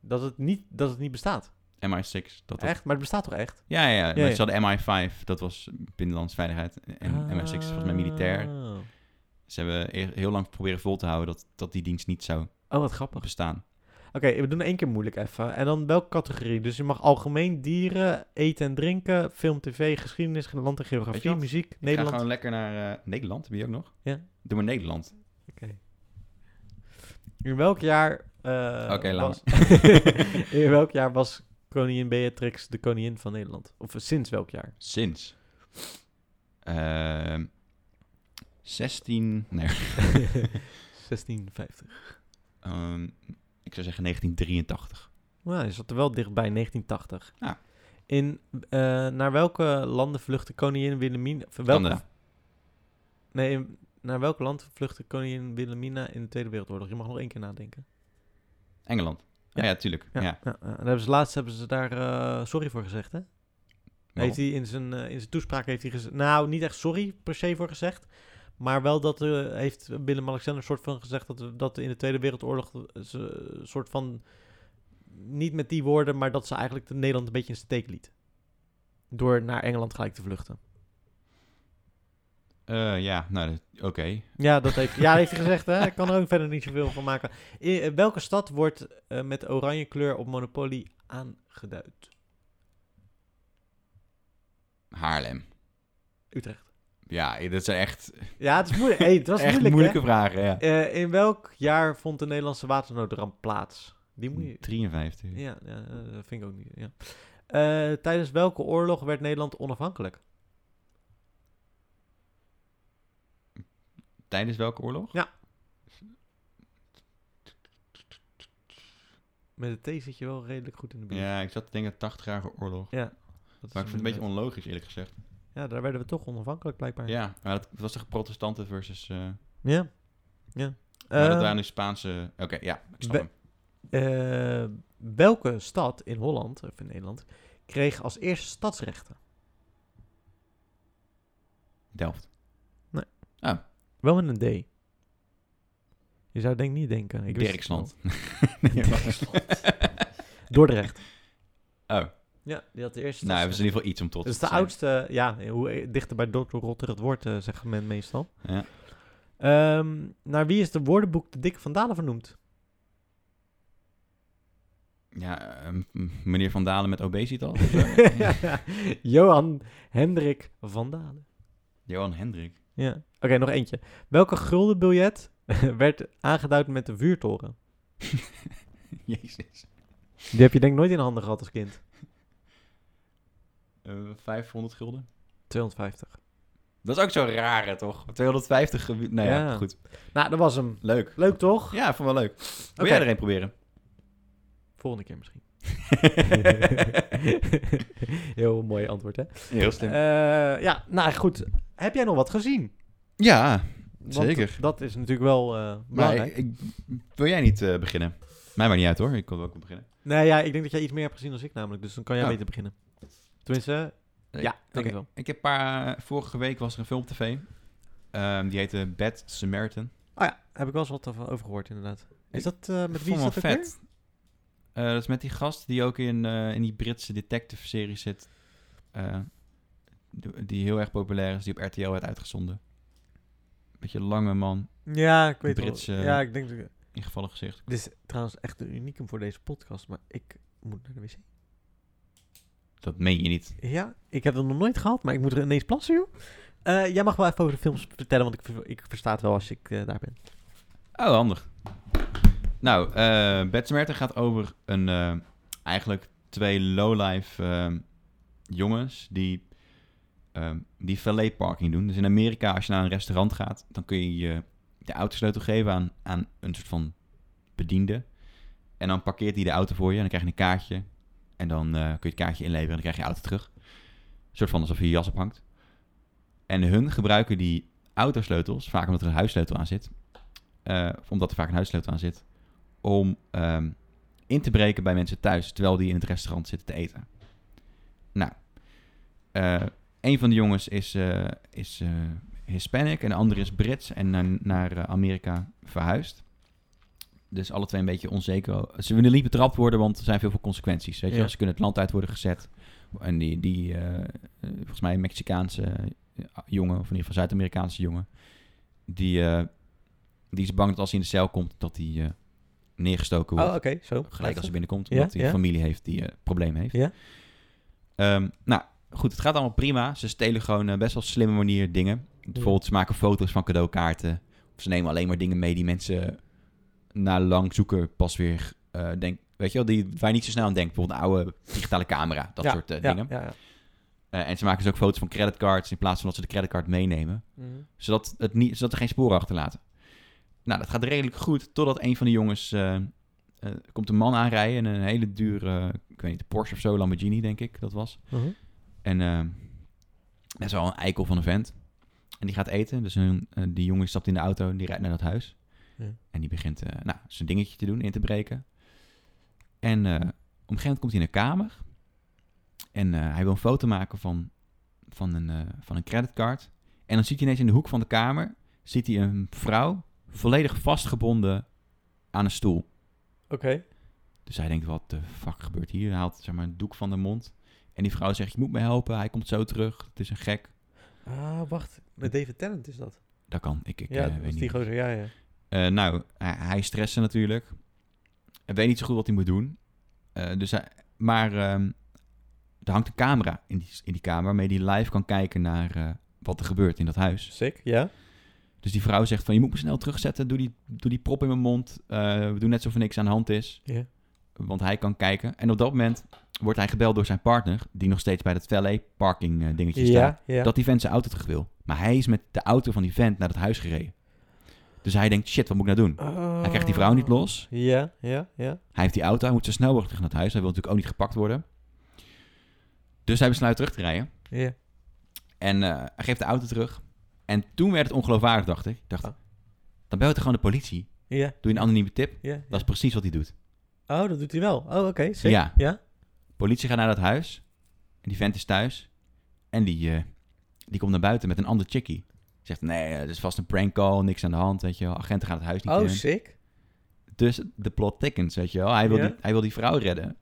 [SPEAKER 1] dat, het niet, dat het niet bestaat.
[SPEAKER 2] MI6. Dat dat-
[SPEAKER 1] Echt? Maar het bestaat toch echt?
[SPEAKER 2] Ja, ja, ja.
[SPEAKER 1] Ja, ja.
[SPEAKER 2] Maar ze hadden MI5, dat was Binnenlandse Veiligheid. En MI6 was volgens mij militair.
[SPEAKER 1] Ah.
[SPEAKER 2] Ze hebben e- heel lang proberen vol te houden dat, dat die dienst niet zou
[SPEAKER 1] Oh, wat grappig.
[SPEAKER 2] bestaan.
[SPEAKER 1] Oké, we doen één keer moeilijk even. En dan welke categorie? Dus je mag algemeen dieren, eten en drinken, film, tv, geschiedenis, land en
[SPEAKER 2] Weet je
[SPEAKER 1] geografie,
[SPEAKER 2] wat?
[SPEAKER 1] muziek,
[SPEAKER 2] Ik ga
[SPEAKER 1] Nederland.
[SPEAKER 2] gewoon lekker naar eh, Nederland, heb je ook nog?
[SPEAKER 1] Ja.
[SPEAKER 2] Doe maar Nederland.
[SPEAKER 1] Oké. In welk jaar... eh,
[SPEAKER 2] Oké,
[SPEAKER 1] was...
[SPEAKER 2] laat
[SPEAKER 1] [LAUGHS] In welk jaar was koningin Beatrix de koningin van Nederland? Of sinds welk jaar?
[SPEAKER 2] Sinds. Ehm 16... Nee.
[SPEAKER 1] 1650.
[SPEAKER 2] ehm, ik zou zeggen 1983.
[SPEAKER 1] Nou, je zat er wel dichtbij, 1980.
[SPEAKER 2] Ja.
[SPEAKER 1] In, eh, naar welke landen vluchtte koningin Wilhelmina... of welke-
[SPEAKER 2] Canada.
[SPEAKER 1] Nee, in- naar welk land vluchtte koningin Wilhelmina in de Tweede Wereldoorlog? Je mag nog één keer nadenken.
[SPEAKER 2] Engeland. Ah
[SPEAKER 1] Ja.
[SPEAKER 2] Ja, ja tuurlijk. Ja.
[SPEAKER 1] ja. ja. En daar hebben ze, laatst hebben ze daar eh, sorry voor gezegd, hè?
[SPEAKER 2] Waarom?
[SPEAKER 1] Heeft hij in zijn, eh, in zijn toespraak heeft hij gezegd, nou niet echt sorry per se voor gezegd, maar wel dat eh, heeft Willem-Alexander soort van gezegd dat, dat in de Tweede Wereldoorlog eh, ze een soort van, niet met die woorden, maar dat ze eigenlijk de Nederland een beetje in steek liet. Door naar Engeland gelijk te vluchten.
[SPEAKER 2] Eh, ja, nou, dat- oké.
[SPEAKER 1] Ja, dat heeft, ja, dat heeft hij gezegd. Hè? Ik kan er ook verder niet zoveel van maken. In, eh, welke stad wordt eh, met oranje kleur op Monopoly aangeduid?
[SPEAKER 2] Haarlem.
[SPEAKER 1] Utrecht.
[SPEAKER 2] Ja, dat zijn echt,
[SPEAKER 1] Ja, het is moeilijk. Hey, het was
[SPEAKER 2] echt
[SPEAKER 1] moeilijk, hè?
[SPEAKER 2] moeilijke vragen. Ja.
[SPEAKER 1] Eh, in welk jaar vond de Nederlandse waternoodramp plaats? Die moet je...
[SPEAKER 2] 53.
[SPEAKER 1] Ja, ja, eh, dat vind ik ook niet. Ja. Eh, tijdens welke oorlog werd Nederland onafhankelijk?
[SPEAKER 2] Tijdens welke oorlog?
[SPEAKER 1] Met de T zit je wel redelijk goed in de buurt.
[SPEAKER 2] Ja, ik zat te denken 80-jarige oorlog.
[SPEAKER 1] Dat is
[SPEAKER 2] Maar ik vond het een beetje
[SPEAKER 1] inderdaad-
[SPEAKER 2] onlogisch, eerlijk gezegd.
[SPEAKER 1] Ja, daar werden we toch onafhankelijk blijkbaar.
[SPEAKER 2] Ja, maar dat was toch protestanten versus... eh,
[SPEAKER 1] Ja. ja.
[SPEAKER 2] maar dat
[SPEAKER 1] Eh,
[SPEAKER 2] waren nu Spaanse... Oké, ja, ik snap
[SPEAKER 1] we-
[SPEAKER 2] hem.
[SPEAKER 1] eh, welke stad in Holland, of in Nederland, kreeg als eerste stadsrechten?
[SPEAKER 2] Delft.
[SPEAKER 1] Wel met een D. Je zou denk ik niet denken. Ik wist Oh. het wel.
[SPEAKER 2] Dirksland. [LAUGHS]
[SPEAKER 1] [LAUGHS]
[SPEAKER 2] Nee,
[SPEAKER 1] Dordrecht.
[SPEAKER 2] Oh,
[SPEAKER 1] Ja, die had de eerste
[SPEAKER 2] nou hebben ze in ieder geval iets om tot
[SPEAKER 1] Dat is
[SPEAKER 2] te
[SPEAKER 1] de
[SPEAKER 2] zijn.
[SPEAKER 1] oudste, ja, hoe eh, dichter bij Dr. Rotter het woord, eh, zegt men meestal.
[SPEAKER 2] Ja.
[SPEAKER 1] Ehm, naar wie is de woordenboek de Dick van Dalen vernoemd?
[SPEAKER 2] Ja, ehm, meneer Van Dalen met obesitas.
[SPEAKER 1] [LAUGHS] Johan Hendrik van Dalen.
[SPEAKER 2] Johan
[SPEAKER 1] [LAUGHS]
[SPEAKER 2] Hendrik.
[SPEAKER 1] Ja. Oké, nog eentje. Welke guldenbiljet [LAUGHS] werd aangeduid met de vuurtoren?
[SPEAKER 2] Jezus.
[SPEAKER 1] Die heb je denk ik nooit in handen gehad als kind.
[SPEAKER 2] Eh, 500 gulden.
[SPEAKER 1] 250.
[SPEAKER 2] Dat is ook zo rare, toch? 250... gewi- Nou ja,
[SPEAKER 1] Ja.
[SPEAKER 2] goed.
[SPEAKER 1] Nou, dat was hem.
[SPEAKER 2] Leuk.
[SPEAKER 1] Leuk toch?
[SPEAKER 2] Ja, vond ik wel leuk. Wil
[SPEAKER 1] Oké.
[SPEAKER 2] jij er een proberen?
[SPEAKER 1] Volgende keer misschien. [LAUGHS] Heel mooi antwoord, hè?
[SPEAKER 2] Heel slim.
[SPEAKER 1] Eh, ja, nou goed. Heb jij nog wat gezien?
[SPEAKER 2] ja,
[SPEAKER 1] Want
[SPEAKER 2] Zeker.
[SPEAKER 1] Dat is natuurlijk wel eh,
[SPEAKER 2] maar
[SPEAKER 1] belangrijk.
[SPEAKER 2] ik- ik- wil jij niet eh, beginnen? Mij maakt niet uit hoor, ik wil ook wel beginnen.
[SPEAKER 1] Nee, ja, ik denk dat jij iets meer hebt gezien dan ik namelijk. Dus dan kan jij
[SPEAKER 2] Oh.
[SPEAKER 1] beter beginnen. Tenminste,
[SPEAKER 2] Eh,
[SPEAKER 1] ja, denk
[SPEAKER 2] oké.
[SPEAKER 1] ik wel.
[SPEAKER 2] Ik heb een paar... eh, Vorige week was er een film op tv. Ehm, die heette Bad Samaritan.
[SPEAKER 1] Oh ja, heb ik wel eens wat over over gehoord inderdaad. Is
[SPEAKER 2] Ik
[SPEAKER 1] dat eh, met wie is
[SPEAKER 2] Vond
[SPEAKER 1] dat
[SPEAKER 2] ik
[SPEAKER 1] ook
[SPEAKER 2] wel
[SPEAKER 1] weer?
[SPEAKER 2] vet. Eh, dat is met die gast die ook in, eh, in die Britse detective serie zit. Eh, die- die heel erg populair is, die op RTL werd uitgezonden. Beetje lange man,
[SPEAKER 1] Ja, ik weet
[SPEAKER 2] Britse-
[SPEAKER 1] wel. Ja, ik denk dat...
[SPEAKER 2] ingevallen gezicht.
[SPEAKER 1] Dit is trouwens echt een unicum voor deze podcast, maar ik moet naar de wc.
[SPEAKER 2] Dat meen je niet.
[SPEAKER 1] Ja, ik heb dat nog nooit gehad, maar ik moet er ineens plassen, joh. Eh, jij mag wel even over de films vertellen, want ik, ver- ik versta het wel als ik eh, daar ben.
[SPEAKER 2] Oh, handig. Nou, eh Bad Samaritan gaat over een, eh, eigenlijk twee lowlife ehm jongens die, ehm die valet parking doen. Dus in Amerika, als je naar een restaurant gaat, dan kun je je de autosleutel geven aan, aan een soort van bediende. En dan parkeert hij de auto voor je en dan krijg je een kaartje. En dan eh, kun je het kaartje inleveren en dan krijg je je auto terug. Een soort van alsof je je jas ophangt. En hun gebruiken die autosleutels, vaak omdat er een huissleutel aan zit, eh, omdat er vaak een huissleutel aan zit, om ehm, in te breken bij mensen thuis, terwijl die in het restaurant zitten te eten. Nou, eh, een van de jongens is, eh, is eh, Hispanic en de andere is Brits en naar, naar eh, Amerika verhuisd. Dus alle twee een beetje onzeker. Ze willen niet betrapt worden, want er zijn veel veel consequenties. Weet je?
[SPEAKER 1] Ja.
[SPEAKER 2] wel. Ze kunnen het land uit worden gezet. En die, die eh, eh, volgens mij, Mexicaanse eh, jongen, of in ieder geval Zuid-Amerikaanse jongen, die, eh, die is bang dat als hij in de cel komt, dat hij eh, neergestoken
[SPEAKER 1] Oh,
[SPEAKER 2] wordt.
[SPEAKER 1] oké, zo.
[SPEAKER 2] Gelijk als hij binnenkomt,
[SPEAKER 1] Ja,
[SPEAKER 2] omdat hij
[SPEAKER 1] ja.
[SPEAKER 2] een familie heeft die eh problemen heeft.
[SPEAKER 1] Ja.
[SPEAKER 2] Ehm, nou, goed, het gaat allemaal prima. Ze stelen gewoon eh, best wel op slimme manier dingen. Bijvoorbeeld, ze maken foto's van cadeaukaarten. Of ze nemen alleen maar dingen mee die mensen na lang zoeken pas weer eh denken. Weet je wel, die, waar je niet zo snel aan denkt. Bijvoorbeeld een oude digitale camera, dat
[SPEAKER 1] Ja,
[SPEAKER 2] soort eh,
[SPEAKER 1] ja,
[SPEAKER 2] dingen.
[SPEAKER 1] Ja, ja.
[SPEAKER 2] Eh, en ze maken dus ook foto's van creditcards in plaats van dat ze de creditcard meenemen
[SPEAKER 1] Mhm.
[SPEAKER 2] zodat, het niet, zodat er geen sporen achterlaten. Nou, dat gaat redelijk goed, totdat een van de jongens... eh, eh, komt een man aanrijden in een hele dure, eh, ik weet niet, Porsche of zo, Lamborghini denk ik dat was.
[SPEAKER 1] Mhm.
[SPEAKER 2] En eh, dat is al een eikel van een vent. En die gaat eten, dus hun- eh, die jongen stapt in de auto en die rijdt naar dat huis.
[SPEAKER 1] Ja.
[SPEAKER 2] En die begint eh, nou, zijn dingetje te doen, in te breken. En eh, op een gegeven moment komt hij in een kamer. En eh, hij wil een foto maken van, van, een, eh, van een creditcard. En dan ziet hij ineens in de hoek van de kamer... ziet hij een vrouw volledig vastgebonden aan een stoel.
[SPEAKER 1] Oké.
[SPEAKER 2] Dus hij denkt, wat de fuck gebeurt hier? Hij haalt zeg maar, een doek van de mond. En die vrouw zegt, je moet me helpen. Hij komt zo terug. Het is een gek.
[SPEAKER 1] Ah, wacht. Met David Tennant is dat.
[SPEAKER 2] Dat kan. Hm. Ik, ik
[SPEAKER 1] ja, dat
[SPEAKER 2] eh, weet
[SPEAKER 1] is
[SPEAKER 2] niet.
[SPEAKER 1] die gozer. Ja, ja.
[SPEAKER 2] Eh, nou, hij, hij stressen natuurlijk. Hij weet niet zo goed wat hij moet doen. Eh, dus hij- maar ehm, er hangt een camera in die, in die kamer... waarmee hij live kan kijken naar eh, wat er gebeurt in dat huis.
[SPEAKER 1] Sick, ja.
[SPEAKER 2] Dus die vrouw zegt van, je moet me snel terugzetten. Doe die, doe die prop in mijn mond. Eh, we doen net alsof er niks aan de hand is.
[SPEAKER 1] Ja.
[SPEAKER 2] Want hij kan kijken. En op dat moment wordt hij gebeld door zijn partner, die nog steeds bij dat valet parking eh, dingetje staat.
[SPEAKER 1] Ja, ja.
[SPEAKER 2] Dat die vent zijn auto terug wil. Maar hij is met de auto van die vent naar het huis gereden. Dus hij denkt, shit, wat moet ik nou doen? Hij krijgt die vrouw niet los.
[SPEAKER 1] Oh. Ja, ja, ja.
[SPEAKER 2] Hij heeft die auto, hij moet zo snel mogelijk terug naar het huis. Hij wil natuurlijk ook niet gepakt worden. Dus hij besluit terug te rijden.
[SPEAKER 1] Ja.
[SPEAKER 2] En eh, hij geeft de auto terug. En toen werd het ongeloofwaardig, dacht ik. Ik dacht,
[SPEAKER 1] Oh.
[SPEAKER 2] dan belt hij gewoon de politie.
[SPEAKER 1] Ja.
[SPEAKER 2] Doe je een anonieme tip.
[SPEAKER 1] Ja. ja.
[SPEAKER 2] Dat is precies wat hij doet.
[SPEAKER 1] Oh, dat doet hij wel. Oh, oké. sick.
[SPEAKER 2] Ja.
[SPEAKER 1] Ja.
[SPEAKER 2] Politie gaat naar dat huis. En die vent is thuis. En die, eh, die komt naar buiten met een ander chickie. Zegt, nee, eh, dat is vast een prank call, niks aan de hand, weet je wel. Agenten gaan het huis niet
[SPEAKER 1] Oh,
[SPEAKER 2] in.
[SPEAKER 1] sick.
[SPEAKER 2] Dus de plot thickens, weet je wel. Hij wil,
[SPEAKER 1] Ja.
[SPEAKER 2] die, hij wil die vrouw redden.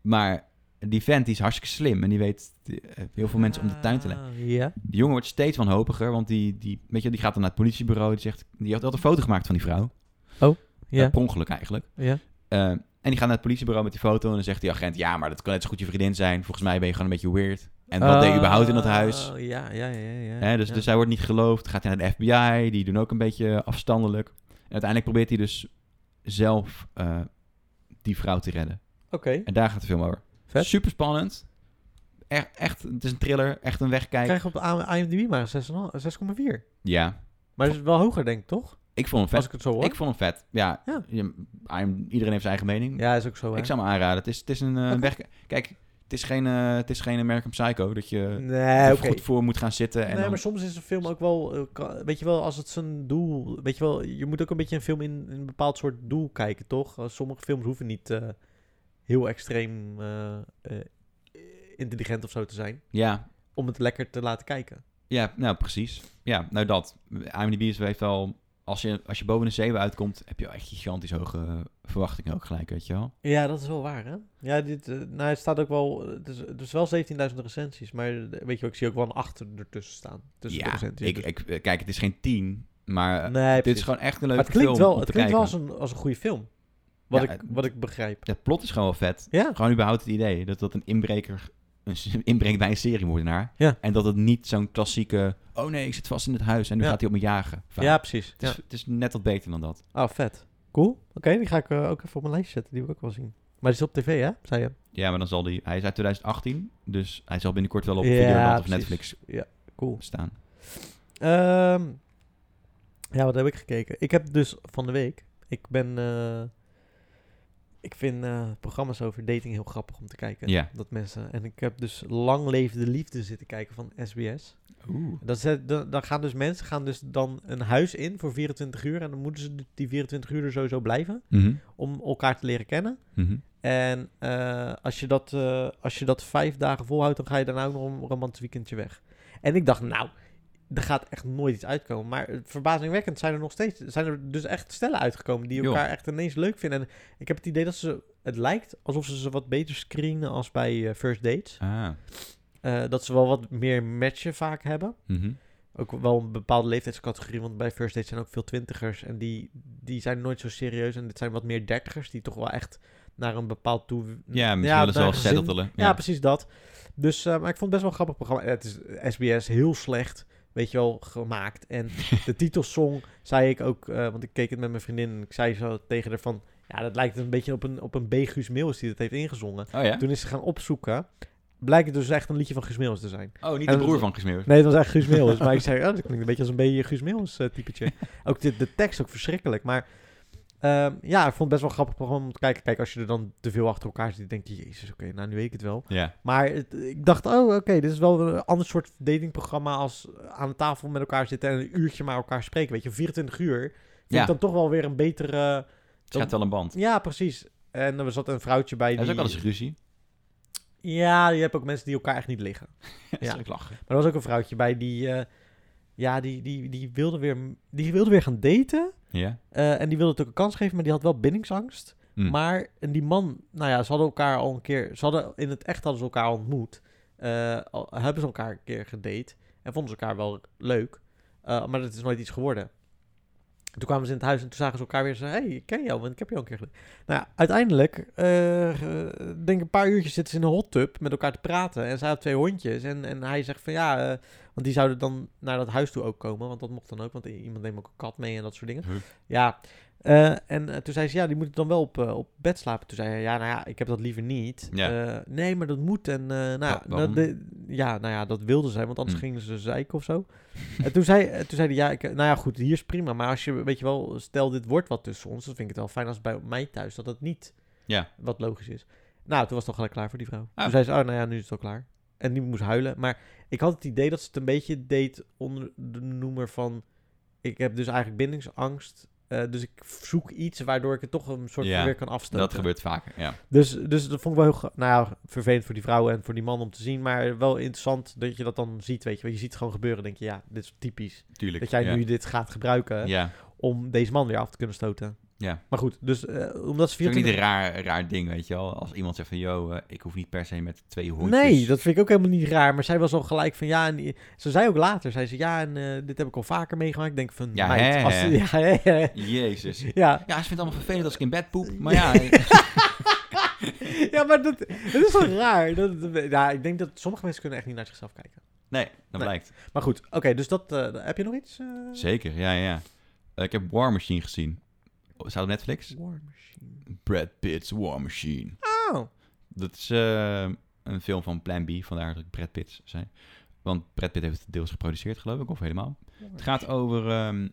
[SPEAKER 2] Maar die vent die is hartstikke slim en die weet eh, heel veel mensen om de tuin te leggen.
[SPEAKER 1] Ah, Ja.
[SPEAKER 2] Die jongen wordt steeds wanhopiger, want die, die, weet je, die gaat dan naar het politiebureau. Die, zegt, die had, had een foto gemaakt van die vrouw. Eh,
[SPEAKER 1] Ja.
[SPEAKER 2] per ongeluk eigenlijk.
[SPEAKER 1] Ja.
[SPEAKER 2] Eh, en die gaat naar het politiebureau met die foto. En dan zegt die agent: Ja, maar dat kan net zo goed je vriendin zijn. Volgens mij ben je gewoon een beetje weird. En wat deed je überhaupt in dat huis?
[SPEAKER 1] Oh, Ah, Ja, ja, ja, ja.
[SPEAKER 2] Hè, dus,
[SPEAKER 1] ja.
[SPEAKER 2] dus hij wordt niet geloofd. Gaat hij naar de FBI. Die doen ook een beetje afstandelijk. En uiteindelijk probeert hij dus zelf eh, die vrouw te redden.
[SPEAKER 1] Oké,
[SPEAKER 2] En daar gaat de film over.
[SPEAKER 1] vet.
[SPEAKER 2] Super spannend. Echt, echt, het is een thriller. Echt een wegkijk.
[SPEAKER 1] Krijg je op A- IMDb maar een 6,4.
[SPEAKER 2] Ja,
[SPEAKER 1] Maar het is wel hoger, denk ik, toch?
[SPEAKER 2] ik vond hem
[SPEAKER 1] Als
[SPEAKER 2] vet.
[SPEAKER 1] ik het zo hoor.
[SPEAKER 2] Ik vond hem vet. Ja,
[SPEAKER 1] Ja.
[SPEAKER 2] je- I'm- iedereen heeft zijn eigen mening.
[SPEAKER 1] Ja, is ook zo, hè?
[SPEAKER 2] Ik zou hem aanraden. Het is, het is een eh,
[SPEAKER 1] Oké.
[SPEAKER 2] weg. Kijk, het is, geen, eh, het is geen American Psycho dat je
[SPEAKER 1] Nee,
[SPEAKER 2] er
[SPEAKER 1] oké.
[SPEAKER 2] goed voor moet gaan zitten. En
[SPEAKER 1] Nee,
[SPEAKER 2] dan-
[SPEAKER 1] maar soms is een film ook wel... eh, ka- Weet je wel, als het zijn doel... Weet je wel, je moet ook een beetje een film in, in een bepaald soort doel kijken, toch? Eh, Sommige films hoeven niet eh, heel extreem eh, eh, intelligent of zo te zijn.
[SPEAKER 2] Ja,
[SPEAKER 1] Om het lekker te laten kijken.
[SPEAKER 2] ja, nou precies. Ja, nou dat. IMDb is- heeft al... Als je, als je boven de 7 uitkomt, heb je echt gigantisch hoge eh, verwachtingen ook gelijk, weet je wel.
[SPEAKER 1] Ja, dat is wel waar, hè? Ja, dit, eh, nou, het staat ook wel... Het is, het is wel 17.000 recensies, maar eh, weet je wel, ik zie ook wel een 8 ertussen staan. Tussen de
[SPEAKER 2] ja,
[SPEAKER 1] recensies.
[SPEAKER 2] ik,
[SPEAKER 1] Dus-
[SPEAKER 2] ik, eh, kijk, het is geen 10, maar eh,
[SPEAKER 1] nee,
[SPEAKER 2] dit
[SPEAKER 1] precies.
[SPEAKER 2] is gewoon echt een leuke
[SPEAKER 1] Maar het klinkt
[SPEAKER 2] film
[SPEAKER 1] wel,
[SPEAKER 2] om
[SPEAKER 1] het
[SPEAKER 2] te
[SPEAKER 1] klinkt
[SPEAKER 2] kijken.
[SPEAKER 1] wel als een, als een goede film. Wat,
[SPEAKER 2] Ja,
[SPEAKER 1] ik,
[SPEAKER 2] het-
[SPEAKER 1] wat ik begrijp.
[SPEAKER 2] Het plot is gewoon wel vet.
[SPEAKER 1] Ja.
[SPEAKER 2] Gewoon überhaupt het idee dat dat een inbreker een s- [LAUGHS] inbreekt bij een seriemoordenaar.
[SPEAKER 1] Ja.
[SPEAKER 2] En dat het niet zo'n klassieke... Oh nee, ik zit vast in het huis en nu
[SPEAKER 1] Ja.
[SPEAKER 2] gaat hij op me jagen. Vaak.
[SPEAKER 1] Ja, precies.
[SPEAKER 2] Het is,
[SPEAKER 1] Ja.
[SPEAKER 2] het is net wat beter dan dat.
[SPEAKER 1] Oh, vet. Cool. Oké, die ga ik eh, ook even op mijn lijstje zetten. Die wil ik ook wel zien. Maar die is op tv, hè? Zei je?
[SPEAKER 2] Ja, maar dan zal die... Hij is uit 2018, dus hij zal binnenkort wel op
[SPEAKER 1] Ja,
[SPEAKER 2] Videoland of
[SPEAKER 1] precies.
[SPEAKER 2] Netflix
[SPEAKER 1] Cool.
[SPEAKER 2] staan.
[SPEAKER 1] Ehm, ja, wat heb ik gekeken? Ik heb dus van de week... Ik ben... eh, ik vind eh, programma's over dating heel grappig om te kijken.
[SPEAKER 2] Ja.
[SPEAKER 1] Dat mensen... En ik heb dus Lang Leven de Liefde zitten kijken van SBS.
[SPEAKER 2] Oeh.
[SPEAKER 1] Dan, zet- dan, dan gaan dus mensen gaan dus dan een huis in voor
[SPEAKER 2] Mhm.
[SPEAKER 1] 24 uur. En dan moeten ze die 24 uur er sowieso blijven. Om elkaar te leren kennen. En eh, als, je dat, eh, als je dat vijf dagen volhoudt, dan ga je daarna ook nog een romantisch weekendje weg. En ik dacht, nou, er gaat echt nooit iets uitkomen. Maar eh, verbazingwekkend zijn er nog steeds, zijn er dus echt stellen uitgekomen die
[SPEAKER 2] Joh.
[SPEAKER 1] elkaar echt ineens leuk vinden. En ik heb het idee dat ze, het lijkt alsof ze ze wat beter screenen als bij eh, First Dates.
[SPEAKER 2] Ah.
[SPEAKER 1] Eh, dat ze wel wat meer matchen vaak hebben
[SPEAKER 2] mhm.
[SPEAKER 1] ook wel een bepaalde leeftijdscategorie. Want bij First Date zijn ook veel twintigers. En die, die zijn nooit zo serieus. En dit zijn wat meer dertigers. Die toch wel echt naar een bepaald toe...
[SPEAKER 2] Ja, misschien willen ze
[SPEAKER 1] naar
[SPEAKER 2] wel
[SPEAKER 1] een gezin-
[SPEAKER 2] settelen.
[SPEAKER 1] Ja, precies dat. Dus, eh, maar ik vond het best wel een grappig programma. En Het is SBS heel slecht, weet je wel, gemaakt.
[SPEAKER 2] [LAUGHS]
[SPEAKER 1] En de titelsong zei ik ook... eh, want ik keek het met mijn vriendin. En ik zei zo tegen haar van... Ja, dat lijkt een beetje op een, op een B. Guus Meeuwis die dat heeft ingezongen.
[SPEAKER 2] Oh ja?
[SPEAKER 1] Toen is ze gaan opzoeken. Blijkt het dus echt een liedje van Guus Meeuwis te zijn.
[SPEAKER 2] Oh, niet
[SPEAKER 1] En
[SPEAKER 2] de
[SPEAKER 1] dat-
[SPEAKER 2] broer van gesmeerd.
[SPEAKER 1] Nee, het was echt Guus Meeuwis. maar ik zei, oh, dat klinkt een beetje als een beetje Guus Meeuwis eh, typetje. ook de, de tekst ook verschrikkelijk. Maar ehm, ja, ik vond het best wel een grappig programma om te kijken. Kijk, als je er dan te veel achter elkaar zit, denk je, jezus, oké, nou nu weet ik het wel.
[SPEAKER 2] Ja.
[SPEAKER 1] Maar het- ik dacht, oh, oké, dit is wel een ander soort datingprogramma als aan de tafel met elkaar zitten en een uurtje maar elkaar spreken. Weet je, 24 uur vind
[SPEAKER 2] Ja.
[SPEAKER 1] ik dan toch wel weer een betere...
[SPEAKER 2] Het gaat wel een band.
[SPEAKER 1] Ja, precies. En er zat een vrouwtje bij
[SPEAKER 2] Hij is
[SPEAKER 1] die...
[SPEAKER 2] ook al eens ruzie. [LAUGHS]
[SPEAKER 1] ja, je hebt ook mensen die elkaar echt niet liggen. Ja.
[SPEAKER 2] Ja. Ik lachen.
[SPEAKER 1] Maar er was ook een vrouwtje bij die, eh, ja, die, die, die, wilde weer, die wilde weer gaan daten.
[SPEAKER 2] Ja.
[SPEAKER 1] eh, en die wilde het ook een kans geven, maar die had wel bindingsangst.
[SPEAKER 2] Hm.
[SPEAKER 1] Maar en die man, nou ja, ze hadden elkaar al een keer, ze hadden, in het echt hadden ze elkaar ontmoet. Eh, al- hebben ze elkaar een keer gedate en vonden ze elkaar wel leuk. Eh, maar dat is nooit iets geworden. Toen kwamen ze in het huis en toen zagen ze elkaar weer en zeiden... hey, ik ken jou, want ik heb jou een keer gedate. Nou ja, uiteindelijk, eh, eh, ik denk een paar uurtjes zitten ze in een hot tub met elkaar te praten. En zij had twee hondjes. En, en hij zegt van ja, eh, want die zouden dan naar dat huis toe ook komen. Want dat mocht dan ook, want i- iemand neemt ook een kat mee en dat soort dingen.
[SPEAKER 2] Huh.
[SPEAKER 1] Ja, eh, en eh, toen zei ze ja, die moet dan wel op, eh, op bed slapen. Toen zei hij ja, nou ja, ik heb dat liever niet.
[SPEAKER 2] Ja.
[SPEAKER 1] Eh, nee, maar dat moet. En eh, nou, ja,
[SPEAKER 2] Wa- waarom?
[SPEAKER 1] dat, de- ja, nou ja, dat wilde zij, want anders
[SPEAKER 2] Hmm.
[SPEAKER 1] gingen ze zeiken of zo. en toen zei, eh, toen zei hij, ja, ik, nou ja, goed, hier is prima. Maar als je, weet je wel, stel dit wordt wat tussen ons, dan vind ik het wel fijn als bij mij thuis dat het niet
[SPEAKER 2] Ja.
[SPEAKER 1] wat logisch is. Nou, toen was het al gelijk klaar voor die vrouw.
[SPEAKER 2] Ah.
[SPEAKER 1] Toen zei ze, oh, nou ja, nu is het al klaar. En die moest huilen. Maar ik had het idee dat ze het een beetje deed onder de noemer van, ik heb dus eigenlijk bindingsangst. eh, dus ik zoek iets waardoor ik het toch een soort
[SPEAKER 2] Ja,
[SPEAKER 1] weer kan afstoten.
[SPEAKER 2] Dat gebeurt vaker, ja.
[SPEAKER 1] Dus, dus dat vond ik wel heel, gra- nou ja, vervelend voor die vrouwen en voor die man om te zien. Maar wel interessant dat je dat dan ziet, weet je. Want je ziet het gewoon gebeuren, denk je, ja, dit is typisch.
[SPEAKER 2] Tuurlijk.
[SPEAKER 1] Dat jij
[SPEAKER 2] ja.
[SPEAKER 1] nu dit gaat gebruiken
[SPEAKER 2] Ja.
[SPEAKER 1] om deze man weer af te kunnen stoten.
[SPEAKER 2] Ja.
[SPEAKER 1] Maar goed, dus eh, omdat ze
[SPEAKER 2] Het
[SPEAKER 1] 24...
[SPEAKER 2] is ook niet een raar, raar ding, weet je wel. Als iemand zegt van, yo, eh, ik hoef niet per se met twee hondjes.
[SPEAKER 1] Nee, dat vind ik ook helemaal niet raar. Maar zij was al gelijk van ja. En die- ze zei ook later: zei ze ja, en eh, dit heb ik al vaker meegemaakt. Ik denk van
[SPEAKER 2] Ja,
[SPEAKER 1] meid,
[SPEAKER 2] hè,
[SPEAKER 1] als-
[SPEAKER 2] hè.
[SPEAKER 1] [LAUGHS] ja, hè, hè.
[SPEAKER 2] Jezus. Ja,
[SPEAKER 1] ja,
[SPEAKER 2] ze vindt het allemaal vervelend als ik in bed poep. Maar
[SPEAKER 1] [LAUGHS]
[SPEAKER 2] ja, eh,
[SPEAKER 1] ja, maar dat, dat is wel raar. Dat, ja, ik denk dat sommige mensen kunnen echt niet naar zichzelf kijken.
[SPEAKER 2] nee, dat blijkt.
[SPEAKER 1] Maar goed, oké, dus dat. eh, heb je nog iets? eh?
[SPEAKER 2] Zeker, ja, ja. Eh, ik heb War Machine gezien. Oh, Staat op Netflix?
[SPEAKER 1] War Machine.
[SPEAKER 2] Brad Pitt's War Machine.
[SPEAKER 1] Oh.
[SPEAKER 2] Dat is eh, een film van Plan B, vandaar dat ik Brad Pitt zei. Want Brad Pitt heeft het deels geproduceerd, geloof ik, of helemaal. Het gaat over ehm,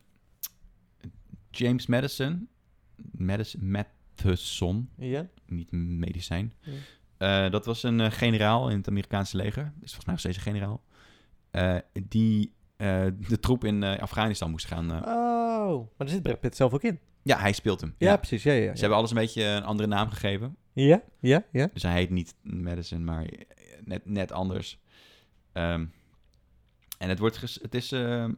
[SPEAKER 2] James Madison. Madison, Matheson,
[SPEAKER 1] Ja?
[SPEAKER 2] niet medicijn.
[SPEAKER 1] Ja.
[SPEAKER 2] Eh, dat was een eh, generaal in het Amerikaanse leger. Is volgens mij nog steeds een generaal. Eh, die eh, de troep in eh, Afghanistan moest gaan. eh,
[SPEAKER 1] Oh. Maar daar zit Brad Pitt zelf ook in.
[SPEAKER 2] Ja, hij speelt hem.
[SPEAKER 1] Ja,
[SPEAKER 2] Ja.
[SPEAKER 1] precies. Ja, ja,
[SPEAKER 2] Ze
[SPEAKER 1] ja.
[SPEAKER 2] hebben alles een beetje een andere naam gegeven.
[SPEAKER 1] Ja, ja, ja.
[SPEAKER 2] Dus hij heet niet Madison, maar eh, net, net anders. Ehm, en het, wordt ges- het is ehm,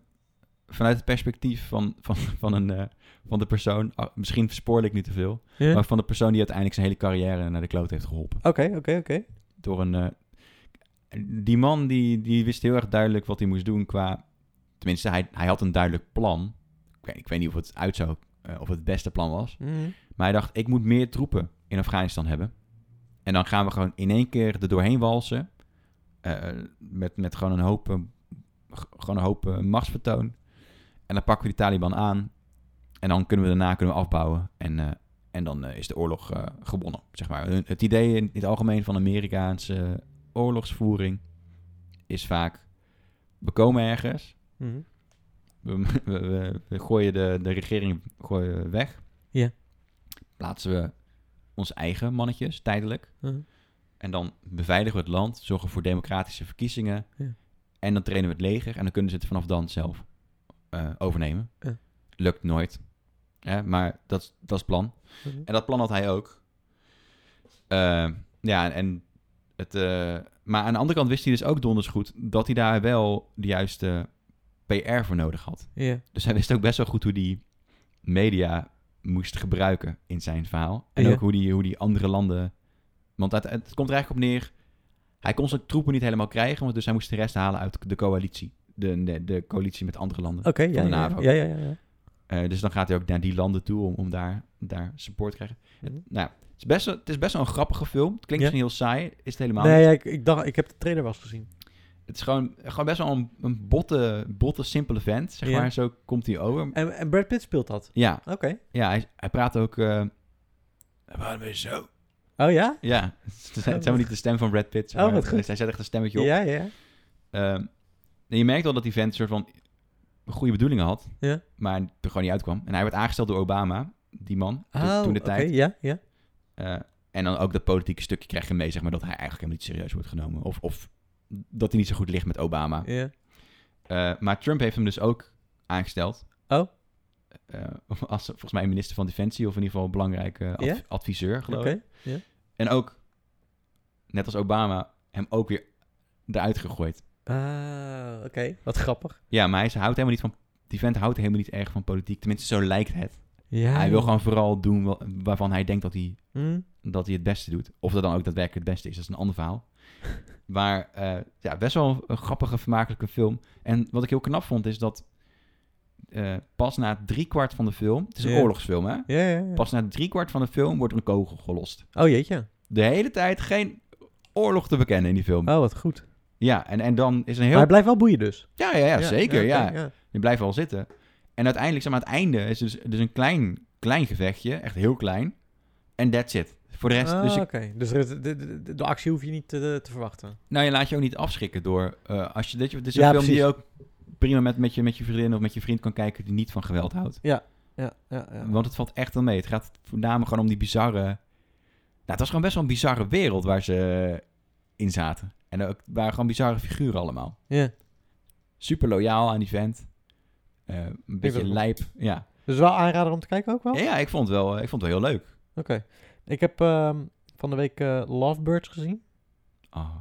[SPEAKER 2] vanuit het perspectief van, van, van, een, eh, van de persoon... ah, misschien verspoor ik nu te veel.
[SPEAKER 1] Ja.
[SPEAKER 2] Maar van de persoon die uiteindelijk zijn hele carrière naar de kloot heeft geholpen.
[SPEAKER 1] Oké, oké, oké.
[SPEAKER 2] Door een... eh, die man die, die wist heel erg duidelijk wat hij moest doen qua... Tenminste, hij, hij had een duidelijk plan. Ik weet, ik weet niet of het uit zou... eh, of het het beste plan was.
[SPEAKER 1] Mhm.
[SPEAKER 2] Maar hij dacht, ik moet meer troepen in Afghanistan hebben. En dan gaan we gewoon in één keer er doorheen walsen. eh, met, met gewoon een hoop, eh, g- gewoon een hoop eh, machtsvertoon. En dan pakken we de Taliban aan. En dan kunnen we daarna kunnen we afbouwen. En, eh, en dan eh, is de oorlog eh, gewonnen, zeg maar. Hun- Het idee in, in het algemeen van Amerikaanse oorlogsvoering is vaak... We komen ergens,
[SPEAKER 1] Mhm.
[SPEAKER 2] we, [LAUGHS] we, we- we gooien de, de regering gooien we weg.
[SPEAKER 1] Ja.
[SPEAKER 2] Plaatsen we onze eigen mannetjes tijdelijk.
[SPEAKER 1] Mhm.
[SPEAKER 2] En dan beveiligen we het land, zorgen voor democratische verkiezingen.
[SPEAKER 1] Ja.
[SPEAKER 2] En dan trainen we het leger. En dan kunnen ze het vanaf dan zelf eh, overnemen.
[SPEAKER 1] Ja.
[SPEAKER 2] Lukt nooit. Hè, maar dat, is- dat is het plan.
[SPEAKER 1] Mhm.
[SPEAKER 2] En dat plan had hij ook. Eh, Eh, ja, en het, eh, maar aan de andere kant wist hij dus ook donders goed dat hij daar wel de juiste PR voor nodig had.
[SPEAKER 1] Ja.
[SPEAKER 2] Dus hij wist ook best wel goed hoe die media moest gebruiken in zijn verhaal. En
[SPEAKER 1] Ja.
[SPEAKER 2] ook hoe die, hoe die andere landen... Want het, het komt er eigenlijk op neer... Hij kon zijn troepen niet helemaal krijgen, want dus hij moest de rest halen uit de coalitie. De, de, de coalitie met andere landen.
[SPEAKER 1] Oké, ja,
[SPEAKER 2] de
[SPEAKER 1] ja,
[SPEAKER 2] NAVO.
[SPEAKER 1] ja, ja, ja, ja. Oh.
[SPEAKER 2] Eh, dus dan gaat hij ook naar die landen toe om, om daar, daar support te krijgen.
[SPEAKER 1] Mhm.
[SPEAKER 2] Nou, het is, best wel, het is best wel een grappige film. Het klinkt
[SPEAKER 1] Ja.
[SPEAKER 2] misschien heel saai, is het helemaal
[SPEAKER 1] Nee,
[SPEAKER 2] niet.
[SPEAKER 1] ja, ik, ik dacht, ik heb de trailer wel eens gezien.
[SPEAKER 2] Het is gewoon, gewoon best wel een, een botte, botte, simpele vent, zeg
[SPEAKER 1] Ja.
[SPEAKER 2] maar. Zo komt hij over.
[SPEAKER 1] En, en Brad Pitt speelt dat.
[SPEAKER 2] Ja,
[SPEAKER 1] Oké.
[SPEAKER 2] ja hij, hij praat ook... eh, Waarom ben je zo?
[SPEAKER 1] Oh ja?
[SPEAKER 2] Ja, [LAUGHS] het is- het is helemaal niet de stem van Brad Pitt. zeg
[SPEAKER 1] Oh,
[SPEAKER 2] maar.
[SPEAKER 1] wat goed.
[SPEAKER 2] Hij zet echt een stemmetje op.
[SPEAKER 1] Ja, ja.
[SPEAKER 2] Ehm, en je merkt wel dat die vent een soort van goede bedoelingen had,
[SPEAKER 1] Ja.
[SPEAKER 2] maar er gewoon niet uitkwam. En hij werd aangesteld door Obama, die man, to-
[SPEAKER 1] Oh,
[SPEAKER 2] toen de
[SPEAKER 1] oké,
[SPEAKER 2] tijd.
[SPEAKER 1] ja, ja.
[SPEAKER 2] Eh, en dan ook dat politieke stukje krijg je mee, zeg maar, dat hij eigenlijk helemaal niet serieus wordt genomen. Of, of dat hij niet zo goed ligt met Obama.
[SPEAKER 1] ja.
[SPEAKER 2] Eh, maar Trump heeft hem dus ook aangesteld.
[SPEAKER 1] Oh.
[SPEAKER 2] Eh, [LAUGHS] als volgens mij minister van Defensie, of in ieder geval belangrijke adv-
[SPEAKER 1] Ja?
[SPEAKER 2] adviseur,
[SPEAKER 1] Oké.
[SPEAKER 2] geloof ik. En ook, net als Obama, hem ook weer eruit gegooid.
[SPEAKER 1] Ah, oké. Wat grappig.
[SPEAKER 2] Ja, maar hij is- houdt helemaal niet van. Die vent houdt helemaal niet erg van politiek. Tenminste, zo lijkt het.
[SPEAKER 1] Ja.
[SPEAKER 2] Hij wil gewoon vooral doen wa- waarvan hij denkt dat hij,
[SPEAKER 1] Hm,
[SPEAKER 2] dat hij het beste doet. Of dat dan ook daadwerkelijk het beste is, dat is een ander verhaal. Maar eh, ja, best wel een, een grappige, vermakelijke film. En wat ik heel knap vond, is dat eh, pas na driekwart van de film... Het is een
[SPEAKER 1] Ja.
[SPEAKER 2] oorlogsfilm, hè?
[SPEAKER 1] Ja, ja, ja.
[SPEAKER 2] Pas na driekwart van de film wordt er een kogel gelost.
[SPEAKER 1] Oh jeetje.
[SPEAKER 2] De hele tijd geen oorlog te bekennen in die film.
[SPEAKER 1] Oh, wat goed.
[SPEAKER 2] Ja, en, en dan is er een
[SPEAKER 1] Maar
[SPEAKER 2] heel...
[SPEAKER 1] hij blijft wel boeien dus.
[SPEAKER 2] Ja, ja, ja, zeker,
[SPEAKER 1] oké,
[SPEAKER 2] ja. Je blijft wel zitten. En uiteindelijk, zeg maar, aan het einde is dus, dus een klein, klein gevechtje. Echt heel klein. En that's it. Voor de rest,
[SPEAKER 1] Ah,
[SPEAKER 2] dus je,
[SPEAKER 1] oké. Dus er is- de, de, de- de actie hoef je niet eh, te, te verwachten.
[SPEAKER 2] nou, je laat je ook niet afschrikken door... eh, als je, dit, dit is een
[SPEAKER 1] Ja,
[SPEAKER 2] film die je
[SPEAKER 1] precies.
[SPEAKER 2] ook prima met, met, je, met je vriendin of met je vriend kan kijken... die niet van geweld houdt.
[SPEAKER 1] Ja, ja, ja.
[SPEAKER 2] Want het valt echt wel mee. Het gaat voornamelijk gewoon om die bizarre... Nou, het was gewoon best wel een bizarre wereld waar ze in zaten. En ook het waren gewoon bizarre figuren allemaal.
[SPEAKER 1] Ja.
[SPEAKER 2] Super loyaal aan die vent. Eh, een beetje
[SPEAKER 1] dat wel. Oh.
[SPEAKER 2] lijp. Ja.
[SPEAKER 1] Dus wel aanrader om te kijken ook wel?
[SPEAKER 2] Ja, ja, ik vond het wel, eh, ik vond het wel heel leuk.
[SPEAKER 1] Oké. Ik heb ehm, van de week eh, Lovebirds gezien.
[SPEAKER 2] Oh,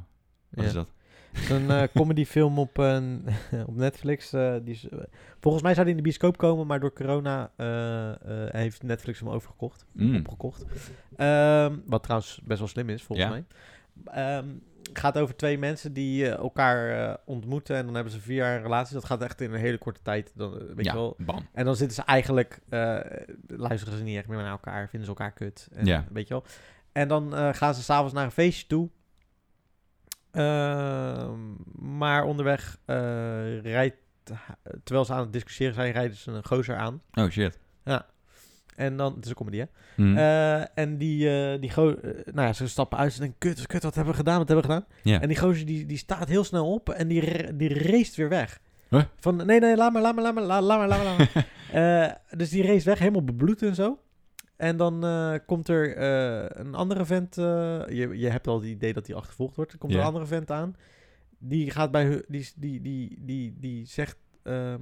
[SPEAKER 1] Ja.
[SPEAKER 2] wat is dat?
[SPEAKER 1] Het is een
[SPEAKER 2] [LAUGHS]
[SPEAKER 1] eh, comedyfilm op, een [LAUGHS] op Netflix. eh, die is, eh, volgens mij zou die in de bioscoop komen, maar door corona eh, eh, heeft Netflix hem overgekocht.
[SPEAKER 2] Mm.
[SPEAKER 1] Opgekocht. Ehm, wat trouwens best wel slim is, volgens
[SPEAKER 2] Ja.
[SPEAKER 1] mij. Ehm, Het gaat over twee mensen die eh, elkaar eh, ontmoeten en dan hebben ze vier jaar een relatie. Dat gaat echt in een hele korte tijd. Dan, eh, weet
[SPEAKER 2] ja,
[SPEAKER 1] je wel,
[SPEAKER 2] bam.
[SPEAKER 1] En dan zitten ze eigenlijk, eh, luisteren ze niet echt meer naar elkaar, vinden ze elkaar kut. En,
[SPEAKER 2] Ja.
[SPEAKER 1] Weet je wel. En dan eh, gaan ze s'avonds naar een feestje toe. Ehm, maar onderweg eh, rijdt, ha- terwijl ze aan het discussiëren zijn, rijden ze een gozer aan.
[SPEAKER 2] Oh shit.
[SPEAKER 1] En dan, het is een comedy hè.
[SPEAKER 2] Mm.
[SPEAKER 1] Eh, en die, eh, die go- eh, nou ja, ze stappen uit en denken, kut, kut, wat hebben we gedaan, wat hebben we gedaan?
[SPEAKER 2] Ja.
[SPEAKER 1] En die gozer die, die staat heel snel op en die, r- die race weer weg.
[SPEAKER 2] Huh?
[SPEAKER 1] Van, nee, nee, laat maar, laat maar, laat maar, laat laat maar, laat maar. laat maar. Eh, dus die race weg, helemaal bebloed en zo. En dan eh, komt er eh, een andere vent, eh, je, je hebt al het idee dat hij achtervolgd wordt. Er komt
[SPEAKER 2] Ja.
[SPEAKER 1] een andere vent aan, die gaat bij hun, die, die, die, die, die zegt, ehm,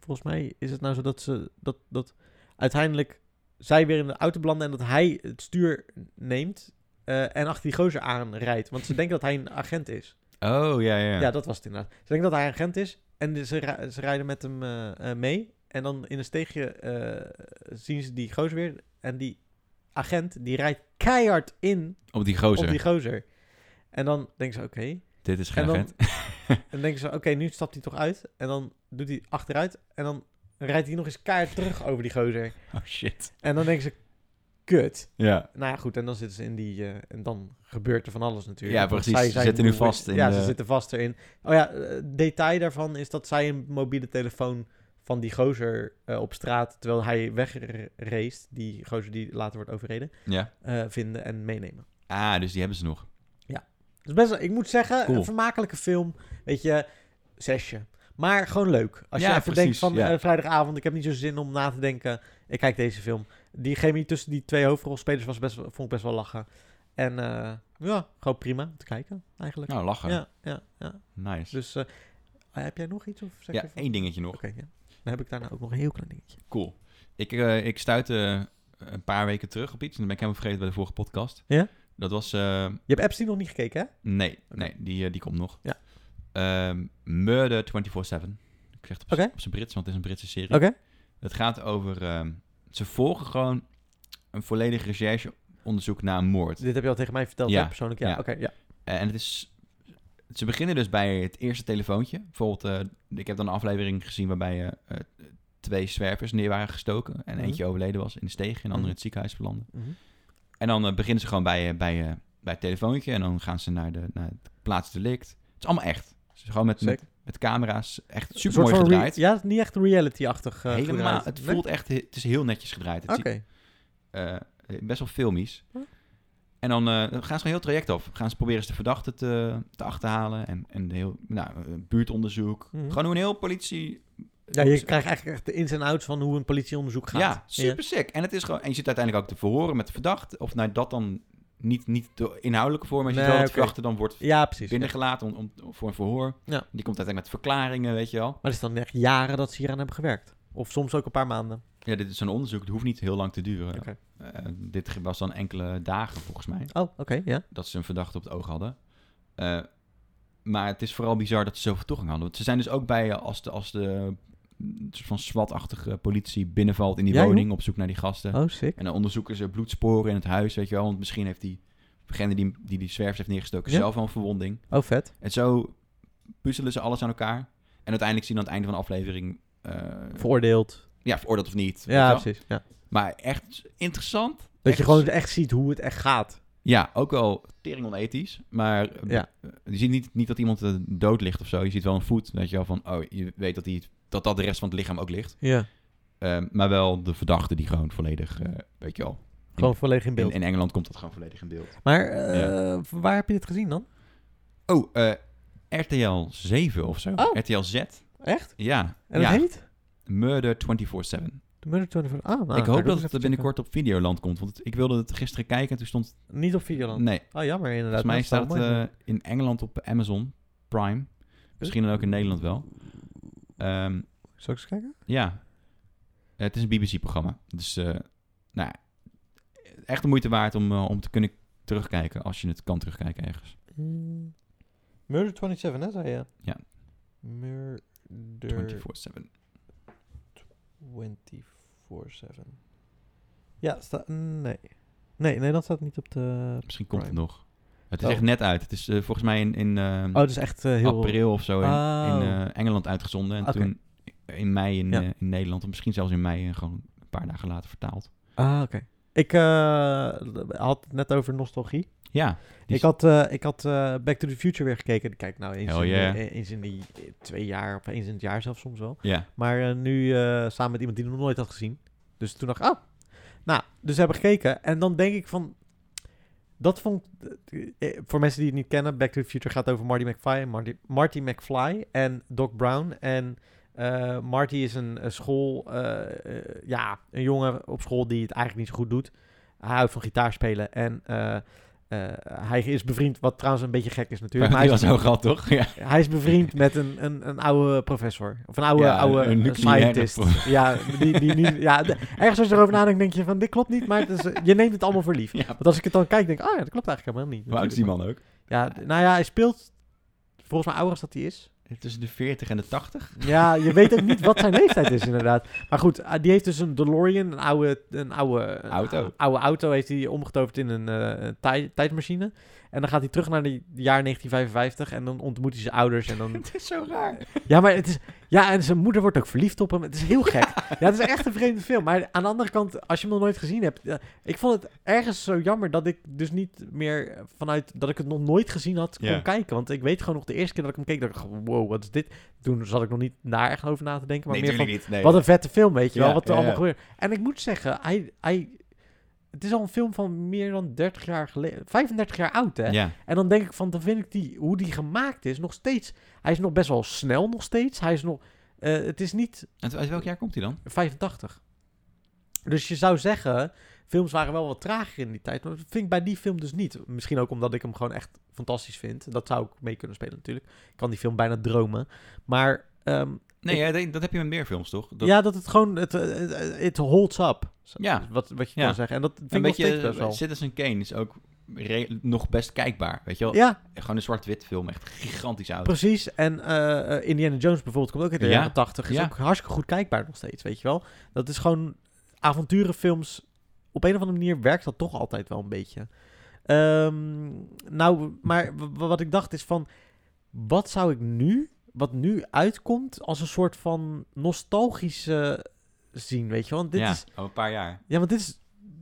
[SPEAKER 1] volgens mij is het nou zo dat ze, dat, dat uiteindelijk zij weer in de auto belanden en dat hij het stuur neemt eh, en achter die gozer aanrijdt. Want ze denken dat hij een agent is.
[SPEAKER 2] oh, ja, ja.
[SPEAKER 1] Ja, dat was het inderdaad. Ze denken dat hij een agent is en ze, ri- ze rijden met hem eh, eh, mee. En dan in een steegje eh, zien ze die gozer weer. En die agent, die rijdt keihard in
[SPEAKER 2] Op die gozer.
[SPEAKER 1] op die gozer. En dan denken ze, oké.
[SPEAKER 2] Dit is geen
[SPEAKER 1] En dan,
[SPEAKER 2] agent.
[SPEAKER 1] [LAUGHS] en dan denken ze, oké, nu stapt hij toch uit. En dan doet hij achteruit. En dan rijdt hij nog eens keihard terug over die gozer.
[SPEAKER 2] [LAUGHS] Oh shit.
[SPEAKER 1] En dan denken ze, kut.
[SPEAKER 2] Ja.
[SPEAKER 1] Nou ja, goed, en dan zitten ze in die... eh, en dan gebeurt er van alles natuurlijk.
[SPEAKER 2] Ja,
[SPEAKER 1] Want
[SPEAKER 2] precies. Ze zitten nu
[SPEAKER 1] moe-
[SPEAKER 2] vast in eh,
[SPEAKER 1] Ja,
[SPEAKER 2] de-
[SPEAKER 1] ze zitten vast erin. Oh ja, eh, detail daarvan is dat zij een mobiele telefoon van die gozer eh, op straat... terwijl hij wegrace, die gozer die later wordt overreden...
[SPEAKER 2] Ja.
[SPEAKER 1] eh, vinden en meenemen.
[SPEAKER 2] Ah, dus die hebben ze nog.
[SPEAKER 1] Dus best wel, ik moet zeggen,
[SPEAKER 2] Cool.
[SPEAKER 1] een vermakelijke film. Weet je, zesje. Maar gewoon leuk. Als
[SPEAKER 2] Ja,
[SPEAKER 1] je even
[SPEAKER 2] precies,
[SPEAKER 1] denkt van
[SPEAKER 2] ja.
[SPEAKER 1] eh, vrijdagavond, ik heb niet zo zin om na te denken. Ik kijk deze film. Die chemie tussen die twee hoofdrolspelers was best, wel- vond ik best wel lachen. En eh, ja, gewoon prima om te kijken eigenlijk.
[SPEAKER 2] Nou, lachen.
[SPEAKER 1] Ja, ja, ja.
[SPEAKER 2] Nice.
[SPEAKER 1] Dus eh, heb jij nog iets? Of zeg
[SPEAKER 2] ja,
[SPEAKER 1] je even-
[SPEAKER 2] één dingetje nog.
[SPEAKER 1] Oké, ja. Dan heb ik daarna ook nog een heel klein dingetje.
[SPEAKER 2] Cool. eh, Ik, eh ik stuitte een paar weken terug op iets. En dan ben ik helemaal vergeten bij de vorige podcast.
[SPEAKER 1] Ja?
[SPEAKER 2] Dat was... eh,
[SPEAKER 1] Je hebt Epstein nog niet gekeken, hè?
[SPEAKER 2] nee,
[SPEAKER 1] Oké.
[SPEAKER 2] nee, die, eh, die komt nog.
[SPEAKER 1] Ja.
[SPEAKER 2] Ehm, Murder 24-7. Ik zeg het op,
[SPEAKER 1] Oké.
[SPEAKER 2] op zijn Brits, want het is een Britse serie.
[SPEAKER 1] Oké.
[SPEAKER 2] Het gaat over... ehm, ze volgen gewoon een volledig rechercheonderzoek naar een moord.
[SPEAKER 1] Dit heb je al tegen mij verteld,
[SPEAKER 2] Ja.
[SPEAKER 1] hè? Persoonlijk, ja.
[SPEAKER 2] Ja.
[SPEAKER 1] Oké, ja.
[SPEAKER 2] En het is... Ze beginnen dus bij het eerste telefoontje. Bijvoorbeeld, eh, ik heb dan een aflevering gezien waarbij eh, eh, twee zwervers neer waren gestoken. En
[SPEAKER 1] Mhm.
[SPEAKER 2] eentje overleden was in de steeg en de andere in
[SPEAKER 1] Mhm.
[SPEAKER 2] het ziekenhuis belandde.
[SPEAKER 1] Mhm.
[SPEAKER 2] En dan eh, beginnen ze gewoon bij, eh, bij, eh, bij het telefoontje. En dan gaan ze naar, de, naar het plaatsdelict. Het is allemaal echt. Dus gewoon met, met,
[SPEAKER 1] Zeker.
[SPEAKER 2] met camera's. Echt
[SPEAKER 1] Een
[SPEAKER 2] super
[SPEAKER 1] soort
[SPEAKER 2] mooi
[SPEAKER 1] van re-
[SPEAKER 2] gedraaid.
[SPEAKER 1] Ja, het is niet echt reality-achtig eh,
[SPEAKER 2] Helemaal.
[SPEAKER 1] gedraaid.
[SPEAKER 2] Het
[SPEAKER 1] Nee?
[SPEAKER 2] voelt echt... he- Het is heel netjes gedraaid. Het
[SPEAKER 1] Oké.
[SPEAKER 2] ziet eh, best wel filmisch.
[SPEAKER 1] Hm.
[SPEAKER 2] En dan eh, dan gaan ze een heel traject af. Gaan ze proberen ze de verdachte te, te achterhalen. En, en de heel, nou, eh, buurtonderzoek.
[SPEAKER 1] Mhm.
[SPEAKER 2] Gewoon hoe een heel politie...
[SPEAKER 1] Ja, je krijgt eigenlijk echt de ins en outs van hoe een politieonderzoek gaat.
[SPEAKER 2] Ja, super sick. En, het is gewoon, en je zit uiteindelijk ook te verhoren met de verdachte. Of nou, dat dan niet, niet de inhoudelijke vorm. Maar je ziet
[SPEAKER 1] Nee,
[SPEAKER 2] wel dat de
[SPEAKER 1] oké.
[SPEAKER 2] verdachte dan wordt
[SPEAKER 1] Ja, precies.
[SPEAKER 2] binnengelaten om, om, voor een verhoor.
[SPEAKER 1] Ja.
[SPEAKER 2] Die komt uiteindelijk met verklaringen, weet je wel.
[SPEAKER 1] Maar het is dan echt jaren dat ze hier aan hebben gewerkt. Of soms ook een paar maanden.
[SPEAKER 2] Ja, dit is een onderzoek. Het hoeft niet heel lang te duren.
[SPEAKER 1] Oké.
[SPEAKER 2] Eh, dit was dan enkele dagen volgens mij.
[SPEAKER 1] Oh, oké, ja.
[SPEAKER 2] dat ze een verdachte op het oog hadden. Eh, maar het is vooral bizar dat ze zoveel toegang hadden. Want ze zijn dus ook bij eh, als de, als de mm, soort van SWAT-achtige politie binnenvalt in die
[SPEAKER 1] Ja, joh.
[SPEAKER 2] woning op zoek naar die gasten.
[SPEAKER 1] Oh, sick.
[SPEAKER 2] En dan onderzoeken ze bloedsporen in het huis, weet je wel. Want misschien heeft die degene die die, die zwervers heeft neergestoken
[SPEAKER 1] Ja.
[SPEAKER 2] zelf al een verwonding.
[SPEAKER 1] Oh, vet.
[SPEAKER 2] En zo puzzelen ze alles aan elkaar. En uiteindelijk zien we aan het einde van de aflevering... eh,
[SPEAKER 1] Veroordeeld.
[SPEAKER 2] ja, veroordeeld of niet. weet je
[SPEAKER 1] Ja,
[SPEAKER 2] wel.
[SPEAKER 1] precies. Ja.
[SPEAKER 2] Maar echt interessant.
[SPEAKER 1] Dat
[SPEAKER 2] Echt
[SPEAKER 1] je gewoon echt ziet hoe het echt gaat.
[SPEAKER 2] Ja, ook wel tering onethisch. Maar eh,
[SPEAKER 1] Ja.
[SPEAKER 2] eh, je ziet niet, niet dat iemand eh, dood ligt of zo. Je ziet wel een voet. Dat je wel van, oh, je weet dat die, dat, dat de rest van het lichaam ook ligt.
[SPEAKER 1] Ja.
[SPEAKER 2] Eh, maar wel de verdachte die gewoon volledig, eh, weet je wel.
[SPEAKER 1] Gewoon volledig in
[SPEAKER 2] In,
[SPEAKER 1] beeld.
[SPEAKER 2] in Engeland komt dat gewoon volledig in beeld.
[SPEAKER 1] Maar eh, waar heb je dit gezien dan?
[SPEAKER 2] Oh, eh, RTL 7 of zo.
[SPEAKER 1] Oh.
[SPEAKER 2] RTL Z.
[SPEAKER 1] Echt?
[SPEAKER 2] Ja.
[SPEAKER 1] En
[SPEAKER 2] ja.
[SPEAKER 1] dat heet?
[SPEAKER 2] Murder 24-7.
[SPEAKER 1] De Murder 24. Ah, nou,
[SPEAKER 2] ik
[SPEAKER 1] ga
[SPEAKER 2] hoop
[SPEAKER 1] ook
[SPEAKER 2] dat
[SPEAKER 1] eens
[SPEAKER 2] het
[SPEAKER 1] even
[SPEAKER 2] binnenkort op Videoland komt. Want ik wilde het gisteren kijken en toen stond...
[SPEAKER 1] checken. Niet op Videoland.
[SPEAKER 2] Nee,
[SPEAKER 1] Ah, jammer inderdaad.
[SPEAKER 2] Volgens mij
[SPEAKER 1] Dat
[SPEAKER 2] staat
[SPEAKER 1] zou
[SPEAKER 2] het
[SPEAKER 1] mooi
[SPEAKER 2] eh, in Engeland op Amazon Prime. Misschien dan ook in Nederland wel. Ehm,
[SPEAKER 1] zijn. Zal ik eens kijken?
[SPEAKER 2] ja. Eh, het is een BBC-programma. Dus, eh, nou ja, echt de moeite waard om, eh, om te kunnen terugkijken. Als je het kan terugkijken ergens.
[SPEAKER 1] Mm. Murder 27, hè, zei je?
[SPEAKER 2] Ja.
[SPEAKER 1] Murder
[SPEAKER 2] 24-7.
[SPEAKER 1] 24-7. Ja, staat... Nee. Nee, nee, dan staat het niet op de...
[SPEAKER 2] Misschien komt het
[SPEAKER 1] Prime.
[SPEAKER 2] nog. Het is
[SPEAKER 1] Oh.
[SPEAKER 2] echt net uit. Het is eh, volgens mij in, in eh,
[SPEAKER 1] Oh, dat is echt eh, heel...
[SPEAKER 2] april of zo in, in
[SPEAKER 1] Oh. Ah,
[SPEAKER 2] eh, Engeland uitgezonden. En
[SPEAKER 1] Oké.
[SPEAKER 2] toen in mei in,
[SPEAKER 1] Ja.
[SPEAKER 2] eh, in Nederland. Of misschien zelfs in mei eh, gewoon een paar dagen later vertaald.
[SPEAKER 1] Ah, oké. Ik eh, had het net over nostalgie.
[SPEAKER 2] Ja. Die
[SPEAKER 1] Ik
[SPEAKER 2] is-
[SPEAKER 1] had, eh, ik had eh, Back to the Future weer gekeken. Kijk, nou, eens,
[SPEAKER 2] Hell
[SPEAKER 1] in,
[SPEAKER 2] yeah.
[SPEAKER 1] de- eens in die twee jaar of eens in het jaar zelfs soms wel.
[SPEAKER 2] Ja.
[SPEAKER 1] Maar eh, nu eh, samen met iemand die nog nooit had gezien. Dus toen dacht ik, oh. Nou, dus we hebben gekeken. En dan denk ik van... Dat vond... eh, Voor mensen die het niet kennen, Back to the Future gaat over Marty McFly. Marty, Marty McFly en Doc Brown. En eh, Marty is een, eh, school... eh, eh, ja, een jongen op school die het eigenlijk niet zo goed doet. Hij houdt van gitaar spelen en... eh, eh, hij is bevriend, wat trouwens een beetje gek is natuurlijk.
[SPEAKER 2] [LAUGHS] Maar die
[SPEAKER 1] hij is
[SPEAKER 2] was ook gehad, toch? Ja.
[SPEAKER 1] hij is
[SPEAKER 2] [LAUGHS]
[SPEAKER 1] bevriend met een, een, een oude professor. Of een oude,
[SPEAKER 2] Ja,
[SPEAKER 1] oude
[SPEAKER 2] een- een
[SPEAKER 1] eh,
[SPEAKER 2] nucleaire
[SPEAKER 1] scientist.
[SPEAKER 2] [LAUGHS]
[SPEAKER 1] Ja, die, die niet, ja, de- ergens als je erover nadenkt, denk je van, dit klopt niet, maar het is, eh, je neemt het allemaal voor lief.
[SPEAKER 2] ja.
[SPEAKER 1] Want als ik het dan kijk, denk ik, ah ja, dat klopt eigenlijk helemaal niet.
[SPEAKER 2] Hoe oud is die man ook?
[SPEAKER 1] Ja, d- nou ja, hij speelt volgens mij ouder als dat hij is.
[SPEAKER 2] Tussen de 40 en
[SPEAKER 1] [LAUGHS]
[SPEAKER 2] de 80.
[SPEAKER 1] Ja, je weet ook niet wat zijn leeftijd is inderdaad. Maar goed, eh, die heeft dus een DeLorean, een oude, een oude een
[SPEAKER 2] Auto.
[SPEAKER 1] oude auto heeft hij omgetoverd in een eh, tij- tijdmachine. En dan gaat hij terug naar het jaar 1955 en dan ontmoet hij zijn ouders en dan
[SPEAKER 2] Het is zo raar.
[SPEAKER 1] Ja, maar het is. Ja, en zijn moeder wordt ook verliefd op hem. Het is heel gek. Ja, het is echt een vreemde film. Maar aan de andere kant, als je hem nog nooit gezien hebt. ja, ik vond het ergens zo jammer dat ik dus niet meer vanuit dat ik het nog nooit gezien had kon
[SPEAKER 2] Ja.
[SPEAKER 1] kijken. Want ik weet gewoon nog de eerste keer dat ik hem keek, dat ik gewoon, wow, wat is dit? Toen zat ik nog niet daar echt over na te denken. Maar
[SPEAKER 2] Nee,
[SPEAKER 1] meer van,
[SPEAKER 2] natuurlijk niet. Nee.
[SPEAKER 1] wat een vette film, weet je wel,
[SPEAKER 2] Ja,
[SPEAKER 1] wat er
[SPEAKER 2] ja,
[SPEAKER 1] allemaal
[SPEAKER 2] ja.
[SPEAKER 1] gebeurt. En ik moet zeggen, hij, hij, het is al een film van meer dan 30 jaar geleden, 35 jaar oud hè.
[SPEAKER 2] Ja,
[SPEAKER 1] En dan denk ik van, dan vind ik die, hoe die gemaakt is, nog steeds. Hij is nog best wel snel, nog steeds. Hij is nog. eh, het is niet
[SPEAKER 2] uit, uit welk jaar komt hij dan?
[SPEAKER 1] 85. Dus je zou zeggen, films waren wel wat trager in die tijd. Maar dat vind ik bij die film dus niet. Misschien ook omdat ik hem gewoon echt fantastisch vind. Dat zou ik mee kunnen spelen natuurlijk. Ik kan die film bijna dromen. Maar ehm,
[SPEAKER 2] Nee,
[SPEAKER 1] Ik-
[SPEAKER 2] ja, dat- dat heb je met meer films, toch? Dat,
[SPEAKER 1] ja, dat het gewoon, het, eh, het, het holds up.
[SPEAKER 2] Ja.
[SPEAKER 1] Wat, wat je
[SPEAKER 2] Ja.
[SPEAKER 1] kan zeggen. En dat vind
[SPEAKER 2] een
[SPEAKER 1] ik nog
[SPEAKER 2] beetje eh,
[SPEAKER 1] steeds best wel.
[SPEAKER 2] Citizen Kane is ook re- nog best kijkbaar. Weet je wel?
[SPEAKER 1] Ja,
[SPEAKER 2] Gewoon een zwart-wit film. Echt gigantisch oud.
[SPEAKER 1] precies. En eh, eh, Indiana Jones bijvoorbeeld komt ook uit de
[SPEAKER 2] Ja.
[SPEAKER 1] jaren 80. Is
[SPEAKER 2] Ja.
[SPEAKER 1] ook hartstikke goed kijkbaar nog steeds, weet je wel. Dat is gewoon avonturenfilms. Op een of andere manier werkt dat toch altijd wel een beetje. Ehm, nou, maar w- wat ik dacht is van... Wat zou ik nu, wat nu uitkomt als een soort van nostalgische zien, weet je wel. Want dit
[SPEAKER 2] ja,
[SPEAKER 1] is
[SPEAKER 2] al een paar jaar.
[SPEAKER 1] Ja, want dit is,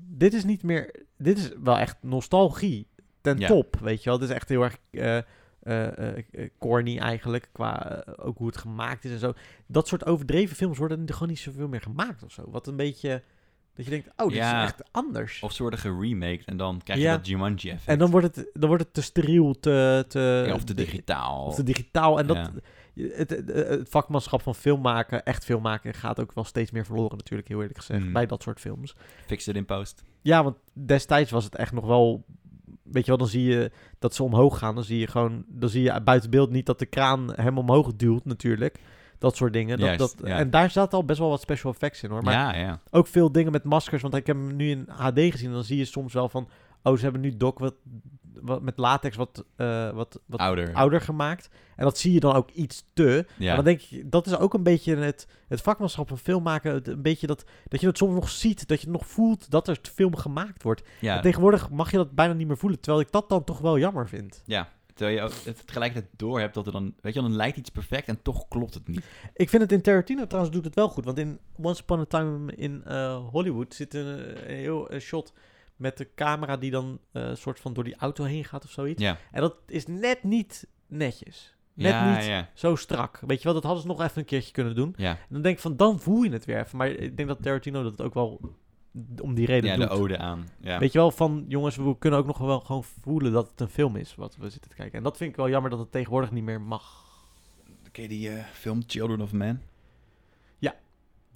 [SPEAKER 1] dit is niet meer. Dit is wel echt nostalgie ten
[SPEAKER 2] Ja.
[SPEAKER 1] top, weet je wel. Dit is echt heel erg eh, eh, eh, corny eigenlijk, qua eh, ook hoe het gemaakt is en zo. Dat soort overdreven films worden er gewoon niet zoveel meer gemaakt of zo. Wat een beetje dat je denkt, oh, dit
[SPEAKER 2] Ja.
[SPEAKER 1] is echt anders.
[SPEAKER 2] Of ze worden geremaked en dan krijg je
[SPEAKER 1] Ja.
[SPEAKER 2] dat Jumanji-effect.
[SPEAKER 1] en dan wordt, het, dan wordt het te steriel, te... te
[SPEAKER 2] Ja, of te
[SPEAKER 1] de-
[SPEAKER 2] digitaal.
[SPEAKER 1] Of te digitaal. En dat,
[SPEAKER 2] Ja.
[SPEAKER 1] het, het, het vakmanschap van film maken, echt film maken, gaat ook wel steeds meer verloren natuurlijk, heel eerlijk gezegd,
[SPEAKER 2] Mm.
[SPEAKER 1] bij dat soort films.
[SPEAKER 2] Fix it in post.
[SPEAKER 1] Ja, want destijds was het echt nog wel. Weet je wel, dan zie je dat ze omhoog gaan. Dan zie je gewoon. Dan zie je buiten beeld niet dat de kraan hem omhoog duwt, natuurlijk. Dat soort dingen. Dat,
[SPEAKER 2] Juist,
[SPEAKER 1] dat,
[SPEAKER 2] ja.
[SPEAKER 1] En daar zaten al best wel wat special effects in hoor. Maar
[SPEAKER 2] ja, ja.
[SPEAKER 1] ook veel dingen met maskers. Want ik heb hem nu in HD gezien. En dan zie je soms wel van. Oh, ze hebben nu Doc wat, wat met latex wat, eh, wat, wat
[SPEAKER 2] Ouder.
[SPEAKER 1] ouder gemaakt. En dat zie je dan ook iets te.
[SPEAKER 2] Ja.
[SPEAKER 1] Maar dan denk ik, dat is ook een beetje het, het vakmanschap van film maken. Het, een beetje dat, dat je het soms nog ziet, dat je het nog voelt dat er film gemaakt wordt.
[SPEAKER 2] ja.
[SPEAKER 1] En tegenwoordig mag je dat bijna niet meer voelen, terwijl ik dat dan toch wel jammer vind.
[SPEAKER 2] Ja, terwijl je ook het tegelijkertijd door hebt dat er dan, weet je, wel, dan lijkt iets perfect en toch klopt het niet.
[SPEAKER 1] Ik vind het in Tarantino trouwens doet het wel goed, want in Once Upon a Time in eh, Hollywood zit een, eh, een heel eh, shot met de camera die dan eh soort van door die auto heen gaat of zoiets.
[SPEAKER 2] Ja,
[SPEAKER 1] En dat is net niet netjes. Net
[SPEAKER 2] ja,
[SPEAKER 1] niet
[SPEAKER 2] ja,
[SPEAKER 1] zo strak. Weet je wel, dat hadden ze nog even een keertje kunnen doen.
[SPEAKER 2] ja.
[SPEAKER 1] En dan denk ik van, dan voel je het weer even. Maar ik denk dat Tarantino dat ook wel om die reden
[SPEAKER 2] ja
[SPEAKER 1] doet.
[SPEAKER 2] de ode aan. Ja.
[SPEAKER 1] Weet je wel, van jongens, we kunnen ook nog wel gewoon voelen dat het een film is wat we zitten te kijken. En dat vind ik wel jammer dat het tegenwoordig niet meer mag.
[SPEAKER 2] Ken je die eh, film Children of Men?
[SPEAKER 1] Ja.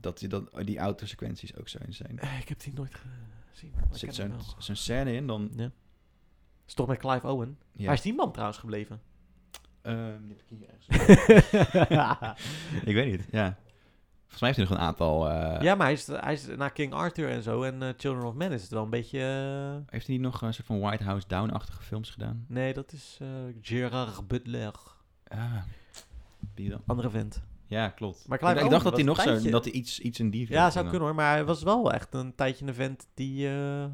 [SPEAKER 2] Dat die, dat, die autosequenties ook zo in zijn. Er
[SPEAKER 1] Eh, ik heb die nooit gezien. maar ik
[SPEAKER 2] zit
[SPEAKER 1] ken hem
[SPEAKER 2] zo'n
[SPEAKER 1] wel. Mm,
[SPEAKER 2] zo'n scène in, dan...
[SPEAKER 1] Is toch met Clive Owen?
[SPEAKER 2] Ja.
[SPEAKER 1] Waar is die man trouwens gebleven?
[SPEAKER 2] Ehm, die heb ik hier ergens.
[SPEAKER 1] [LAUGHS]
[SPEAKER 2] ik weet niet, ja. Volgens mij heeft hij nog een aantal... eh,
[SPEAKER 1] ja, maar hij is, hij is na King Arthur en zo en eh, Children of Men is het wel een beetje... eh,
[SPEAKER 2] Heeft hij niet nog een soort van White House Down-achtige films gedaan?
[SPEAKER 1] nee, dat is eh Gerard Butler.
[SPEAKER 2] Ah, wie dan?
[SPEAKER 1] Andere vent.
[SPEAKER 2] Ja, klopt.
[SPEAKER 1] Maar
[SPEAKER 2] Maar
[SPEAKER 1] Clive
[SPEAKER 2] ik
[SPEAKER 1] Owen
[SPEAKER 2] dacht dat hij
[SPEAKER 1] was
[SPEAKER 2] nog
[SPEAKER 1] een
[SPEAKER 2] zo,
[SPEAKER 1] tijdje-
[SPEAKER 2] dat hij iets, iets in die
[SPEAKER 1] Ja,
[SPEAKER 2] richting
[SPEAKER 1] zou
[SPEAKER 2] had.
[SPEAKER 1] kunnen hoor, maar hij was wel echt een tijdje een vent die... eh,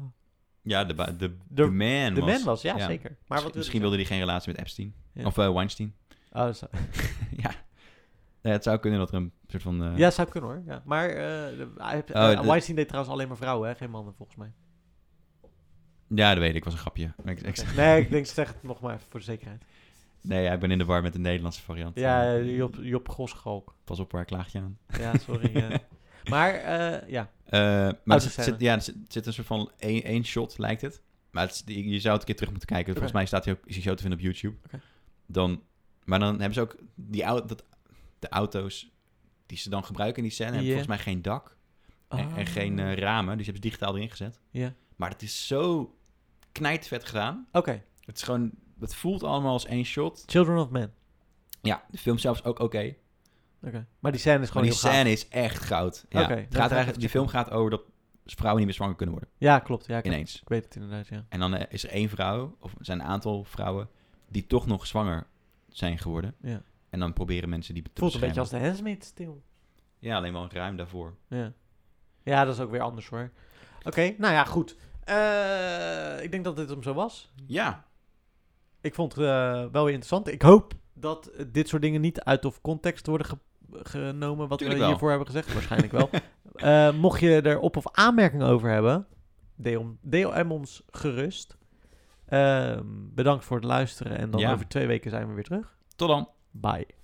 [SPEAKER 2] Ja, de, ba- de, de,
[SPEAKER 1] De-
[SPEAKER 2] man
[SPEAKER 1] de
[SPEAKER 2] was.
[SPEAKER 1] man was, ja,
[SPEAKER 2] Ja.
[SPEAKER 1] zeker. Maar wat
[SPEAKER 2] misschien misschien
[SPEAKER 1] wil
[SPEAKER 2] wilde hij geen relatie met Epstein.
[SPEAKER 1] Ja.
[SPEAKER 2] Of eh, Weinstein.
[SPEAKER 1] je- Oh, zo-
[SPEAKER 2] ja. Nee, het zou kunnen dat er een soort van... eh,
[SPEAKER 1] Ja, zou kunnen hoor. Ja. Maar eh de- hij heeft-
[SPEAKER 2] Oh,
[SPEAKER 1] eh,
[SPEAKER 2] de-
[SPEAKER 1] Weinstein deed trouwens alleen maar vrouwen, hè? geen mannen volgens mij.
[SPEAKER 2] ja, dat weet ik. was een grapje. Maar Ik, ik,
[SPEAKER 1] Oké. [LAUGHS] Nee, ik denk, zeg het nog maar even voor de
[SPEAKER 2] [LAUGHS]
[SPEAKER 1] zekerheid.
[SPEAKER 2] nee, ja, ik ben in de war met de Nederlandse variant.
[SPEAKER 1] Ja,
[SPEAKER 2] Eh,
[SPEAKER 1] Job, Job Goschalk.
[SPEAKER 2] Pas op, waar klaag je aan?
[SPEAKER 1] Ja, sorry. eh.
[SPEAKER 2] [LAUGHS]
[SPEAKER 1] Maar eh, ja,
[SPEAKER 2] Eh, maar er
[SPEAKER 1] de
[SPEAKER 2] zit,
[SPEAKER 1] scène.
[SPEAKER 2] zit- ja, er zit, zit een soort van één, één shot, lijkt het. Maar het is- die- je zou het een keer terug moeten kijken. Volgens
[SPEAKER 1] Oké.
[SPEAKER 2] mij staat hij ook, is hij zo te vinden op YouTube.
[SPEAKER 1] Oké.
[SPEAKER 2] Dan, maar dan hebben ze ook die, au- dat, de auto's die ze dan gebruiken in die scène. Hebben
[SPEAKER 1] Ja.
[SPEAKER 2] volgens mij geen dak en, en
[SPEAKER 1] Ah.
[SPEAKER 2] geen eh, ramen. Dus je hebt ze digitaal erin gezet.
[SPEAKER 1] Ja.
[SPEAKER 2] Maar het is zo knijtvet gedaan.
[SPEAKER 1] Oké,
[SPEAKER 2] Het is gewoon, het voelt allemaal als één shot.
[SPEAKER 1] Children of Men.
[SPEAKER 2] Ja, de film zelf is ook oké.
[SPEAKER 1] Oké. Maar die scène is
[SPEAKER 2] maar
[SPEAKER 1] gewoon
[SPEAKER 2] die
[SPEAKER 1] heel gaaf.
[SPEAKER 2] scène is echt goud. Ja.
[SPEAKER 1] Oké, dan ga ik
[SPEAKER 2] het gaat
[SPEAKER 1] even
[SPEAKER 2] eigenlijk, die film gaat over dat vrouwen niet meer zwanger kunnen worden.
[SPEAKER 1] Ja, klopt. Ja, ik,
[SPEAKER 2] Ineens.
[SPEAKER 1] ik weet het inderdaad, ja.
[SPEAKER 2] En dan eh, is er één vrouw, of er zijn een aantal vrouwen, die toch nog zwanger zijn geworden.
[SPEAKER 1] ja.
[SPEAKER 2] En dan proberen mensen die te
[SPEAKER 1] Voelt een beetje als
[SPEAKER 2] beschermen.
[SPEAKER 1] de Handsmaid stil.
[SPEAKER 2] Ja, alleen wel ruim daarvoor.
[SPEAKER 1] Ja. ja, dat is ook weer anders hoor. Oké, nou ja, goed. Eh, ik denk dat dit hem zo was.
[SPEAKER 2] Ja,
[SPEAKER 1] Ik vond het eh, wel weer interessant. Ik hoop dat eh, dit soort dingen niet uit of context worden ge- genomen. Wat
[SPEAKER 2] Tuurlijk
[SPEAKER 1] we
[SPEAKER 2] wel.
[SPEAKER 1] hiervoor hebben gezegd. Waarschijnlijk wel. [LAUGHS] Eh, mocht je er op of aanmerkingen over hebben, DM, DM ons gerust. Ehm, bedankt voor het luisteren. En dan
[SPEAKER 2] Ja.
[SPEAKER 1] over twee weken zijn we weer terug.
[SPEAKER 2] tot dan.
[SPEAKER 1] Bye.